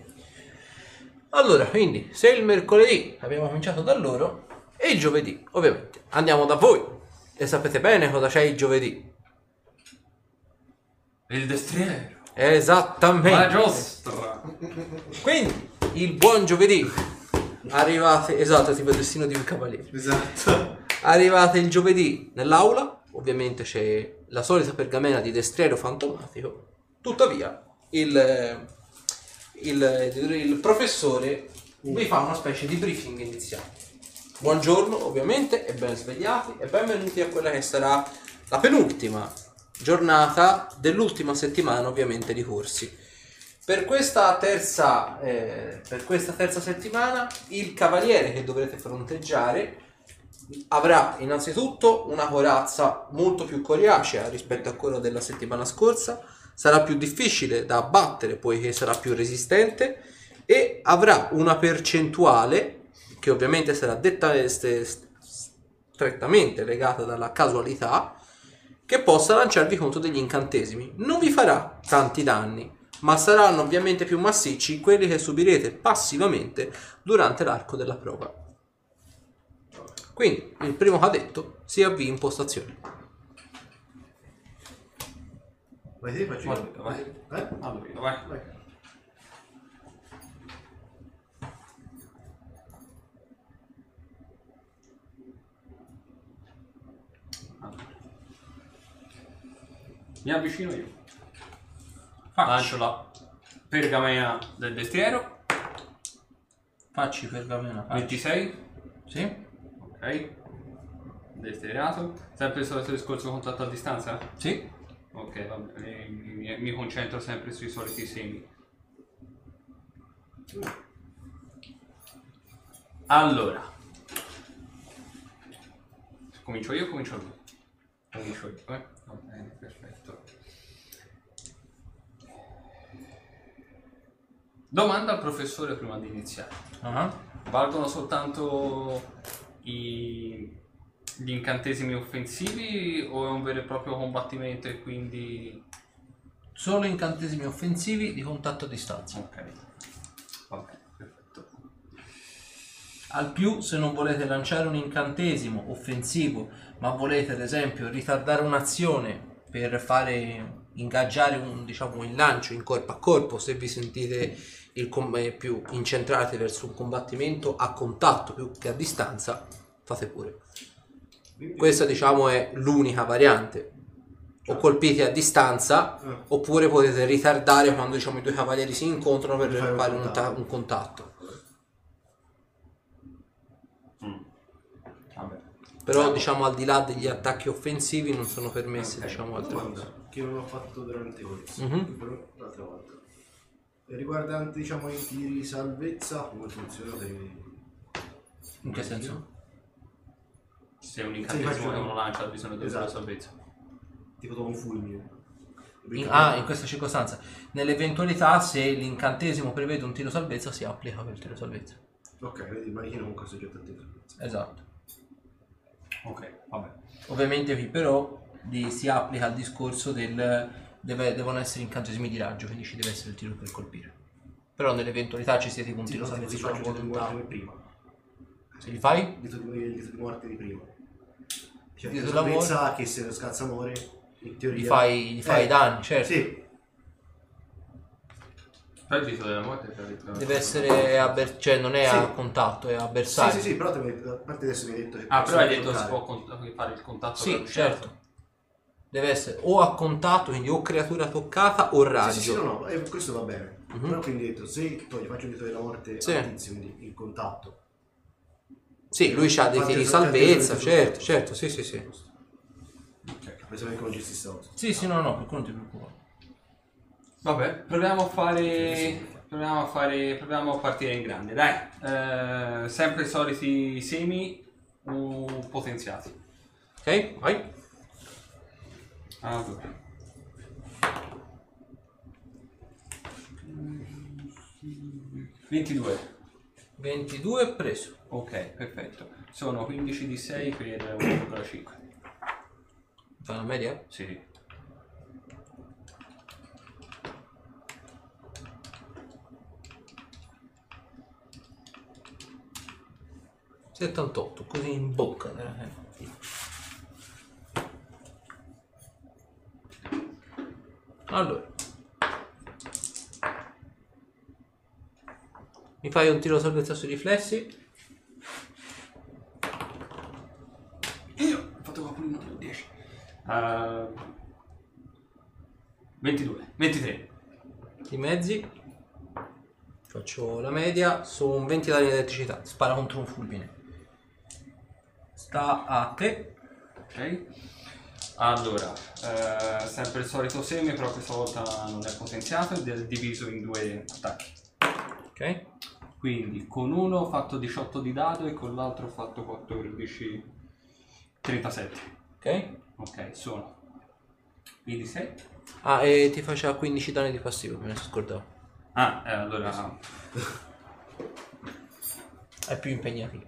C: Allora, quindi, se il mercoledì abbiamo cominciato da loro, e il giovedì, ovviamente, andiamo da voi. E sapete bene cosa c'è il giovedì.
B: Il destriero. La
C: Esattamente.
B: giostra.
C: Quindi, il buon giovedì. Arrivate, esatto, tipo il destino di un cavaliere.
N: Esatto.
C: Arrivate il giovedì nell'aula, ovviamente c'è la solita pergamena di destriero fantomatico. Tuttavia, il, il- il professore vi fa una specie di briefing iniziale. Buongiorno, ovviamente, e ben svegliati e benvenuti a quella che sarà la penultima giornata dell'ultima settimana, ovviamente, di corsi. Per questa, terza, eh, per questa terza settimana il cavaliere che dovrete fronteggiare avrà innanzitutto una corazza molto più coriacea rispetto a quella della settimana scorsa, sarà più difficile da abbattere poiché sarà più resistente e avrà una percentuale che ovviamente sarà detta eh, ste- st- strettamente legata dalla casualità che possa lanciarvi contro degli incantesimi. Non vi farà tanti danni, ma saranno ovviamente più massicci quelli che subirete passivamente durante l'arco della prova. Quindi il primo cadetto si avvia in postazione.
E: Vai te, faccio io.
B: Guarda, vai.
E: Eh?
B: Allora, vai.
E: Vai.
O: Mi avvicino io.
B: Lancio la pergamena del destriero.
P: Facci pergamena. Facci.
B: 26.
P: Sì?
B: Ok. Destrierato. Sempre il solito discorso contatto a distanza?
P: Sì?
B: Ok, va bene. Eh, Mi, mi concentro sempre sui soliti semi. Allora. Comincio io o comincio lui? Comincio io, eh? Va bene, perfetto. Domanda al professore prima di iniziare.
P: Ah.
B: Valgono soltanto i- gli incantesimi offensivi o è un vero e proprio combattimento e quindi...
P: Solo incantesimi offensivi di contatto a distanza.
B: Ok, va bene, perfetto.
P: Al più, se non volete lanciare un incantesimo offensivo, ma volete ad esempio ritardare un'azione per fare ingaggiare un, diciamo,
C: Il lancio in corpo a corpo, se vi sentite il com- eh, più incentrati verso un combattimento a contatto più che a distanza, fate pure. Questa diciamo è l'unica variante. O colpite a distanza,
E: Eh.
C: oppure potete ritardare quando diciamo i due cavalieri si incontrano per
E: Fare un
C: fare un, ta-
E: contatto.
C: un contatto.
B: Mm. Vabbè.
C: Però diciamo al di là degli attacchi offensivi non sono permessi
B: Ok.
C: diciamo altre cose.
E: Domanda che non ho fatto durante questo,
C: Mhm.
E: però l'altra volta. E Riguardante diciamo i tiri di salvezza, come funziona per i-
P: In che senso?
B: Se è un incantesimo che uno lancia ha bisogno di una
E: Esatto.
B: salvezza.
E: tipo dopo un fulmine.
P: In- ah, in questa circostanza. Nell'eventualità, se l'incantesimo prevede un tiro salvezza, si applica per il tiro salvezza.
E: Ok, vedi, il manichino comunque è soggetto a te.
P: Esatto.
B: Ok, vabbè.
P: Ovviamente qui però di- si applica il discorso del deve- devono essere incantesimi di raggio, quindi ci deve essere il tiro per colpire. Però nell'eventualità ci siete con un
E: Sì,
P: tiro
E: tanto così
P: salvezza
E: faccio
P: sulla
E: il dito di
P: volontà.
E: morte di prima.
P: Se li fai?
E: Il dito di, il dito di morte di prima. Cioè,
P: Dito
E: la
P: d'amore.
E: salvezza che se scazza amore, in teoria...
P: Gli fai, gli fai
E: Eh,
P: i danni, certo.
E: Sì,
B: Però il dito della morte è detto...
P: Deve essere a ber- cioè non è a
E: Sì.
P: contatto, è a
E: sì,
P: bersaglio.
E: sì, sì, però te mi hai detto- a parte adesso mi hai detto che...
B: Ah, però
E: possono
B: hai detto si
E: toccare.
B: può con- fare il contatto
P: Sì,
B: con la lucerna.
P: certo.
C: Deve essere o a contatto, quindi o creatura toccata o raggio.
E: Sì, sì, sì, no, no, eh, questo va bene.
C: Mhm.
E: Però quindi ho detto, se togli, faccio il dito della morte
C: Sì.
E: a tizio, quindi il contatto.
C: Sì, lui ha dei
E: Quanti
C: tiri di
E: esorciati
C: salvezza,
E: avete
C: certo,
E: sul-
C: certo, sì, sì, sì.
E: Pensavo che non ci stessa cosa.
P: Sì, sì, no, no, per quello non ti preoccupare.
B: Vabbè, proviamo a fare. Proviamo a fare. Proviamo a partire in grande, dai. Eh, sempre i soliti semi uh, potenziati.
C: Ok, vai.
B: Allora. Mm, 22.
C: 22 preso.
B: Ok, perfetto. Sono 15 di 6 per 1,5.
C: Fa una media?
B: Sì.
C: eh? 78, così in bocca. eh. Allora. Mi fai un tiro salvezza sui riflessi?
B: Io ho fatto qualcuno 10. Eh, 22, 23.
C: I mezzi. Faccio la media. Sono 20 danni di elettricità. Spara contro un fulmine. Sta a te.
B: Ok. Allora, eh, sempre il solito seme, però questa volta non è potenziato ed è diviso in due attacchi.
C: Ok.
B: Quindi con uno ho fatto 18 di dado e con l'altro ho fatto 14, 37.
C: Ok.
B: Ok, sono 26.
C: Ah, e ti faceva 15 danni di passivo, me ne sono scordato.
B: Ah, eh, allora
C: È più impegnativo.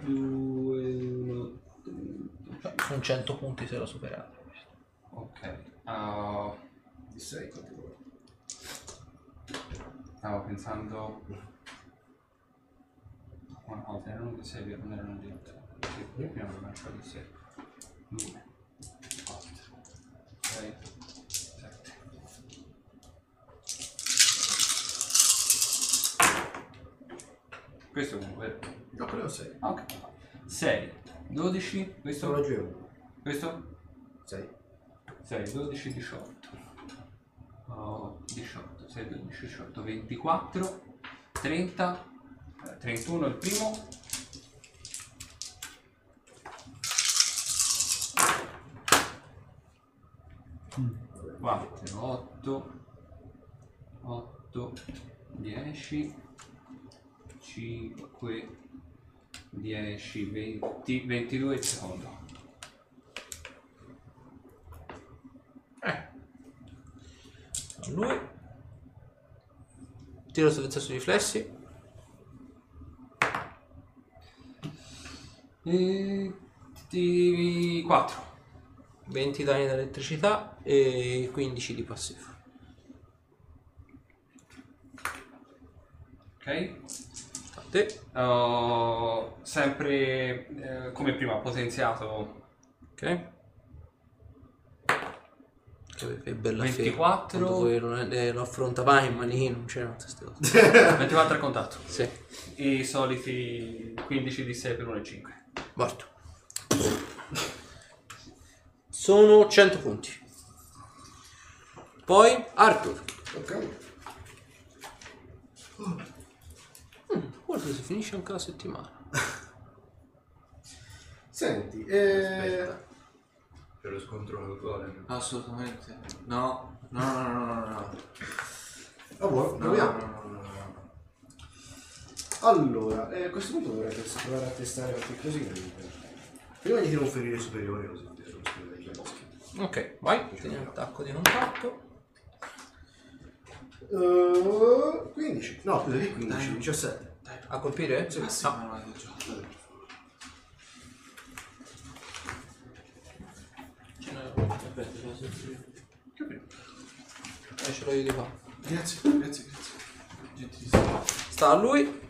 B: 2, 1,
C: Cioè, Sono 100 punti se lo superate.
B: ok. Ah,
E: Di 6 quanti vuoi?
B: stavo pensando una cosa, erano di 6, non erano di 8. Prima avevo lanciato di 6. 2, 4, 6, 7. Questo è uno, vero?
E: No, quello è un 6.
B: Ah, Ok. 6, 12,
E: Sono
B: questo?
E: la G1.
B: Questo?
E: 6.
B: 6, 12, 18. Oh, 18, 6, 12, 18, 24, 30, eh, 31 il primo. Mm, 4, 8, 8, 10, 5, 10, 20, 22 il secondo.
C: A lui. Tiro salvezza sui riflessi.
B: E 4.
C: 20 danni di elettricità e 15 di passivo.
B: Ok?
C: A te.
B: Ho sempre eh, come prima potenziato
C: Ok. Cioè, Che che bella
B: 24.
C: fede. Quando voi non eh, lo affronta mai in manino, non c'erano queste cose.
B: 24 al contatto.
C: Sì,
B: I soliti 15 di 6 per 1 e 5.
C: morto. Sono 100 punti. Poi Arthur.
E: Ok.
C: Guarda, si finisce anche la settimana.
E: Senti, eh...
D: Aspetta. C'è lo scontro col golem.
Q: Assolutamente. No, no, no, no, no, no.
E: Ah, buono,
Q: No,
E: proviamo.
Q: no, no, no, no, no.
E: Allora, eh, a questo punto dovrei test- provare a testare qualche cosina. Prima gli tiro un ferire superiore così. per non scrivere i boschi.
C: Ok, vai. Tieni un attacco di contatto.
E: Eh, 15. No, scusa, di 15, 17.
C: A colpire? Ah,
E: Sì.
Q: Sì, ma non è del gioco.
C: Eh, ce l'ho io di qua.
Q: Grazie, grazie, grazie. Gentilissimo.
C: Sta a lui.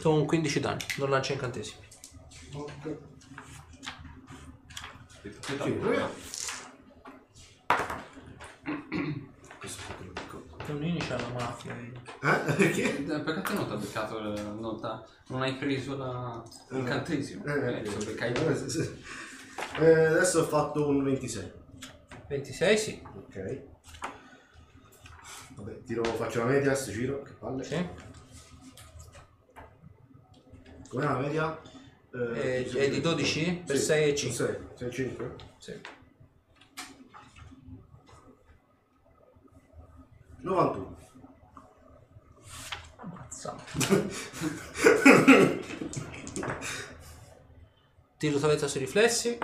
C: Sono 15 danni, non lancia incantesimi.
E: Ok. Sì, proviamo. Questo è quello piccolo.
C: Tonini c'ha la mafia.
E: Eh? Perché?
B: Perché non ti ha beccato la nota? Non hai preso la... l'incantesimo?
E: Eh,
B: Eh, so perché hai-
E: eh, sì, sì. Eh, adesso ho fatto un 26.
C: 26 sì.
E: Ok. Vabbè, tiro, faccio la media, sto giro, che palle.
C: sì.
E: Com'era la media?
C: Eh, è di 12? Per sei e cinque.
E: 6, 6 5?
C: Sì.
E: 91.
C: Ammazza. Tiro salvezza sui riflessi.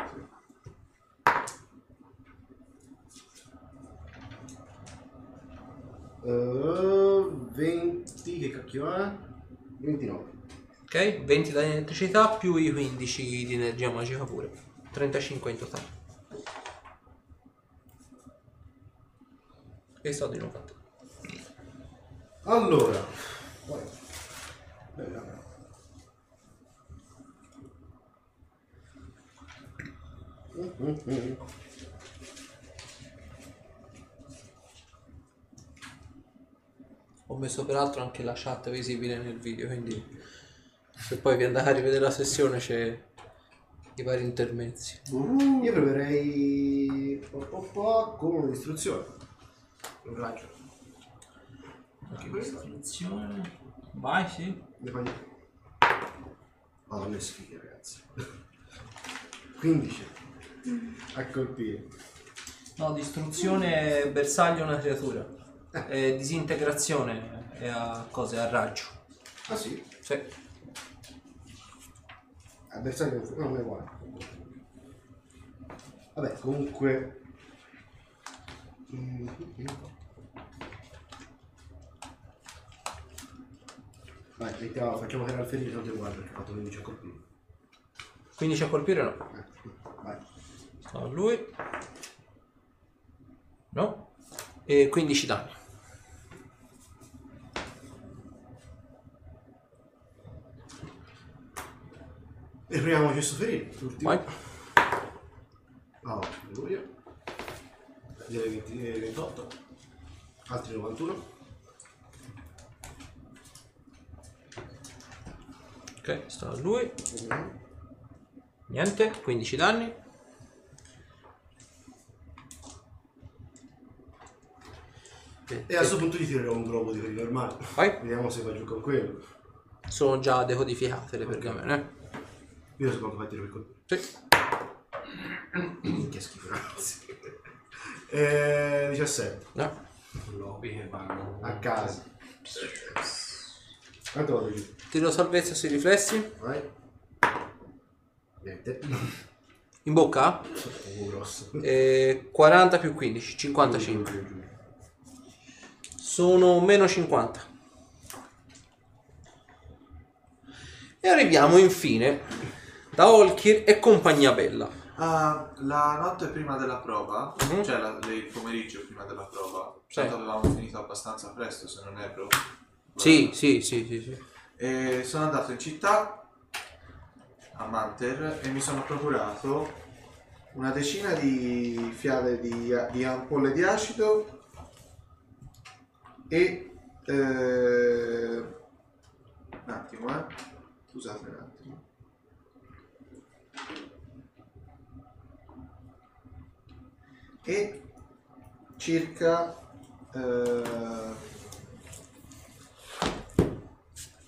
E: Eh, 20, che cacchio è? 29.
C: Ok, 20 danni di elettricità più i 15 di energia magica pure. 35 in totale. E sto di nuovo fatto.
E: Allora, poi. Beh, vabbè. Mm, mm, mm.
C: messo peraltro anche la chat visibile nel video, quindi se poi vi andate a rivedere la sessione c'è i vari intermezzi.
E: Io proverei po po po con un'istruzione. Un raggio. Anche questo.
L: Attenzione. Vai, sì.
E: Le mani. Madonna, che sfighe, ragazzi. 15. A colpire.
L: No, distruzione è bersaglio una creatura. È disintegrazione è a cose a raggio.
E: Ah sì?
L: Sì.
E: Avversario non fu- no, non è uguale. Vabbè, comunque. Mm, mm. Vai, mettiamo, facciamo che era il ferito, non ti guarda perché ha fatto 15 a colpire.
L: 15 a colpire no.
E: Eh, Vai.
L: No, lui. No. E 15 danni.
E: E proviamo questo ferito, l'ultimo.
C: Vai.
E: Ah, alleluia. Direi 20 eh, 28. Altri 91.
C: Ok, sta a lui.
E: Vediamo.
C: Niente, 15 danni.
E: E a questo punto gli tirerò un globo di quelli normali.
C: Vai.
E: Vediamo se va giù con quello.
C: Sono già decodificate le pergamene.
E: Io so quanto fa a tiro per colpire.
C: eh. Sì.
E: Minchia schifo, ragazzi. Eh, 17.
C: No.
D: Lobby che vanno
E: A casa. Quanto vado giù?
C: Tiro salvezza sui riflessi.
E: Vai. Niente.
C: In bocca?
E: Oh, grosso.
C: Eh, 40 più 15, 55. Sono meno 50. E arriviamo infine da Olkir e compagnia bella.
A: Ah, la notte prima della prova, cioè la- le- il pomeriggio prima della prova,
C: Sì.
A: tanto avevamo finito abbastanza presto, se non erro.
C: Sì, sì, sì, sì, sì.
A: E sono andato in città a Manter e mi sono procurato una decina di fiale di, di ampolle di acido e eh, un attimo eh scusate un attimo e circa eh,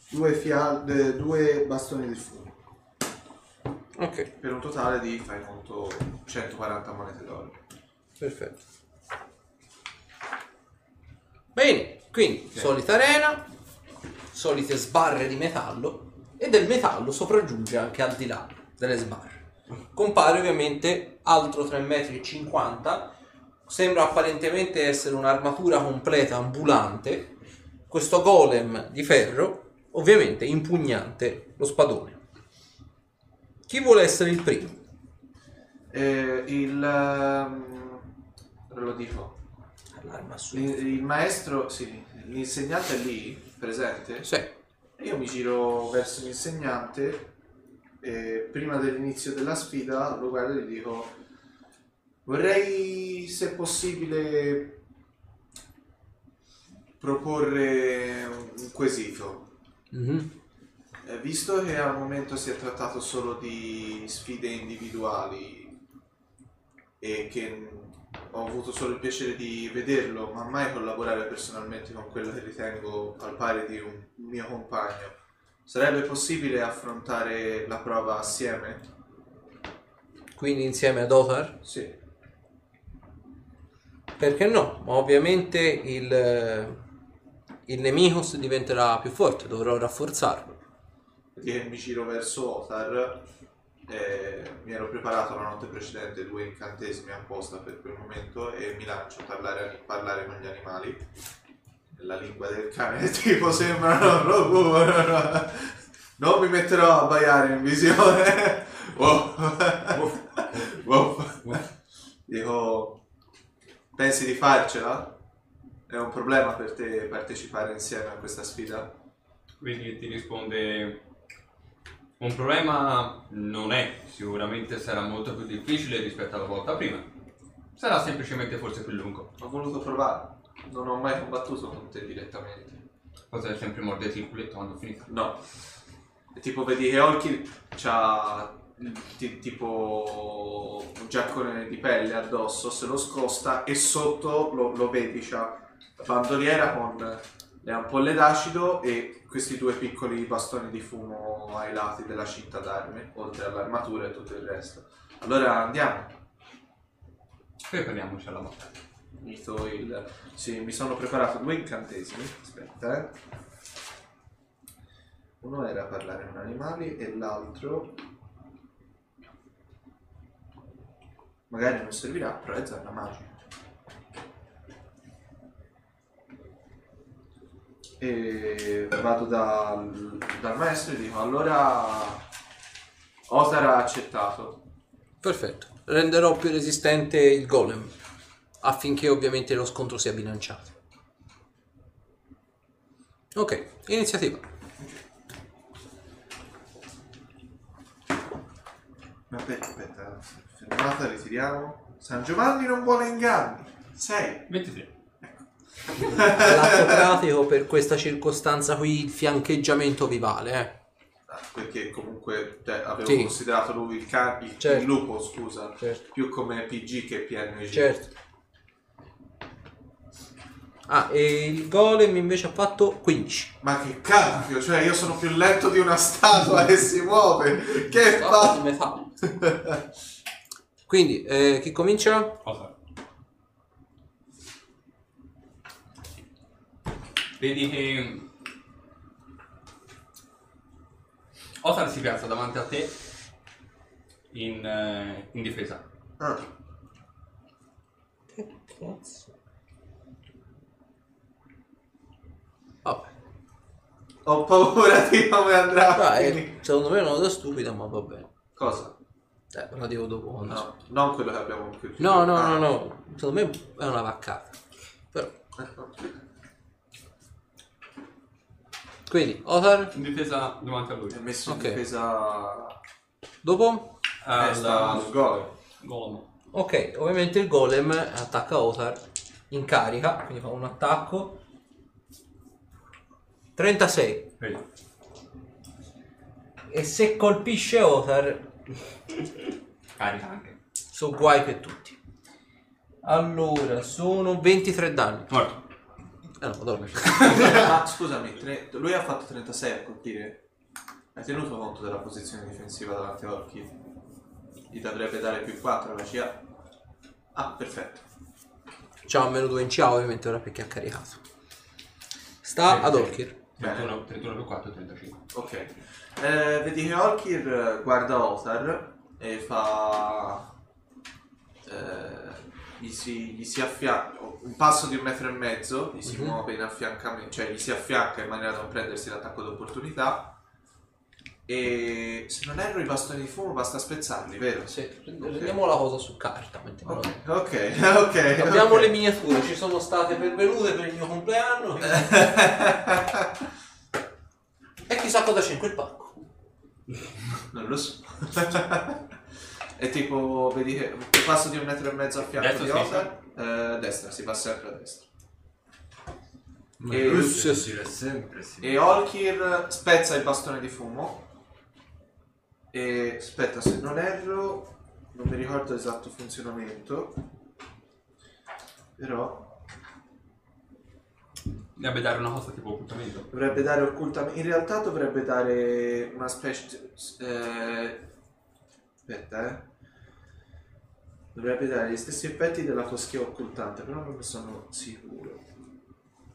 A: due, fial- eh, due bastoni di fuoco
C: Ok,
A: per un totale di fai conto 140 monete d'oro
C: perfetto. Bene, quindi solita arena, solite sbarre di metallo e del metallo sopraggiunge anche al di là delle sbarre. Compare ovviamente altro 3,50 metri, sembra apparentemente essere un'armatura completa ambulante, questo golem di ferro ovviamente impugnante lo spadone. Chi vuole essere il primo?
A: Eh, il ehm, lo dico
C: L'arma su.
A: il, il maestro sì l'insegnante è lì presente
C: Sì.
A: E io mi giro verso l'insegnante e prima dell'inizio della sfida lo guardo e gli dico vorrei se possibile proporre un quesito Eh, visto che al momento si è trattato solo di sfide individuali e che ho avuto solo il piacere di vederlo, ma mai collaborare personalmente con quello che ritengo al pari di un mio compagno, sarebbe possibile affrontare la prova assieme?
C: Quindi insieme ad Otar?
A: Sì.
C: Perché no? Ma ovviamente il, eh, il nemico s- diventerà più forte, dovrò rafforzarlo.
A: Che mi giro verso Otar. eh, mi ero preparato la notte precedente due incantesimi apposta per quel momento e mi lancio a parlare, parlare con gli animali. La lingua del cane tipo sembra proprio. Non mi metterò a baiare in visione. Oh. Oh. Dico, pensi di farcela? È un problema per te partecipare insieme a questa sfida?
I: Quindi ti risponde: Un problema non è, sicuramente sarà molto più difficile rispetto alla volta prima. Sarà semplicemente forse più lungo.
A: Ho voluto provare. Non ho mai combattuto con te direttamente.
I: Potete sempre morderti il culetto quando finite.
A: No. E Tipo vedi che Olkin c'ha il ti- tipo un giaccone di pelle addosso, se lo scosta e sotto lo, lo vedi, c'ha la bandoliera con le ampolle d'acido e questi due piccoli bastoni di fumo ai lati della cinta d'arme, oltre all'armatura e tutto il resto. Allora andiamo.
I: Prepariamoci alla battaglia.
A: Mito il... Sì, mi sono preparato due incantesimi. Aspetta, eh. Uno era parlare con animali e l'altro... Magari non servirà, però è zona magica. E vado dal, dal maestro e dico, allora... Osara ha accettato.
C: Perfetto. Renderò più resistente il golem affinché ovviamente lo scontro sia bilanciato. Ok, iniziativa.
A: Ma aspetta, aspetta, eh, fermata, ritiriamo. San Giovanni non vuole inganni. Sei.
I: 23.
C: L'atto pratico per questa circostanza qui, il fiancheggiamento vivale. Eh.
A: Ah, Perché comunque cioè, avevo
C: Sì.
A: considerato lui il, ca- il-
C: Certo.
A: il lupo, scusa,
C: Certo.
A: più come PG che PNG.
C: Certo. Ah, e il golem invece ha fatto 15.
A: Ma che cacchio, cioè io sono più lento di una statua che si muove. Che
C: Ah,
A: fa?
C: come fa? Quindi, eh, chi comincia?
I: Cosa? Vedi che Othar si piazza davanti a te in, eh, in difesa.
A: Ah,
C: Vabbè.
A: ho paura di come andrà.
C: Ah,
A: quindi-
C: eh, secondo me è una cosa stupida, ma va bene.
A: Cosa?
C: Eh, ve la dico dopo. quando-
A: No, non quello che abbiamo più. Ah,
C: No, no, no, no. Secondo me è una vaccata. Però. Ecco. Quindi, Othar,
I: In difesa davanti a lui.
A: È messo
C: Ok.
A: in difesa
C: dopo?
A: testa
I: Alla-
A: al gol.
I: Golem.
C: Ok, ovviamente il golem attacca Othar in carica, quindi fa un attacco. 36.
I: Vedi.
C: E se colpisce Othar,
I: Carica anche.
C: so guai per tutti. Allora, sono 23 danni.
I: Morto.
C: Eh no, madonna.
A: Ma scusami, tre- lui ha fatto 36 a colpire. Hai tenuto conto della posizione difensiva davanti a Orchid? Gli dovrebbe dare più 4 alla CA. Ah, perfetto.
C: Ciao, meno 2 in ciao, ovviamente ora perché ha caricato. Sta ad Orkir.
I: 31, 31 più 4, 35.
A: Ok. Eh, vedi che Orkir eh, guarda Othar e fa... eh, gli si, gli si affianca un passo di un metro e mezzo, gli si
C: Mhm.
A: muove in affiancamento, cioè gli si affianca in maniera da non prendersi l'attacco d'opportunità. E se non erro i bastoni di fumo basta spezzarli, vero?
C: Sì, prendiamo la cosa su carta. mettiamola
A: Ok,
C: lì.
A: ok, ok.
C: Abbiamo
A: Eh, ok.
C: le miniature, ci sono state pervenute per il mio compleanno. e chissà cosa c'è in quel pacco.
A: Non lo so. È tipo, vedi che passo di un metro e mezzo a fianco
I: Destra
A: di
I: o sinistra?
A: Othar. Eh, destra, si va sempre a destra.
D: Ma
A: E-
D: Russia si re sempre sì.
A: E Olkir spezza il bastone di fumo. E aspetta, se non erro, non mi ricordo esatto funzionamento. Però
I: Dovrebbe dare una cosa tipo appuntamento.
A: Dovrebbe dare occultamento. In realtà dovrebbe dare una specie. eh, Aspetta, eh. Dovrebbe dare gli stessi effetti della foschia occultante, però non ne sono sicuro.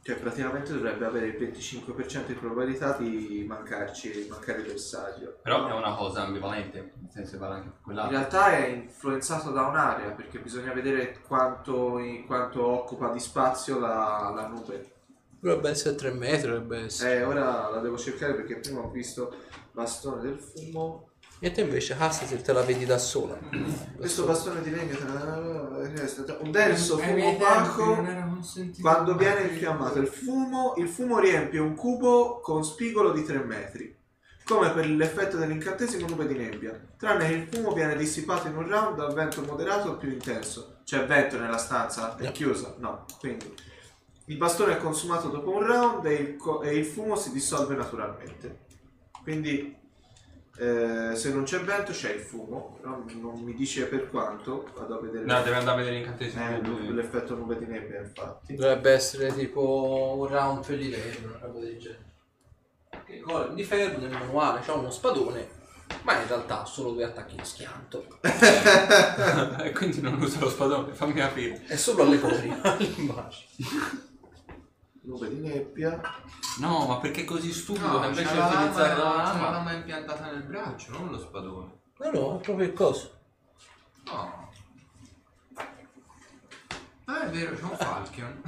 A: Cioè, praticamente dovrebbe avere il 25% di probabilità di mancarci, mancare il bersaglio.
I: Però è una cosa ambivalente, nel senso vale anche per
A: In
I: quell'altro.
A: realtà è influenzato da un'area, perché bisogna vedere quanto, quanto occupa di spazio la, la nube.
C: Dovrebbe essere 3 metri, dovrebbe essere.
A: Eh, ora la devo cercare perché prima ho visto bastone del fumo.
C: E te invece, Hassel, te la vedi da sola.
A: Questo bastone di legno tra- è stato un terzo
D: Ai miei
A: fumo
D: tempi non
A: opaco.
D: era consentito.
A: Quando viene infiammato il fumo, il fumo riempie un cubo con spigolo di 3 metri. Come per l'effetto dell'incantesimo nube di nebbia, tranne che il fumo viene dissipato in un round dal vento moderato al più intenso. C'è vento nella Cioè, stanza? È
C: No.
A: chiusa? No. Quindi Il bastone è consumato dopo un round e il, co- e il fumo si dissolve naturalmente. Quindi eh, se non c'è vento c'è il fumo, però non mi dice per quanto, vado a vedere
B: No, deve andare a vedere l'incantesimo.
A: Eh,
B: lui.
A: l'effetto nube di nebbia infatti.
C: Dovrebbe essere tipo un round per di ferro, una roba del genere. Che Golem di ferro nel manuale c'ha uno spadone, ma in realtà ha solo due attacchi di schianto.
B: E quindi non usa lo spadone, fammi capire.
C: È solo alle corine.
E: Nube di nebbia.
B: No, ma perché è così stupido? che invece
D: c'ha
B: di
D: la
B: utilizzare la
D: lama, c'ha la
B: lama.
D: lama impiantata nel braccio, non lo spadone.
C: No, no, è proprio il coso.
D: No. Ah, è vero, c'è un falchion.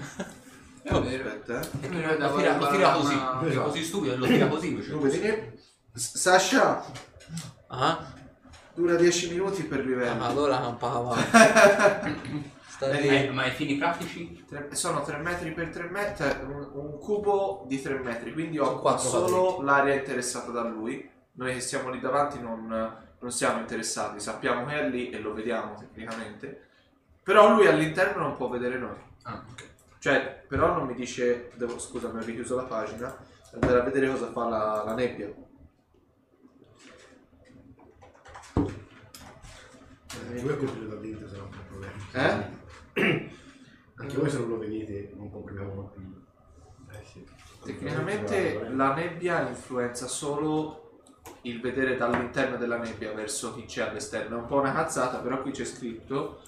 D: È vero.
A: Aspetta, eh.
D: Lo
B: Lo tira, lo tira così, è
E: Esatto.
B: così stupido, lo tira così invece.
A: Nube di nebbia. S- Sasha,
C: Ah,
A: dura 10 minuti per livello.
C: allora campava. Ah, Sta lì.
B: Eh, ma ai fini pratici?
A: Tre- sono 3 metri per 3 metri, un, un cubo di 3 metri, quindi ho qua
C: quattro
A: solo l'area interessata da lui. Noi che siamo lì davanti non, non siamo interessati, sappiamo che è lì e lo vediamo tecnicamente. Però lui all'interno non può vedere noi.
D: Ah, ok.
A: Cioè, però non mi dice, devo, scusami, ho richiuso la pagina, andare a vedere cosa fa la, la nebbia.
E: Anche voi coprire da dentro se no è un problema.
A: Eh?
E: Anche voi se non lo vedete non compriamo mai più. Eh sì.
A: Tecnicamente la nebbia influenza solo il vedere dall'interno della nebbia verso chi c'è all'esterno. È un po' una cazzata, però qui c'è scritto.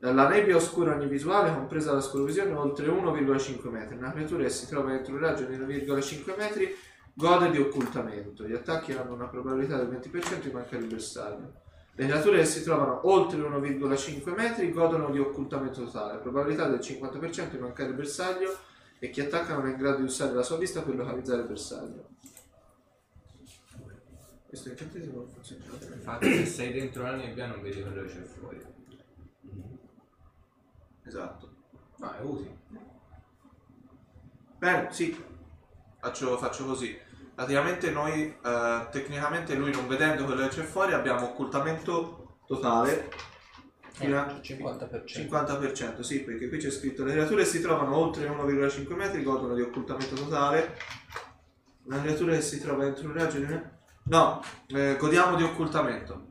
A: La nebbia oscura ogni visuale, compresa la scorovisione, oltre 1,5 metri. Una creatura che si trova dentro un raggio di 1,5 metri gode di occultamento. Gli attacchi hanno una probabilità del 20% di mancare il bersaglio. Le creature che si trovano oltre 1,5 metri godono di occultamento totale, probabilità del 50% di mancare il bersaglio e chi attacca non è in grado di usare la sua vista per localizzare il bersaglio. Questo incantesimo non funziona.
D: Infatti, se sei dentro la nebbia non vedi quello che c'è fuori.
A: Esatto.
D: No, è utile.
A: Bene, sì. Faccio, faccio così. Praticamente noi, eh, tecnicamente lui non vedendo quello che c'è fuori, abbiamo occultamento totale.
C: Eh,
A: fino a-
C: 50%.
A: 50%, sì, perché qui c'è scritto le creature si trovano oltre 1,5 metri, godono di occultamento totale. Una creatura che si trova dentro un raggio di... No, eh, godiamo di occultamento.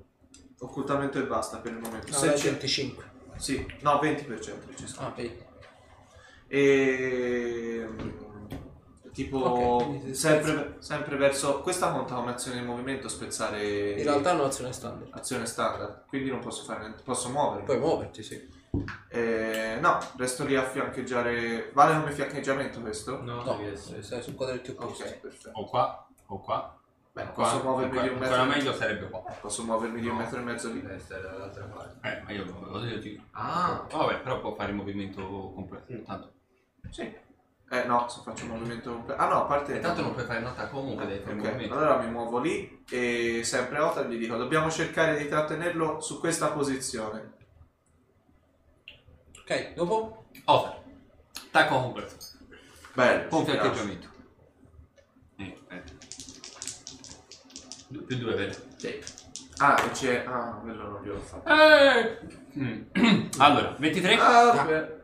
A: Occultamento e basta per il momento.
C: No,
A: Se
C: dai,
A: c'è-
C: 25.
A: Sì, no, 20% c'è scritto.
C: Ah, vedi.
A: E... Tipo,
C: Ok, quindi se
A: sempre, sempre verso... Questa conta come azione di movimento, spezzare...
C: In realtà è un'azione standard.
A: Azione standard, quindi non posso fare niente, posso muovermi.
C: Puoi muoverti, sì.
A: Eh, no, resto lì a fiancheggiare. Vale come fiancheggiamento questo?
D: No,
C: No,
D: devi essere.
C: stai sul quadretto opposto.
A: Ok, perfetto.
B: O qua, o qua,
A: Beh,
B: o qua.
A: posso muovermi di
B: Ancora
A: un
B: ancora
A: metro.
B: meglio sarebbe qua.
A: Posso muovermi di un metro e mezzo lì.
D: Devi stare dall'altra parte.
B: Eh, ma io lo, lo, lo dico.
D: Ah,
B: Vabbè, però può fare il movimento completo. Tanto.
A: Sì. Eh no, se faccio un movimento completo. Ah no, a parte. Ah,
B: E tanto non puoi fare nota comunque, devi fare il
A: Ok,
B: movimento.
A: Allora mi muovo lì e sempre a Otar gli dico dobbiamo cercare di trattenerlo su questa posizione.
C: Ok, dopo?
B: Offer. Tacco completo.
A: Bello.
B: Con
A: ci piace.
B: fiancheggiamento. Eh, eh. Due- Più due, vero?
A: Ah, e c'è. Ah, quello non glielo ho fatto.
B: Eh. Mm. Allora, 23.
A: Ah, vabbè.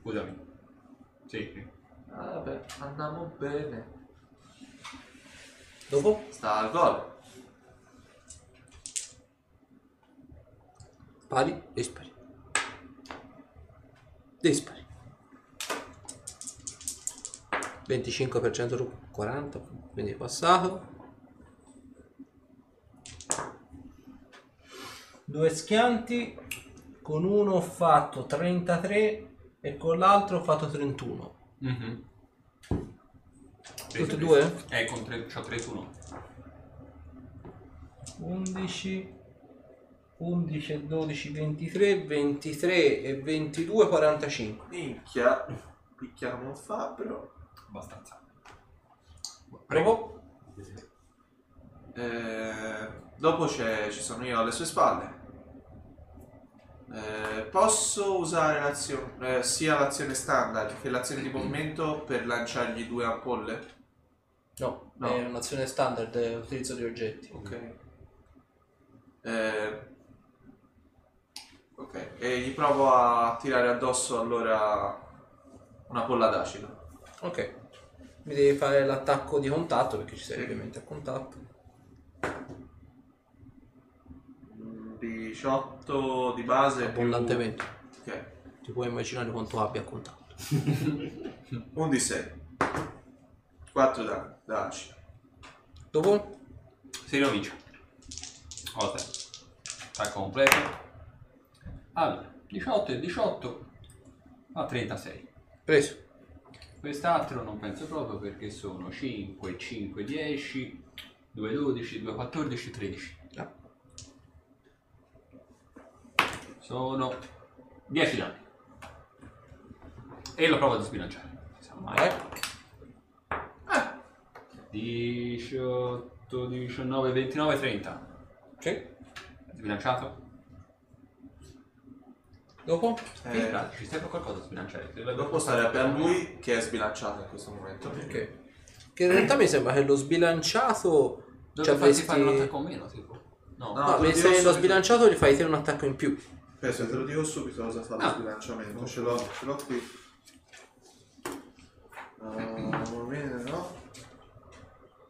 B: Scusami. Sì.
A: Ah, vabbè, andiamo bene.
C: Dopo?
A: Sta al gol.
C: Pari, dispari. Dispari. 25% rubo, 40, quindi è passato.
R: Due schianti, con uno ho fatto 33 e con l'altro ho fatto 31.
B: Mhm.
R: Tutti e due?
B: Eh, con 3, c'ho 31.
R: 11, 11 e 12, 23, 23 e 22, 45.
A: Minchia. Picchiamo un fabbro.
B: Abbastanza.
R: Prego.
A: Eh, dopo c'è- ci sono io alle sue spalle. Eh, posso usare l'azio- eh, sia l'azione standard che l'azione di movimento per lanciargli due ampolle?
C: No,
A: No.
C: è un'azione standard, eh, utilizzo di oggetti.
A: Ok. Eh, ok. e gli provo a tirare addosso allora una polla d'acido.
C: Ok. Mi devi fare l'attacco di contatto perché ci sei ovviamente a contatto.
A: 18 Mm, di base più-
C: Abbondantemente.
A: Ok.
C: Ti puoi immaginare quanto abbia a contatto.
A: Un di 6. 4 da, da acido.
C: Dopo?
B: Si ricomincia. Volta. Attacco completo. Allora, 18 e 18 a 36.
C: Preso.
B: Quest'altro non penso proprio perché sono 5, 5, 10, 2, 12, 2, 14, 13.
C: Ah.
B: Sono 10 danni. E lo provo a sbilanciare. Non sa mai.
C: Vai.
B: 18, 19, 29, 30.
C: Sì.
B: Sbilanciato?
C: Dopo?
A: Eh,
B: Sì, bravo, ci stai per qualcosa a sbilanciare. Te l'avevo
A: dopo sarebbe a lui che è sbilanciato in questo momento.
C: Ok. Che in realtà mi sembra che lo sbilanciato.
B: Dove
C: ci
B: farti
C: Cioè, avresti-
B: fare un attacco o meno, tipo? No.
A: No.
C: No,
A: te lo
C: mi-
A: direi
C: se lo
A: subito.
C: sbilanciato gli fai te un attacco in più.
A: Adesso te lo dico subito cosa fa lo
B: Ah.
A: sbilanciamento. Ce l'ho, ce l'ho qui. Ah, va bene, no?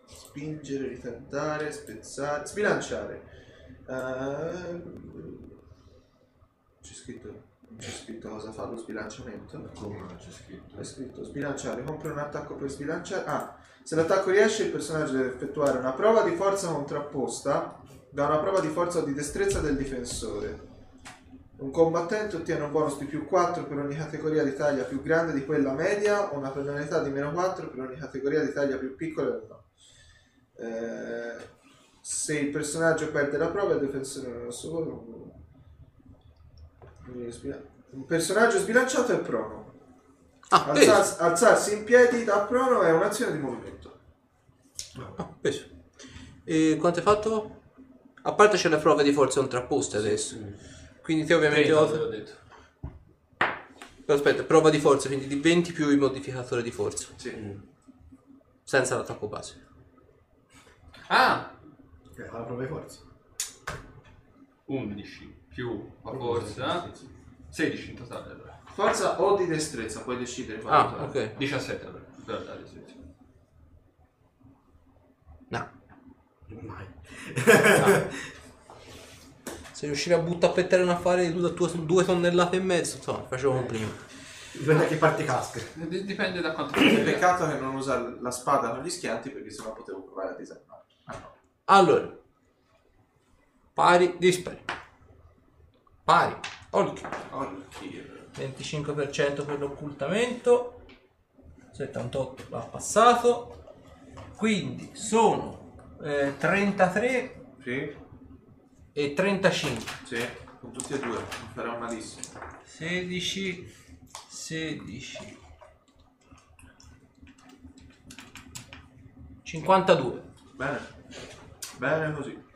A: Spingere, ritardare, spezzare, sbilanciare. Ah, c'è scritto. C'è scritto cosa fa lo sbilanciamento?
E: Come c'è scritto?
A: È scritto sbilanciare, compri un attacco per sbilanciare. Ah, se l'attacco riesce, il personaggio deve effettuare una prova di forza contrapposta da una prova di forza o di destrezza del difensore. Un combattente ottiene un bonus di più 4 per ogni categoria di taglia più grande di quella media o una penalità di meno 4 per ogni categoria di taglia più piccola del no. Eh, se il personaggio perde la prova, il difensore non lo solo. Un personaggio sbilanciato è prono.
C: Ah, preso.
A: Alzarsi, alzarsi in piedi da prono è un'azione di movimento.
C: Ah, preso. E quanto hai fatto? A parte c'è le prove di forza contrapposte adesso. Quindi te ovviamente...
B: 30,
C: ho-
B: te l'ho detto.
C: Aspetta, prova di forza, quindi di 20 più il modificatore di forza.
A: Sì.
C: Senza l'attacco base.
B: Ah!
E: Eh, fa la prova di forza.
B: 11 più la forza. 16 in totale allora.
A: Forza o di destrezza, puoi decidere. quale
C: Ah,
A: usare.
C: ok.
B: 17 allora. Per dare sì.
C: No.
E: Mai.
C: Se riuscivi a buttare a pettare un affare di due, due- due tonnellate e mezzo, insomma, facevo complimenti.
E: Dipende da che parte casca.
B: D- Dipende da quanto
A: Peccato che non usa la spada con gli schianti perché sennò potevo provare a disarmare. Ah, no.
C: Allora. Pari, dispari. Pari. Ok.
A: Oh, Kir.
S: 25% per l'occultamento 78 va passato quindi sono eh, 33
A: Sì,
S: e 35
A: sì, con tutti e due. Mi farà malissimo.
S: 16 16
C: 52.
A: Bene. Bene così.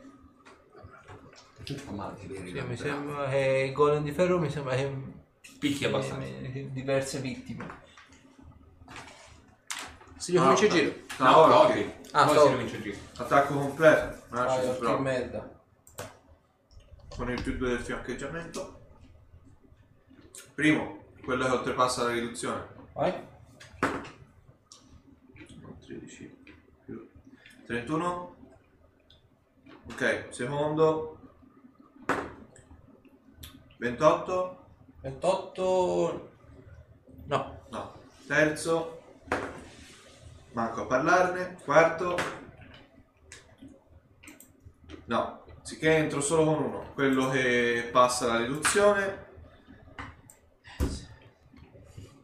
B: Fa male, ti vedi,
S: Sì, mi
B: guarda.
S: sembra che il golem di ferro mi sembra che
B: Picchi abbastanza.
S: che- che- diverse vittime Ah,
C: Si ricomincia il giro.
A: No,
B: No,
A: ok.
B: Rocky.
C: Ah,
B: Poi
C: so.
B: si ricomincia il giro.
A: Attacco completo. Non ci si
S: ah, eh, che
A: prova.
S: merda
A: Con il più 2 del fiancheggiamento. Primo, quello che oltrepassa la riduzione.
S: vai
A: No, 13 più 31 ok secondo 28
S: 28 no
A: no terzo manco a parlarne quarto no sicché entro solo con uno quello che passa la riduzione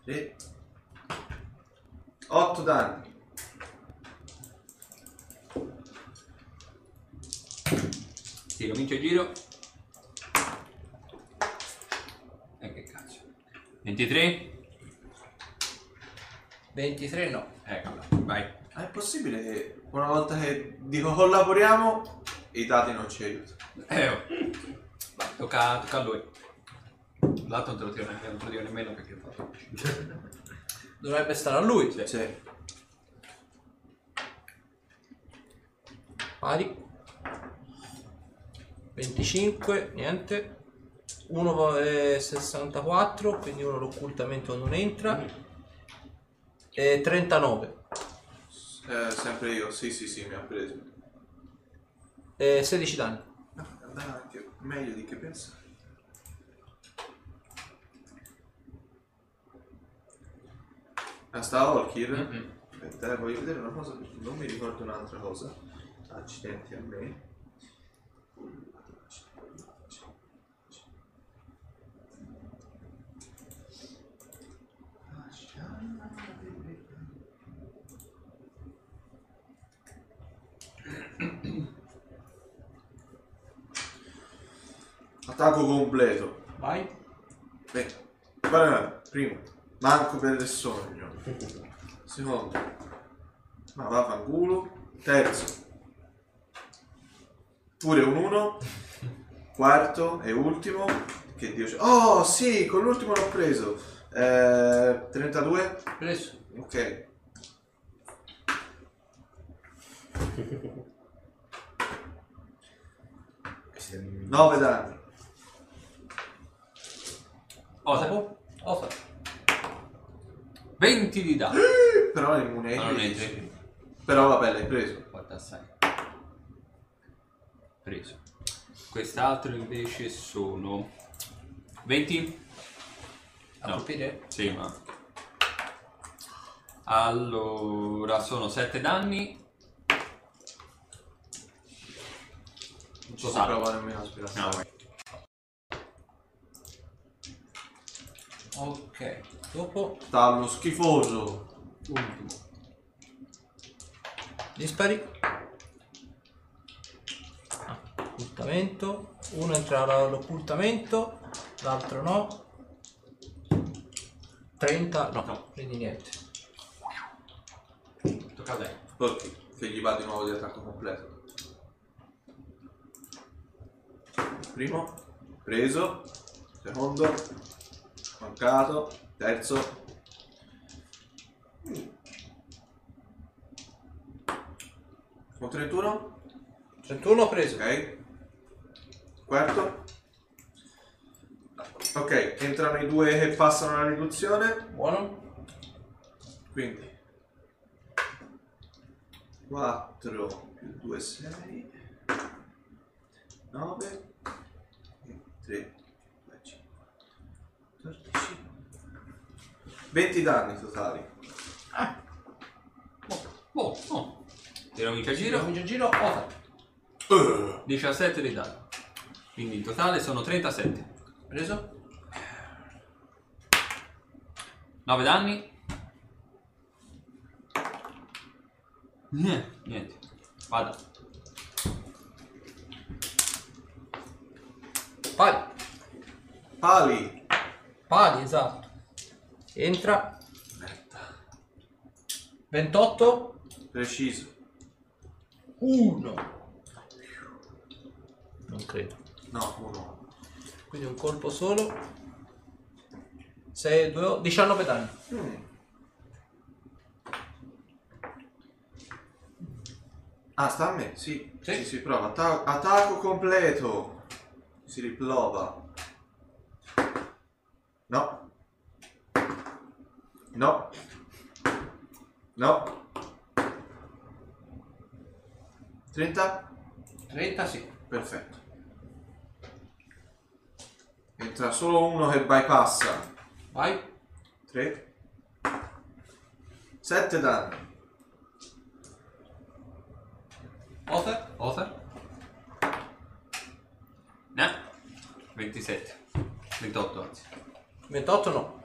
A: sì. 8 danni
B: Si ricomincia il giro. E Eh, che cazzo. 23.
S: 23 no
B: Eccola, vai.
A: Ah, È possibile che una volta che dico collaboriamo, i dati non ci aiutano.
B: Eh, oh. Vai, tocca, tocca a lui. L'altro non te lo tiro nemmeno, non te lo tiro nemmeno perché fa
S: dovrebbe stare a lui
A: Cioè,
S: pari 25 niente
C: Uno è 64, quindi uno l'occultamento non entra. E 39.
A: Eh, sempre io, sì, sì, sì, mi ha preso.
C: E 16 danni.
A: No, andava anche meglio di che pensavo. Ah, sta Holkir? Aspetta, eh, voglio vedere una cosa perché non mi ricordo un'altra cosa. Accidenti a me. Attacco completo.
B: Vai.
A: Beh, guarda, primo, manco per il sogno. Secondo, ma vaffanculo. Terzo, pure un 1. Quarto e ultimo, che Dio c'è. Oh, sì, con l'ultimo l'ho preso. Eh, 32.
C: Preso.
A: Ok.
T: Sì.
A: 9 danni.
B: Osa. Osa. 20 boh, di danno.
A: Però è immune. ai
B: Ma non è
A: critici.
B: tre.
A: Però vabbè, l'hai preso.
B: 46. Preso. Quest'altro invece sono 20?
C: A
B: No.
C: colpire?
B: Sì, ma Allora, sono 7 danni.
A: Non
B: Lo
A: ci si
B: salvo.
A: prova nemmeno a spirare.
B: No.
C: Ok. Dopo
A: Tallo schifoso.
C: dispari. Ah, Occultamento. Uno entra all'occultamento, l'altro no. 30 no,
B: No.
C: quindi niente.
B: Tocca a te.
A: Ok, che gli va di nuovo di attacco completo. Primo, preso. Secondo, mancato. Terzo. Con 31,
C: 31 preso.
A: ok. Quarto. Ok, entrano i due che passano la riduzione.
C: Buono.
A: Quindi 4 più 2 6 9 3 5 14 20 danni totali.
B: Oh, oh. Ti rovinci a giro.
C: Comincia giro. Osa.
B: 17 di danno. Quindi in totale sono 37.
C: Preso.
B: 9 danni. Niente. Niente. Vada.
C: Pali.
A: Pali.
C: Pali, esatto. Entra. 28.
A: Preciso.
C: 1. Non credo.
A: No, uno.
C: Quindi un colpo solo. 6, 2, 19 danni.
A: Mm. Ah, sta a me? Sì.
C: Sì.
A: Sì, sì, prova. Atta- attacco completo. Si riplova. No. No. No. 30?
C: 30 sì.
A: Perfetto. Entra solo uno che bypassa.
C: Vai.
A: 3 7 danni.
B: Ofer. Ofer. No. 27. 28 anzi.
C: 28 no.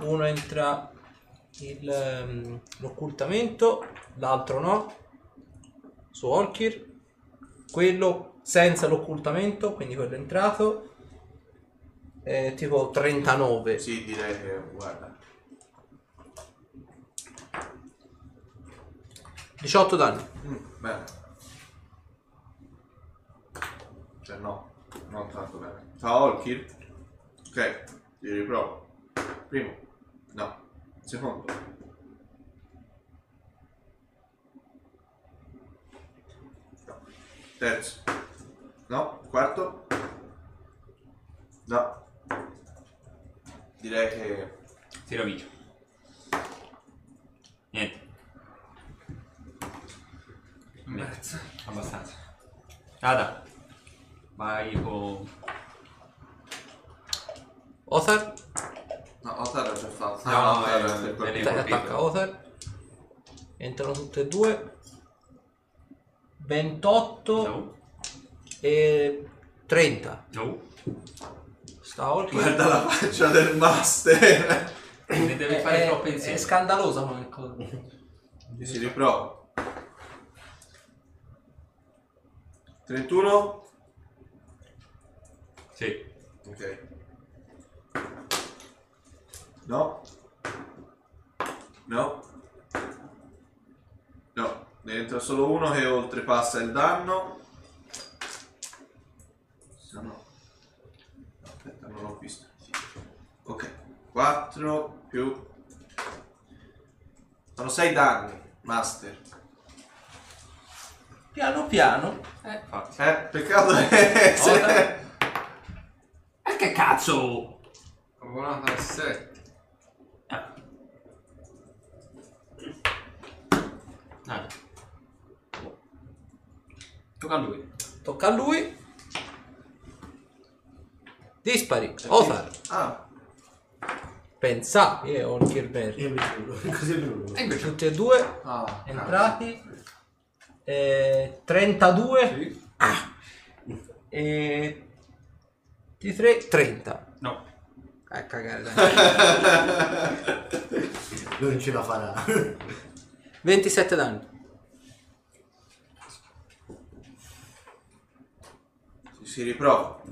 C: Uno entra il, ehm, l'occultamento, l'altro no. Su Orkir. Quello senza l'occultamento, quindi quello è entrato. È tipo 39.
A: Sì, direi che guarda.
C: 18 danni.
A: Mm, bene. Cioè no, non tanto bene. Ciao Olkir. Ok, ti riprovo. Primo. No. Secondo. Terzo. No? Quarto? No. Direi che...
B: Si ravvicina. Niente. Niente. Abbastanza. Ada. Vai con...
C: Othar,
A: No, Othar l'ha già fatto.
B: No,
A: Ah,
B: no,
A: Othar
B: eh,
A: si è
B: eh,
A: colpito.
B: eh,
C: Dai,
B: capito.
C: attacca Othar. Entrano tutte e due.
U: 28
B: No.
C: E 30.
B: No.
C: Sta Hulk.
A: Guarda la faccia del master.
B: Ne deve
U: è,
B: fare
U: è-
B: troppo
U: è
B: insieme.
U: scandalosa come cosa.
A: si riprova. 31?
B: Sì.
A: Ok. No. No. No, ne entra solo uno che oltrepassa il danno. Se no. Aspetta, non l'ho visto. Ok. 4 più. Sono 6 danni, master.
U: Piano piano.
B: Eh, infatti.
A: Eh, peccato che se-
B: E che cazzo?
D: Ho volato al 7.
B: Ah. Nada. Tocca a lui.
C: Tocca a lui. Dispari. Othar.
A: Ah,
C: Pensa. Io ho il Kirber.
E: Io mi giuro, così è venuto.
B: E invece
C: Tutti e due.
A: ah,
U: Entrati. Eh, 32.
C: Ah.
U: E
C: Di 3, 30.
B: No.
C: A cagare. dai.
E: Non ce la farà.
C: 27 danni.
A: ci si riprova.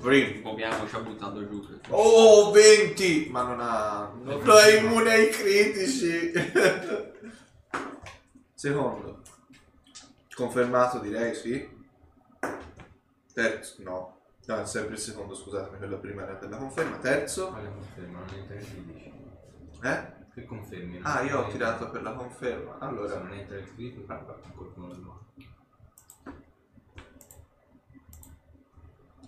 A: Brim.
B: Muoviamo, ci ha buttato giù.
A: Oh, 20! Ma non ha... Non è immune ai critici! Secondo. Confermato direi, sì. Terzo, no. No, è sempre il secondo, scusatemi, quello prima era per la conferma. Terzo,
D: Quale conferma? Non entra il 15.
A: eh?
D: Che confermi?
A: Ah, io ho tirato per la conferma.
D: Allora,
A: Allora,
D: non entra il critico, parla con qualcuno del mondo.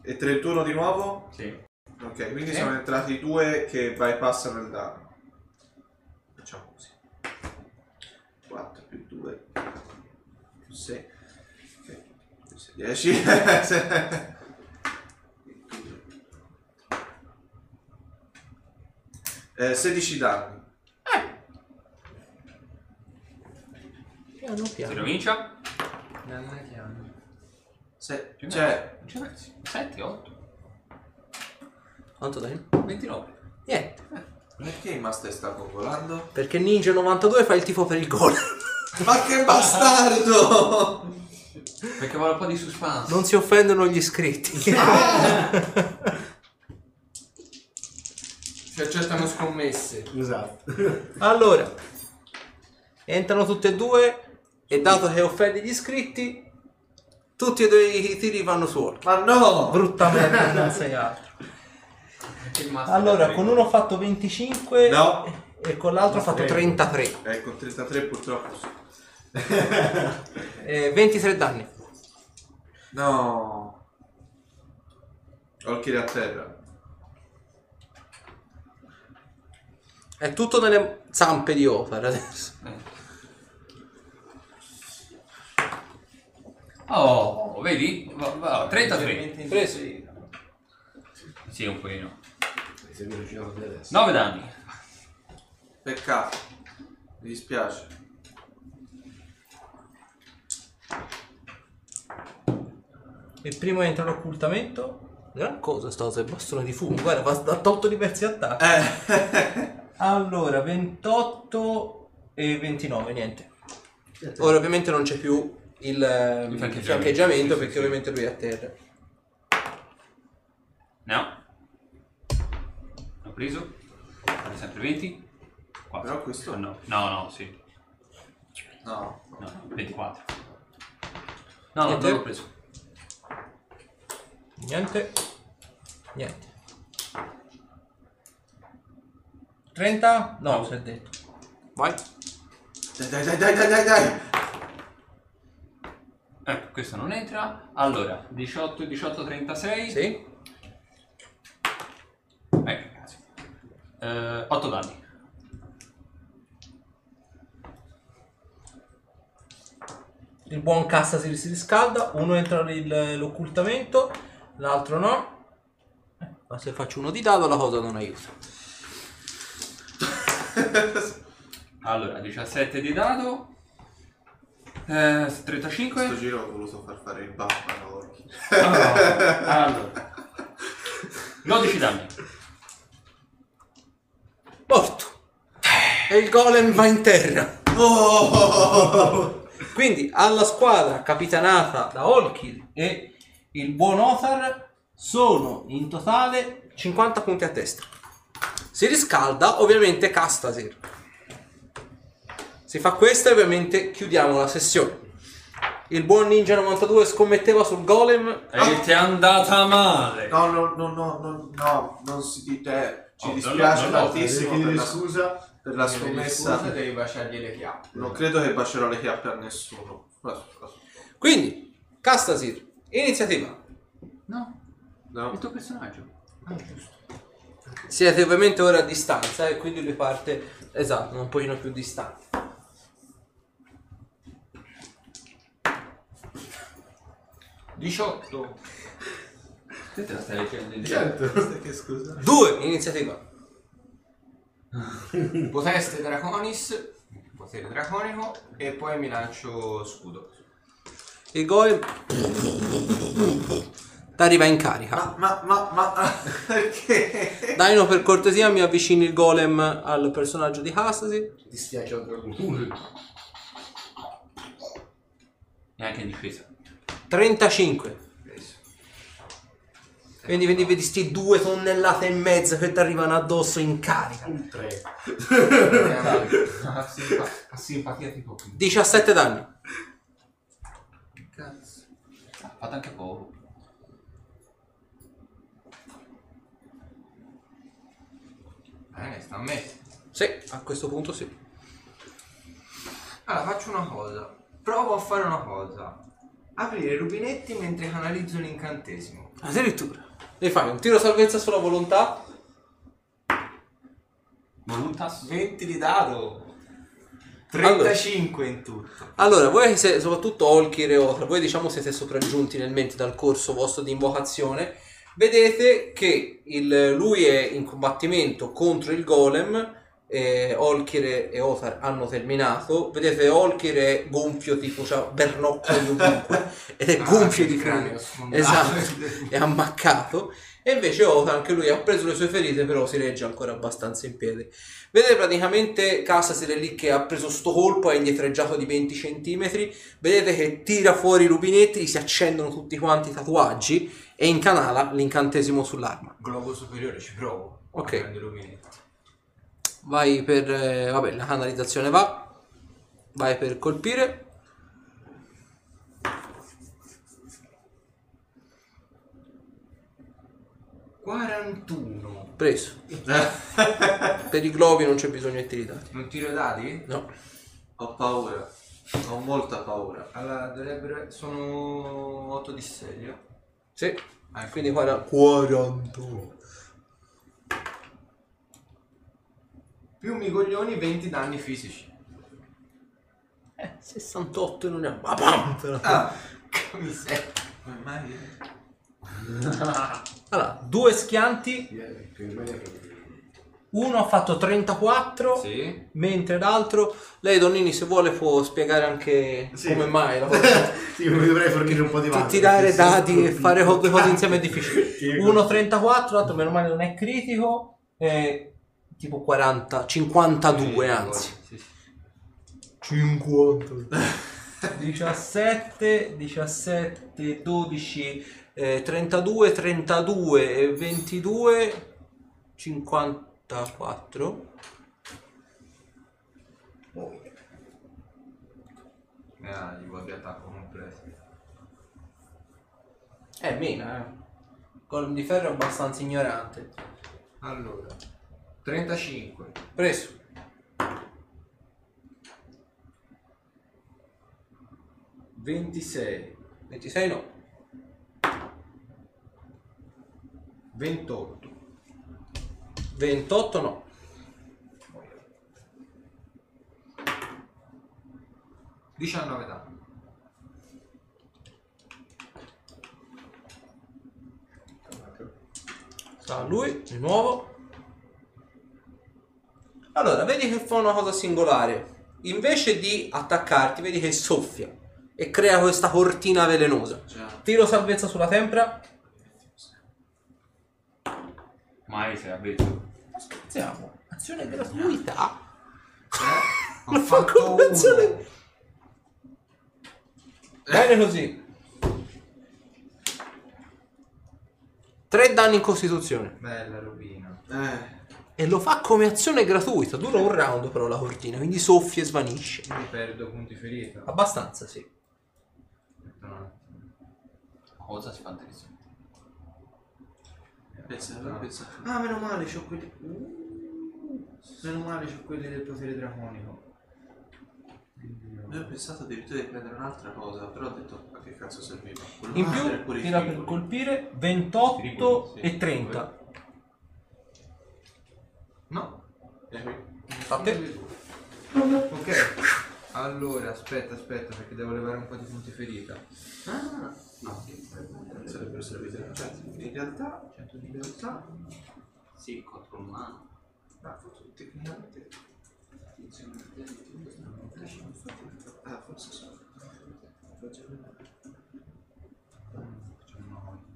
A: e 31 di nuovo?
B: Sì.
A: Ok, quindi sono entrati due che bypassano il danno. Facciamo così. 4 più 2 più 6. 10. eh, 16 danni.
C: Piano
B: Si
C: piano.
B: ricomincia?
D: Nanna chiama.
A: Se-
B: Più o meno.
A: cioè,
B: Non ci pensi. 7, 8,
C: Quanto danni?
B: 29.
C: Niente.
A: perché il master sta popolando?
C: Perché Ninja 92 fa il tifo per il gol.
A: Ma che bastardo!
B: Perché vuole un po' di suspense.
C: Non si offendono gli iscritti.
D: Si accettano Cioè, scommesse.
E: Esatto.
C: Allora, entrano tutte e due e dato che offende gli iscritti, tutti e due i tiri vanno su Hulk.
A: Ma no!
U: brutta merda, non sei altro.
B: Il master
U: Allora,
B: è
U: con uno ho fatto 25
A: No.
U: e con l'altro ho fatto 33.
A: Ecco, 33 purtroppo. sì.
C: Eh, 23 danni.
A: No. Olkiri a terra.
C: È tutto nelle zampe di Othar adesso.
B: Oh, vedi? Va- va- 33.
C: Preso.
B: Sì, un pochino.
E: Se mi riusciamo a vedere adesso.
B: 9 danni.
A: Peccato. Mi dispiace.
C: Il primo entra in occultamento. Gran cosa sta cosa, il bastone di fumo. Guarda, va- ha tolto diversi attacchi.
A: Eh.
U: Allora, 28 e 29, niente.
C: Ora ovviamente non c'è più il, ehm,
B: Il fiancheggiamento.
C: fiancheggiamento
B: Sì, sì,
C: perché
B: sì.
C: ovviamente lui è a terra.
B: No. L'ho preso. Fate sempre 20. 4.
A: Però questo-
B: No, no, no, sì.
A: no.
B: No, 24. No, no,
C: Niente. oh.
B: non l'ho preso.
C: Niente. Niente.
U: 30? No, si è detto.
C: Vai.
A: Dai, dai, dai, dai, dai, dai, dai.
B: Ecco, questo non entra. Allora, 18, 18, 36.
V: Sì.
B: Ecco, grazie. 8 Eh, danni.
C: Il buon cassa si, si riscalda, uno entra nel- l'occultamento, l'altro no.
J: Ma se faccio uno di dado la cosa non aiuta.
B: Allora, 17 di dado. Eh, 35.
A: Questo giro ho voluto far fare il buff a Orchi.
B: Ah, allora. 12 danni.
J: Morto. E il golem va in terra.
A: Oh!
J: Quindi alla squadra capitanata
C: Da Holkir e il buon Othar sono in totale
J: 50 punti a testa. Si riscalda, ovviamente Castasir. Si fa questa e ovviamente chiudiamo la sessione. Il buon Ninja 92 scommetteva sul golem.
B: E ti è andata male.
A: No, no, no, no, no, no, non si dite. Ci
W: Oh, no,
A: dispiace
W: no, no, no,
A: tantissimo per
E: devi chiedere
A: la,
E: scusa.
A: per la
D: Devi
A: scommessa.
D: scusa, devi baciargli le chiappe.
A: Non credo che bacerò le chiappe a nessuno.
J: Quindi, Castasir, iniziativa.
B: No,
A: No.
B: il tuo personaggio.
J: Siete ovviamente ora a distanza e quindi lui parte, esatto, un pochino più distante.
B: Te te la stai leggendo in diretta.
E: Certo.
A: Che scusa?
J: 2 iniziativa.
D: Poteste Draconis, potere draconico, e poi mi lancio scudo.
J: Il golem t'arriva in carica.
A: Ma, ma, ma, ma, perché?
J: Dino per cortesia mi avvicini il golem al personaggio di Castasir.
E: Ti stiaccia un dragone.
B: E anche in difesa.
J: 35. Quindi vedi, vedi sti due tonnellate e mezza che ti arrivano addosso in carica.
E: Un tre.
D: A simpa- a simpatia tipo
J: 17 danni.
B: Ha fatto anche poco.
D: Bene, Eh, sta a me.
J: Sì, a questo punto sì.
D: Allora, faccio una cosa. Provo a fare una cosa. Aprire i rubinetti mentre canalizzo l'incantesimo.
J: Addirittura. Devi fare un tiro salvezza sulla volontà.
B: Voluntas.
D: 20 di dado. 35 in tutto.
J: Allora, voi che siete, soprattutto Olkir e Otra, voi diciamo siete sopraggiunti nel mente dal corso vostro di invocazione. Vedete che il- lui è in combattimento contro il golem. eh, Olkir e Othar hanno terminato. Vedete, Olkir è gonfio, tipo c'ha bernoccoli ovunque ed è
D: Ah,
J: gonfio di cranio. Esatto, è ammaccato. E invece Othar, anche lui ha preso le sue ferite, però si regge ancora abbastanza in piedi. Vedete praticamente Cassasir è lì che ha preso sto colpo, è indietreggiato di 20 cm. Vedete che tira fuori i rubinetti, gli si accendono tutti quanti i tatuaggi e incanala l'incantesimo sull'arma.
D: Globo superiore, ci provo.
J: Ok.
D: A prendere i rubinetti.
J: Vai per... eh, vabbè, la canalizzazione va. Vai per colpire. Preso. per i globi non c'è bisogno di tiri dati.
D: Non tiro i dadi?
J: No.
A: Ho paura. Ho molta paura.
D: Allora, dovrebbero... Sono 8 di serio.
J: Sì.
D: Ecco.
J: Quindi guarda 41.
D: Più mi coglioni 20 danni fisici.
J: 68 non è ma pam, te la fa.
D: Che miseria.
A: Come mai?
C: Allora, due schianti,
E: Vieni, Eh, che rimane che-
C: uno ha fatto 34,
D: Sì.
J: mentre l'altro lei Donnini se vuole può spiegare anche
E: Sì.
J: come mai la cosa
E: Sì, mi dovrei fornire un po' di
J: Ti-
E: vanto,
J: tirare
E: perché sono
J: dadi e
E: colpito.
J: fare co- due cose insieme è difficile
E: Sì,
C: uno 34, l'altro meno male non è critico, e
J: tipo 40 52 anzi.
D: Sì, sì.
C: 17, 17, 12,
J: Eh, 32 32 e 22 54
D: Ah, gli voglio attacco completo.
C: eh meno, eh. Golem di ferro è abbastanza ignorante.
D: Allora, 35.
J: preso.
D: 26,
J: 26 no.
D: 28,
J: 28 no.
D: 19 danni.
J: Sta a lui di nuovo. Allora, vedi che fa una cosa singolare. Invece di attaccarti, vedi che soffia e crea questa cortina velenosa.
A: Già.
J: Tiro salvezza sulla tempra.
B: Mai sei avvezzo.
J: Scherziamo. Azione gratuita.
D: Ho
J: Fa
D: fatto uno.
J: convenzione. Bene così.
C: Tre danni in costituzione.
D: Bella robina.
A: Eh,
C: E lo fa come azione gratuita. Dura un round però la cortina, quindi soffia e svanisce.
D: Quindi perdo punti ferita.
C: Abbastanza, sì.
D: Aspetta un attimo.
B: Cosa spantesca.
A: pensavo, pensavo.
D: Ah, meno male, c'ho quelli. Uh, Meno male, c'ho quelli del potere draconico.
A: Avevo pensato addirittura di prendere un'altra cosa, però ho detto ma che cazzo serviva? Quello
J: In
A: là era
J: più
A: pure i
J: tira per
A: figli.
J: colpire 28 e 30.
D: No.
A: E qui?
J: A te.
D: Ok. Allora, aspetta, aspetta, perché devo levare un po' di punti ferita.
A: Ah, no, che non sarebbero servite. Cioè, in realtà, in realtà,
B: Sì, contro un mano.
A: ah, forse tecnicamente. Ah, forse sono.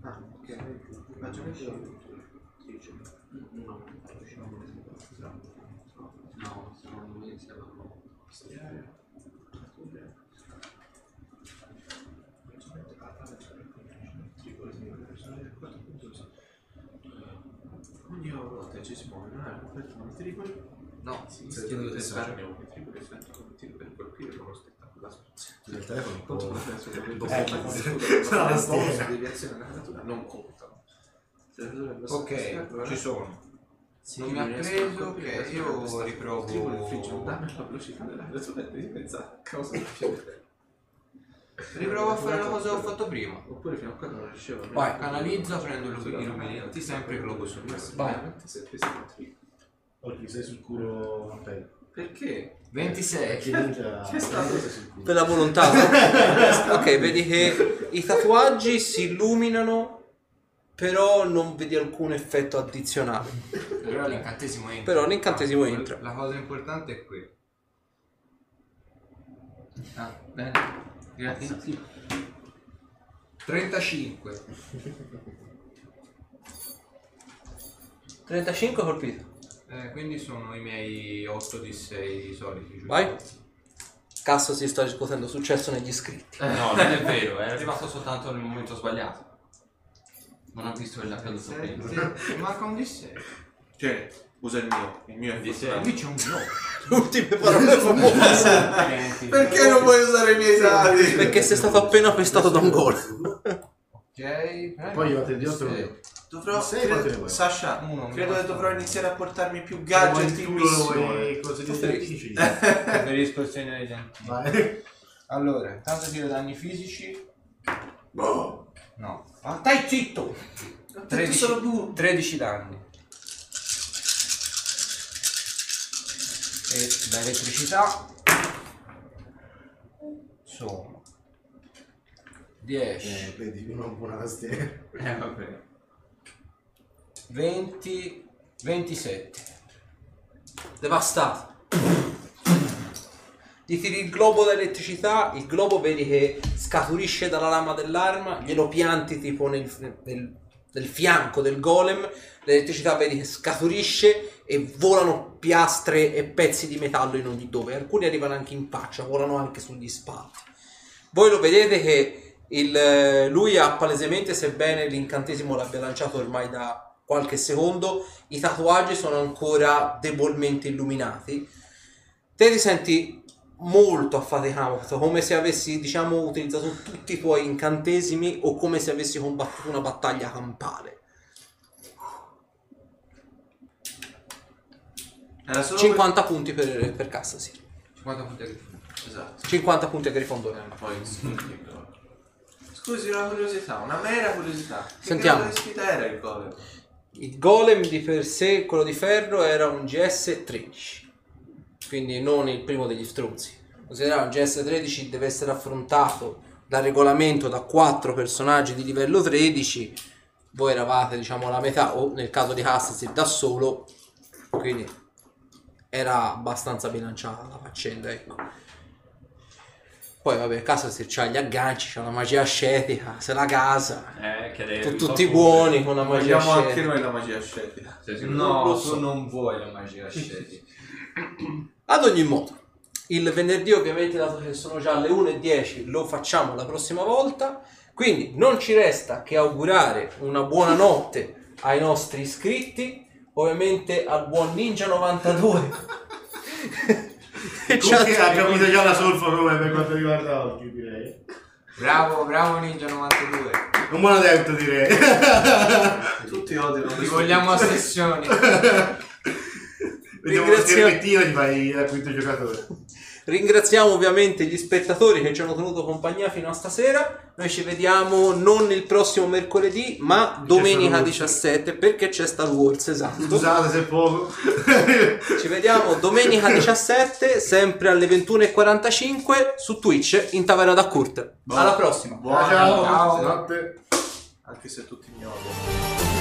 A: Ah, ok. Ragione.
B: No, secondo me siamo.
A: Ogni volta ci si muove una arma per fare tripoli.
D: No,
A: Sì,
D: perché
A: schiedo
D: dovete
A: di
D: stare.
A: sparare un triplo che sento un tiro per colpire con lo spettacolo. La
E: Il telefono
A: Conto
E: può-
A: per penso che
E: dopo- sarà
A: la
E: la
A: storia.
E: stessa.
A: Le deviazioni della creatura non contano. Se la creatura è abbassata per
D: Ok,
A: scatola,
D: ci sono.
A: sì,
D: non mi ha
A: riesco
D: preso,
A: a colpire,
D: ok,
A: penso che
D: io
A: abbia stato-
D: riprovo.
A: Il triplo infligge un danno alla velocità della creatura e devi pensare a causa della fiore.
D: Riprovo a fare la cosa che ho fatto prima.
A: Oppure fino a quando non riuscivo a
D: Vai, analizza, prendo il rubinetti, sempre globo su me. Vai.
E: Oggi sei sul culo a pelle.
A: Perché?
D: 26.
E: Che minchia-
A: Che è stato?
E: sei sul culo.
J: Per la volontà. no? ok, vedi che i tatuaggi si illuminano, però non vedi alcun effetto addizionale.
D: Però l'incantesimo entra.
J: Però l'incantesimo entra.
D: La cosa importante è qui. Ah, bene. Grazie. 35.
J: 35 colpito.
D: Eh, quindi sono i miei 8 di 6 soliti. giusto?
J: Vai. Cazzo si sta riscuotendo successo negli iscritti.
B: No, non è vero, eh. è arrivato soltanto nel momento sbagliato. Non ha visto che l'ha caduto prima.
D: Sette. Manca un di 6.
A: Cioè, usa il mio. Il mio è
D: Qui c'è un blocco.
J: Le ultime parole famose.
B: Eh,
A: Perché non vuoi usare i miei dati?
J: Perché sei stato appena pestato da un gol.
D: Ok. eh.
E: Poi io a te di otto
D: Sei.
E: lo
A: Dovrò,
E: Sei,
A: credo-
E: quante ne vuoi?
A: Sasha,
D: Uno, mi
A: credo che
D: basta.
A: dovrò iniziare a portarmi più gadget in missione.
E: e cose
J: Tu sei-
E: difficili.
D: Preferisco il segno dei denti.
E: Vai.
D: Allora, intanto tiro danni fisici.
A: Boh!
D: No. Ma stai zitto!
A: Ho detto
D: 13,
A: solo bu-
D: 13 danni. E da elettricità sono 10,
E: Eh, vedi, una buona tastiera.
B: Eh, vabbè.
D: 20, 27.
J: Devastato. Gli tiri il globo d'elettricità, il globo vedi che scaturisce dalla lama dell'arma, glielo pianti tipo nel, nel- nel fianco del golem, l'elettricità vedi che scaturisce e volano piastre e pezzi di metallo in ogni dove, alcuni arrivano anche in faccia, volano anche sugli spalti. Voi lo vedete che il- lui ha palesemente, sebbene l'incantesimo l'abbia lanciato ormai da qualche secondo, i tatuaggi sono ancora debolmente illuminati. Te ti senti molto affaticato, come se avessi, diciamo, utilizzato tutti i tuoi incantesimi o come se avessi combattuto una battaglia campale.
A: Era solo
J: 50 punti per, per cassa, sì.
D: 50 punti di
A: Esatto.
C: 50 punti a Grifondoro.
A: E Poi insomma, Scusi, una curiosità, una mera curiosità. Che
C: Sentiamo.
A: grado di sfida era il golem?
C: Il golem di per sé, quello di ferro, era un GS 13, quindi non il primo degli struzzi. Considerare un GS 13 deve essere affrontato dal regolamento da 4 personaggi di livello 13, voi eravate diciamo la metà o nel caso di Hassasir da solo, quindi era abbastanza bilanciata la faccenda, ecco. Poi vabbè, Hassasir c'ha gli agganci, c'ha una magia ascetica, se la casa,
I: Eh, che
C: tu-
I: adesso-
C: tutti buoni con la magia
A: Vogliamo
C: ascetica.
A: anche noi la magia scelta.
X: No, tu non vuoi la magia scegli.
C: Ad ogni modo, il venerdì ovviamente dato che sono già le 1.10 lo facciamo la prossima volta, quindi non ci resta che augurare una buona notte ai nostri iscritti, ovviamente al buon Ninja 92. Che ci ha-
E: Comunque ha capito già la solfa come per quanto riguarda oggi, direi.
D: Bravo, bravo Ninja 92.
E: Un buon adepto, direi.
A: Tutti odiano
D: Ti
A: questo.
D: vogliamo a sessioni.
E: Vediamo lo
C: Ringrazio-
E: schermettino e gli fai il quinto giocatore.
C: Ringraziamo ovviamente gli spettatori che ci hanno tenuto compagnia fino a stasera. Noi ci vediamo non il prossimo mercoledì, ma domenica
E: Wars.
C: 17 perché c'è Star Wars, esatto.
E: Scusate se è poco.
C: Ci vediamo domenica 17, sempre alle 21.45 su Twitch in Taverna da Kurt. Alla prossima!
A: Buona
E: Ciao.
A: notte.
E: Notte.
A: Anche se tutti mi odiano.
E: Ciao.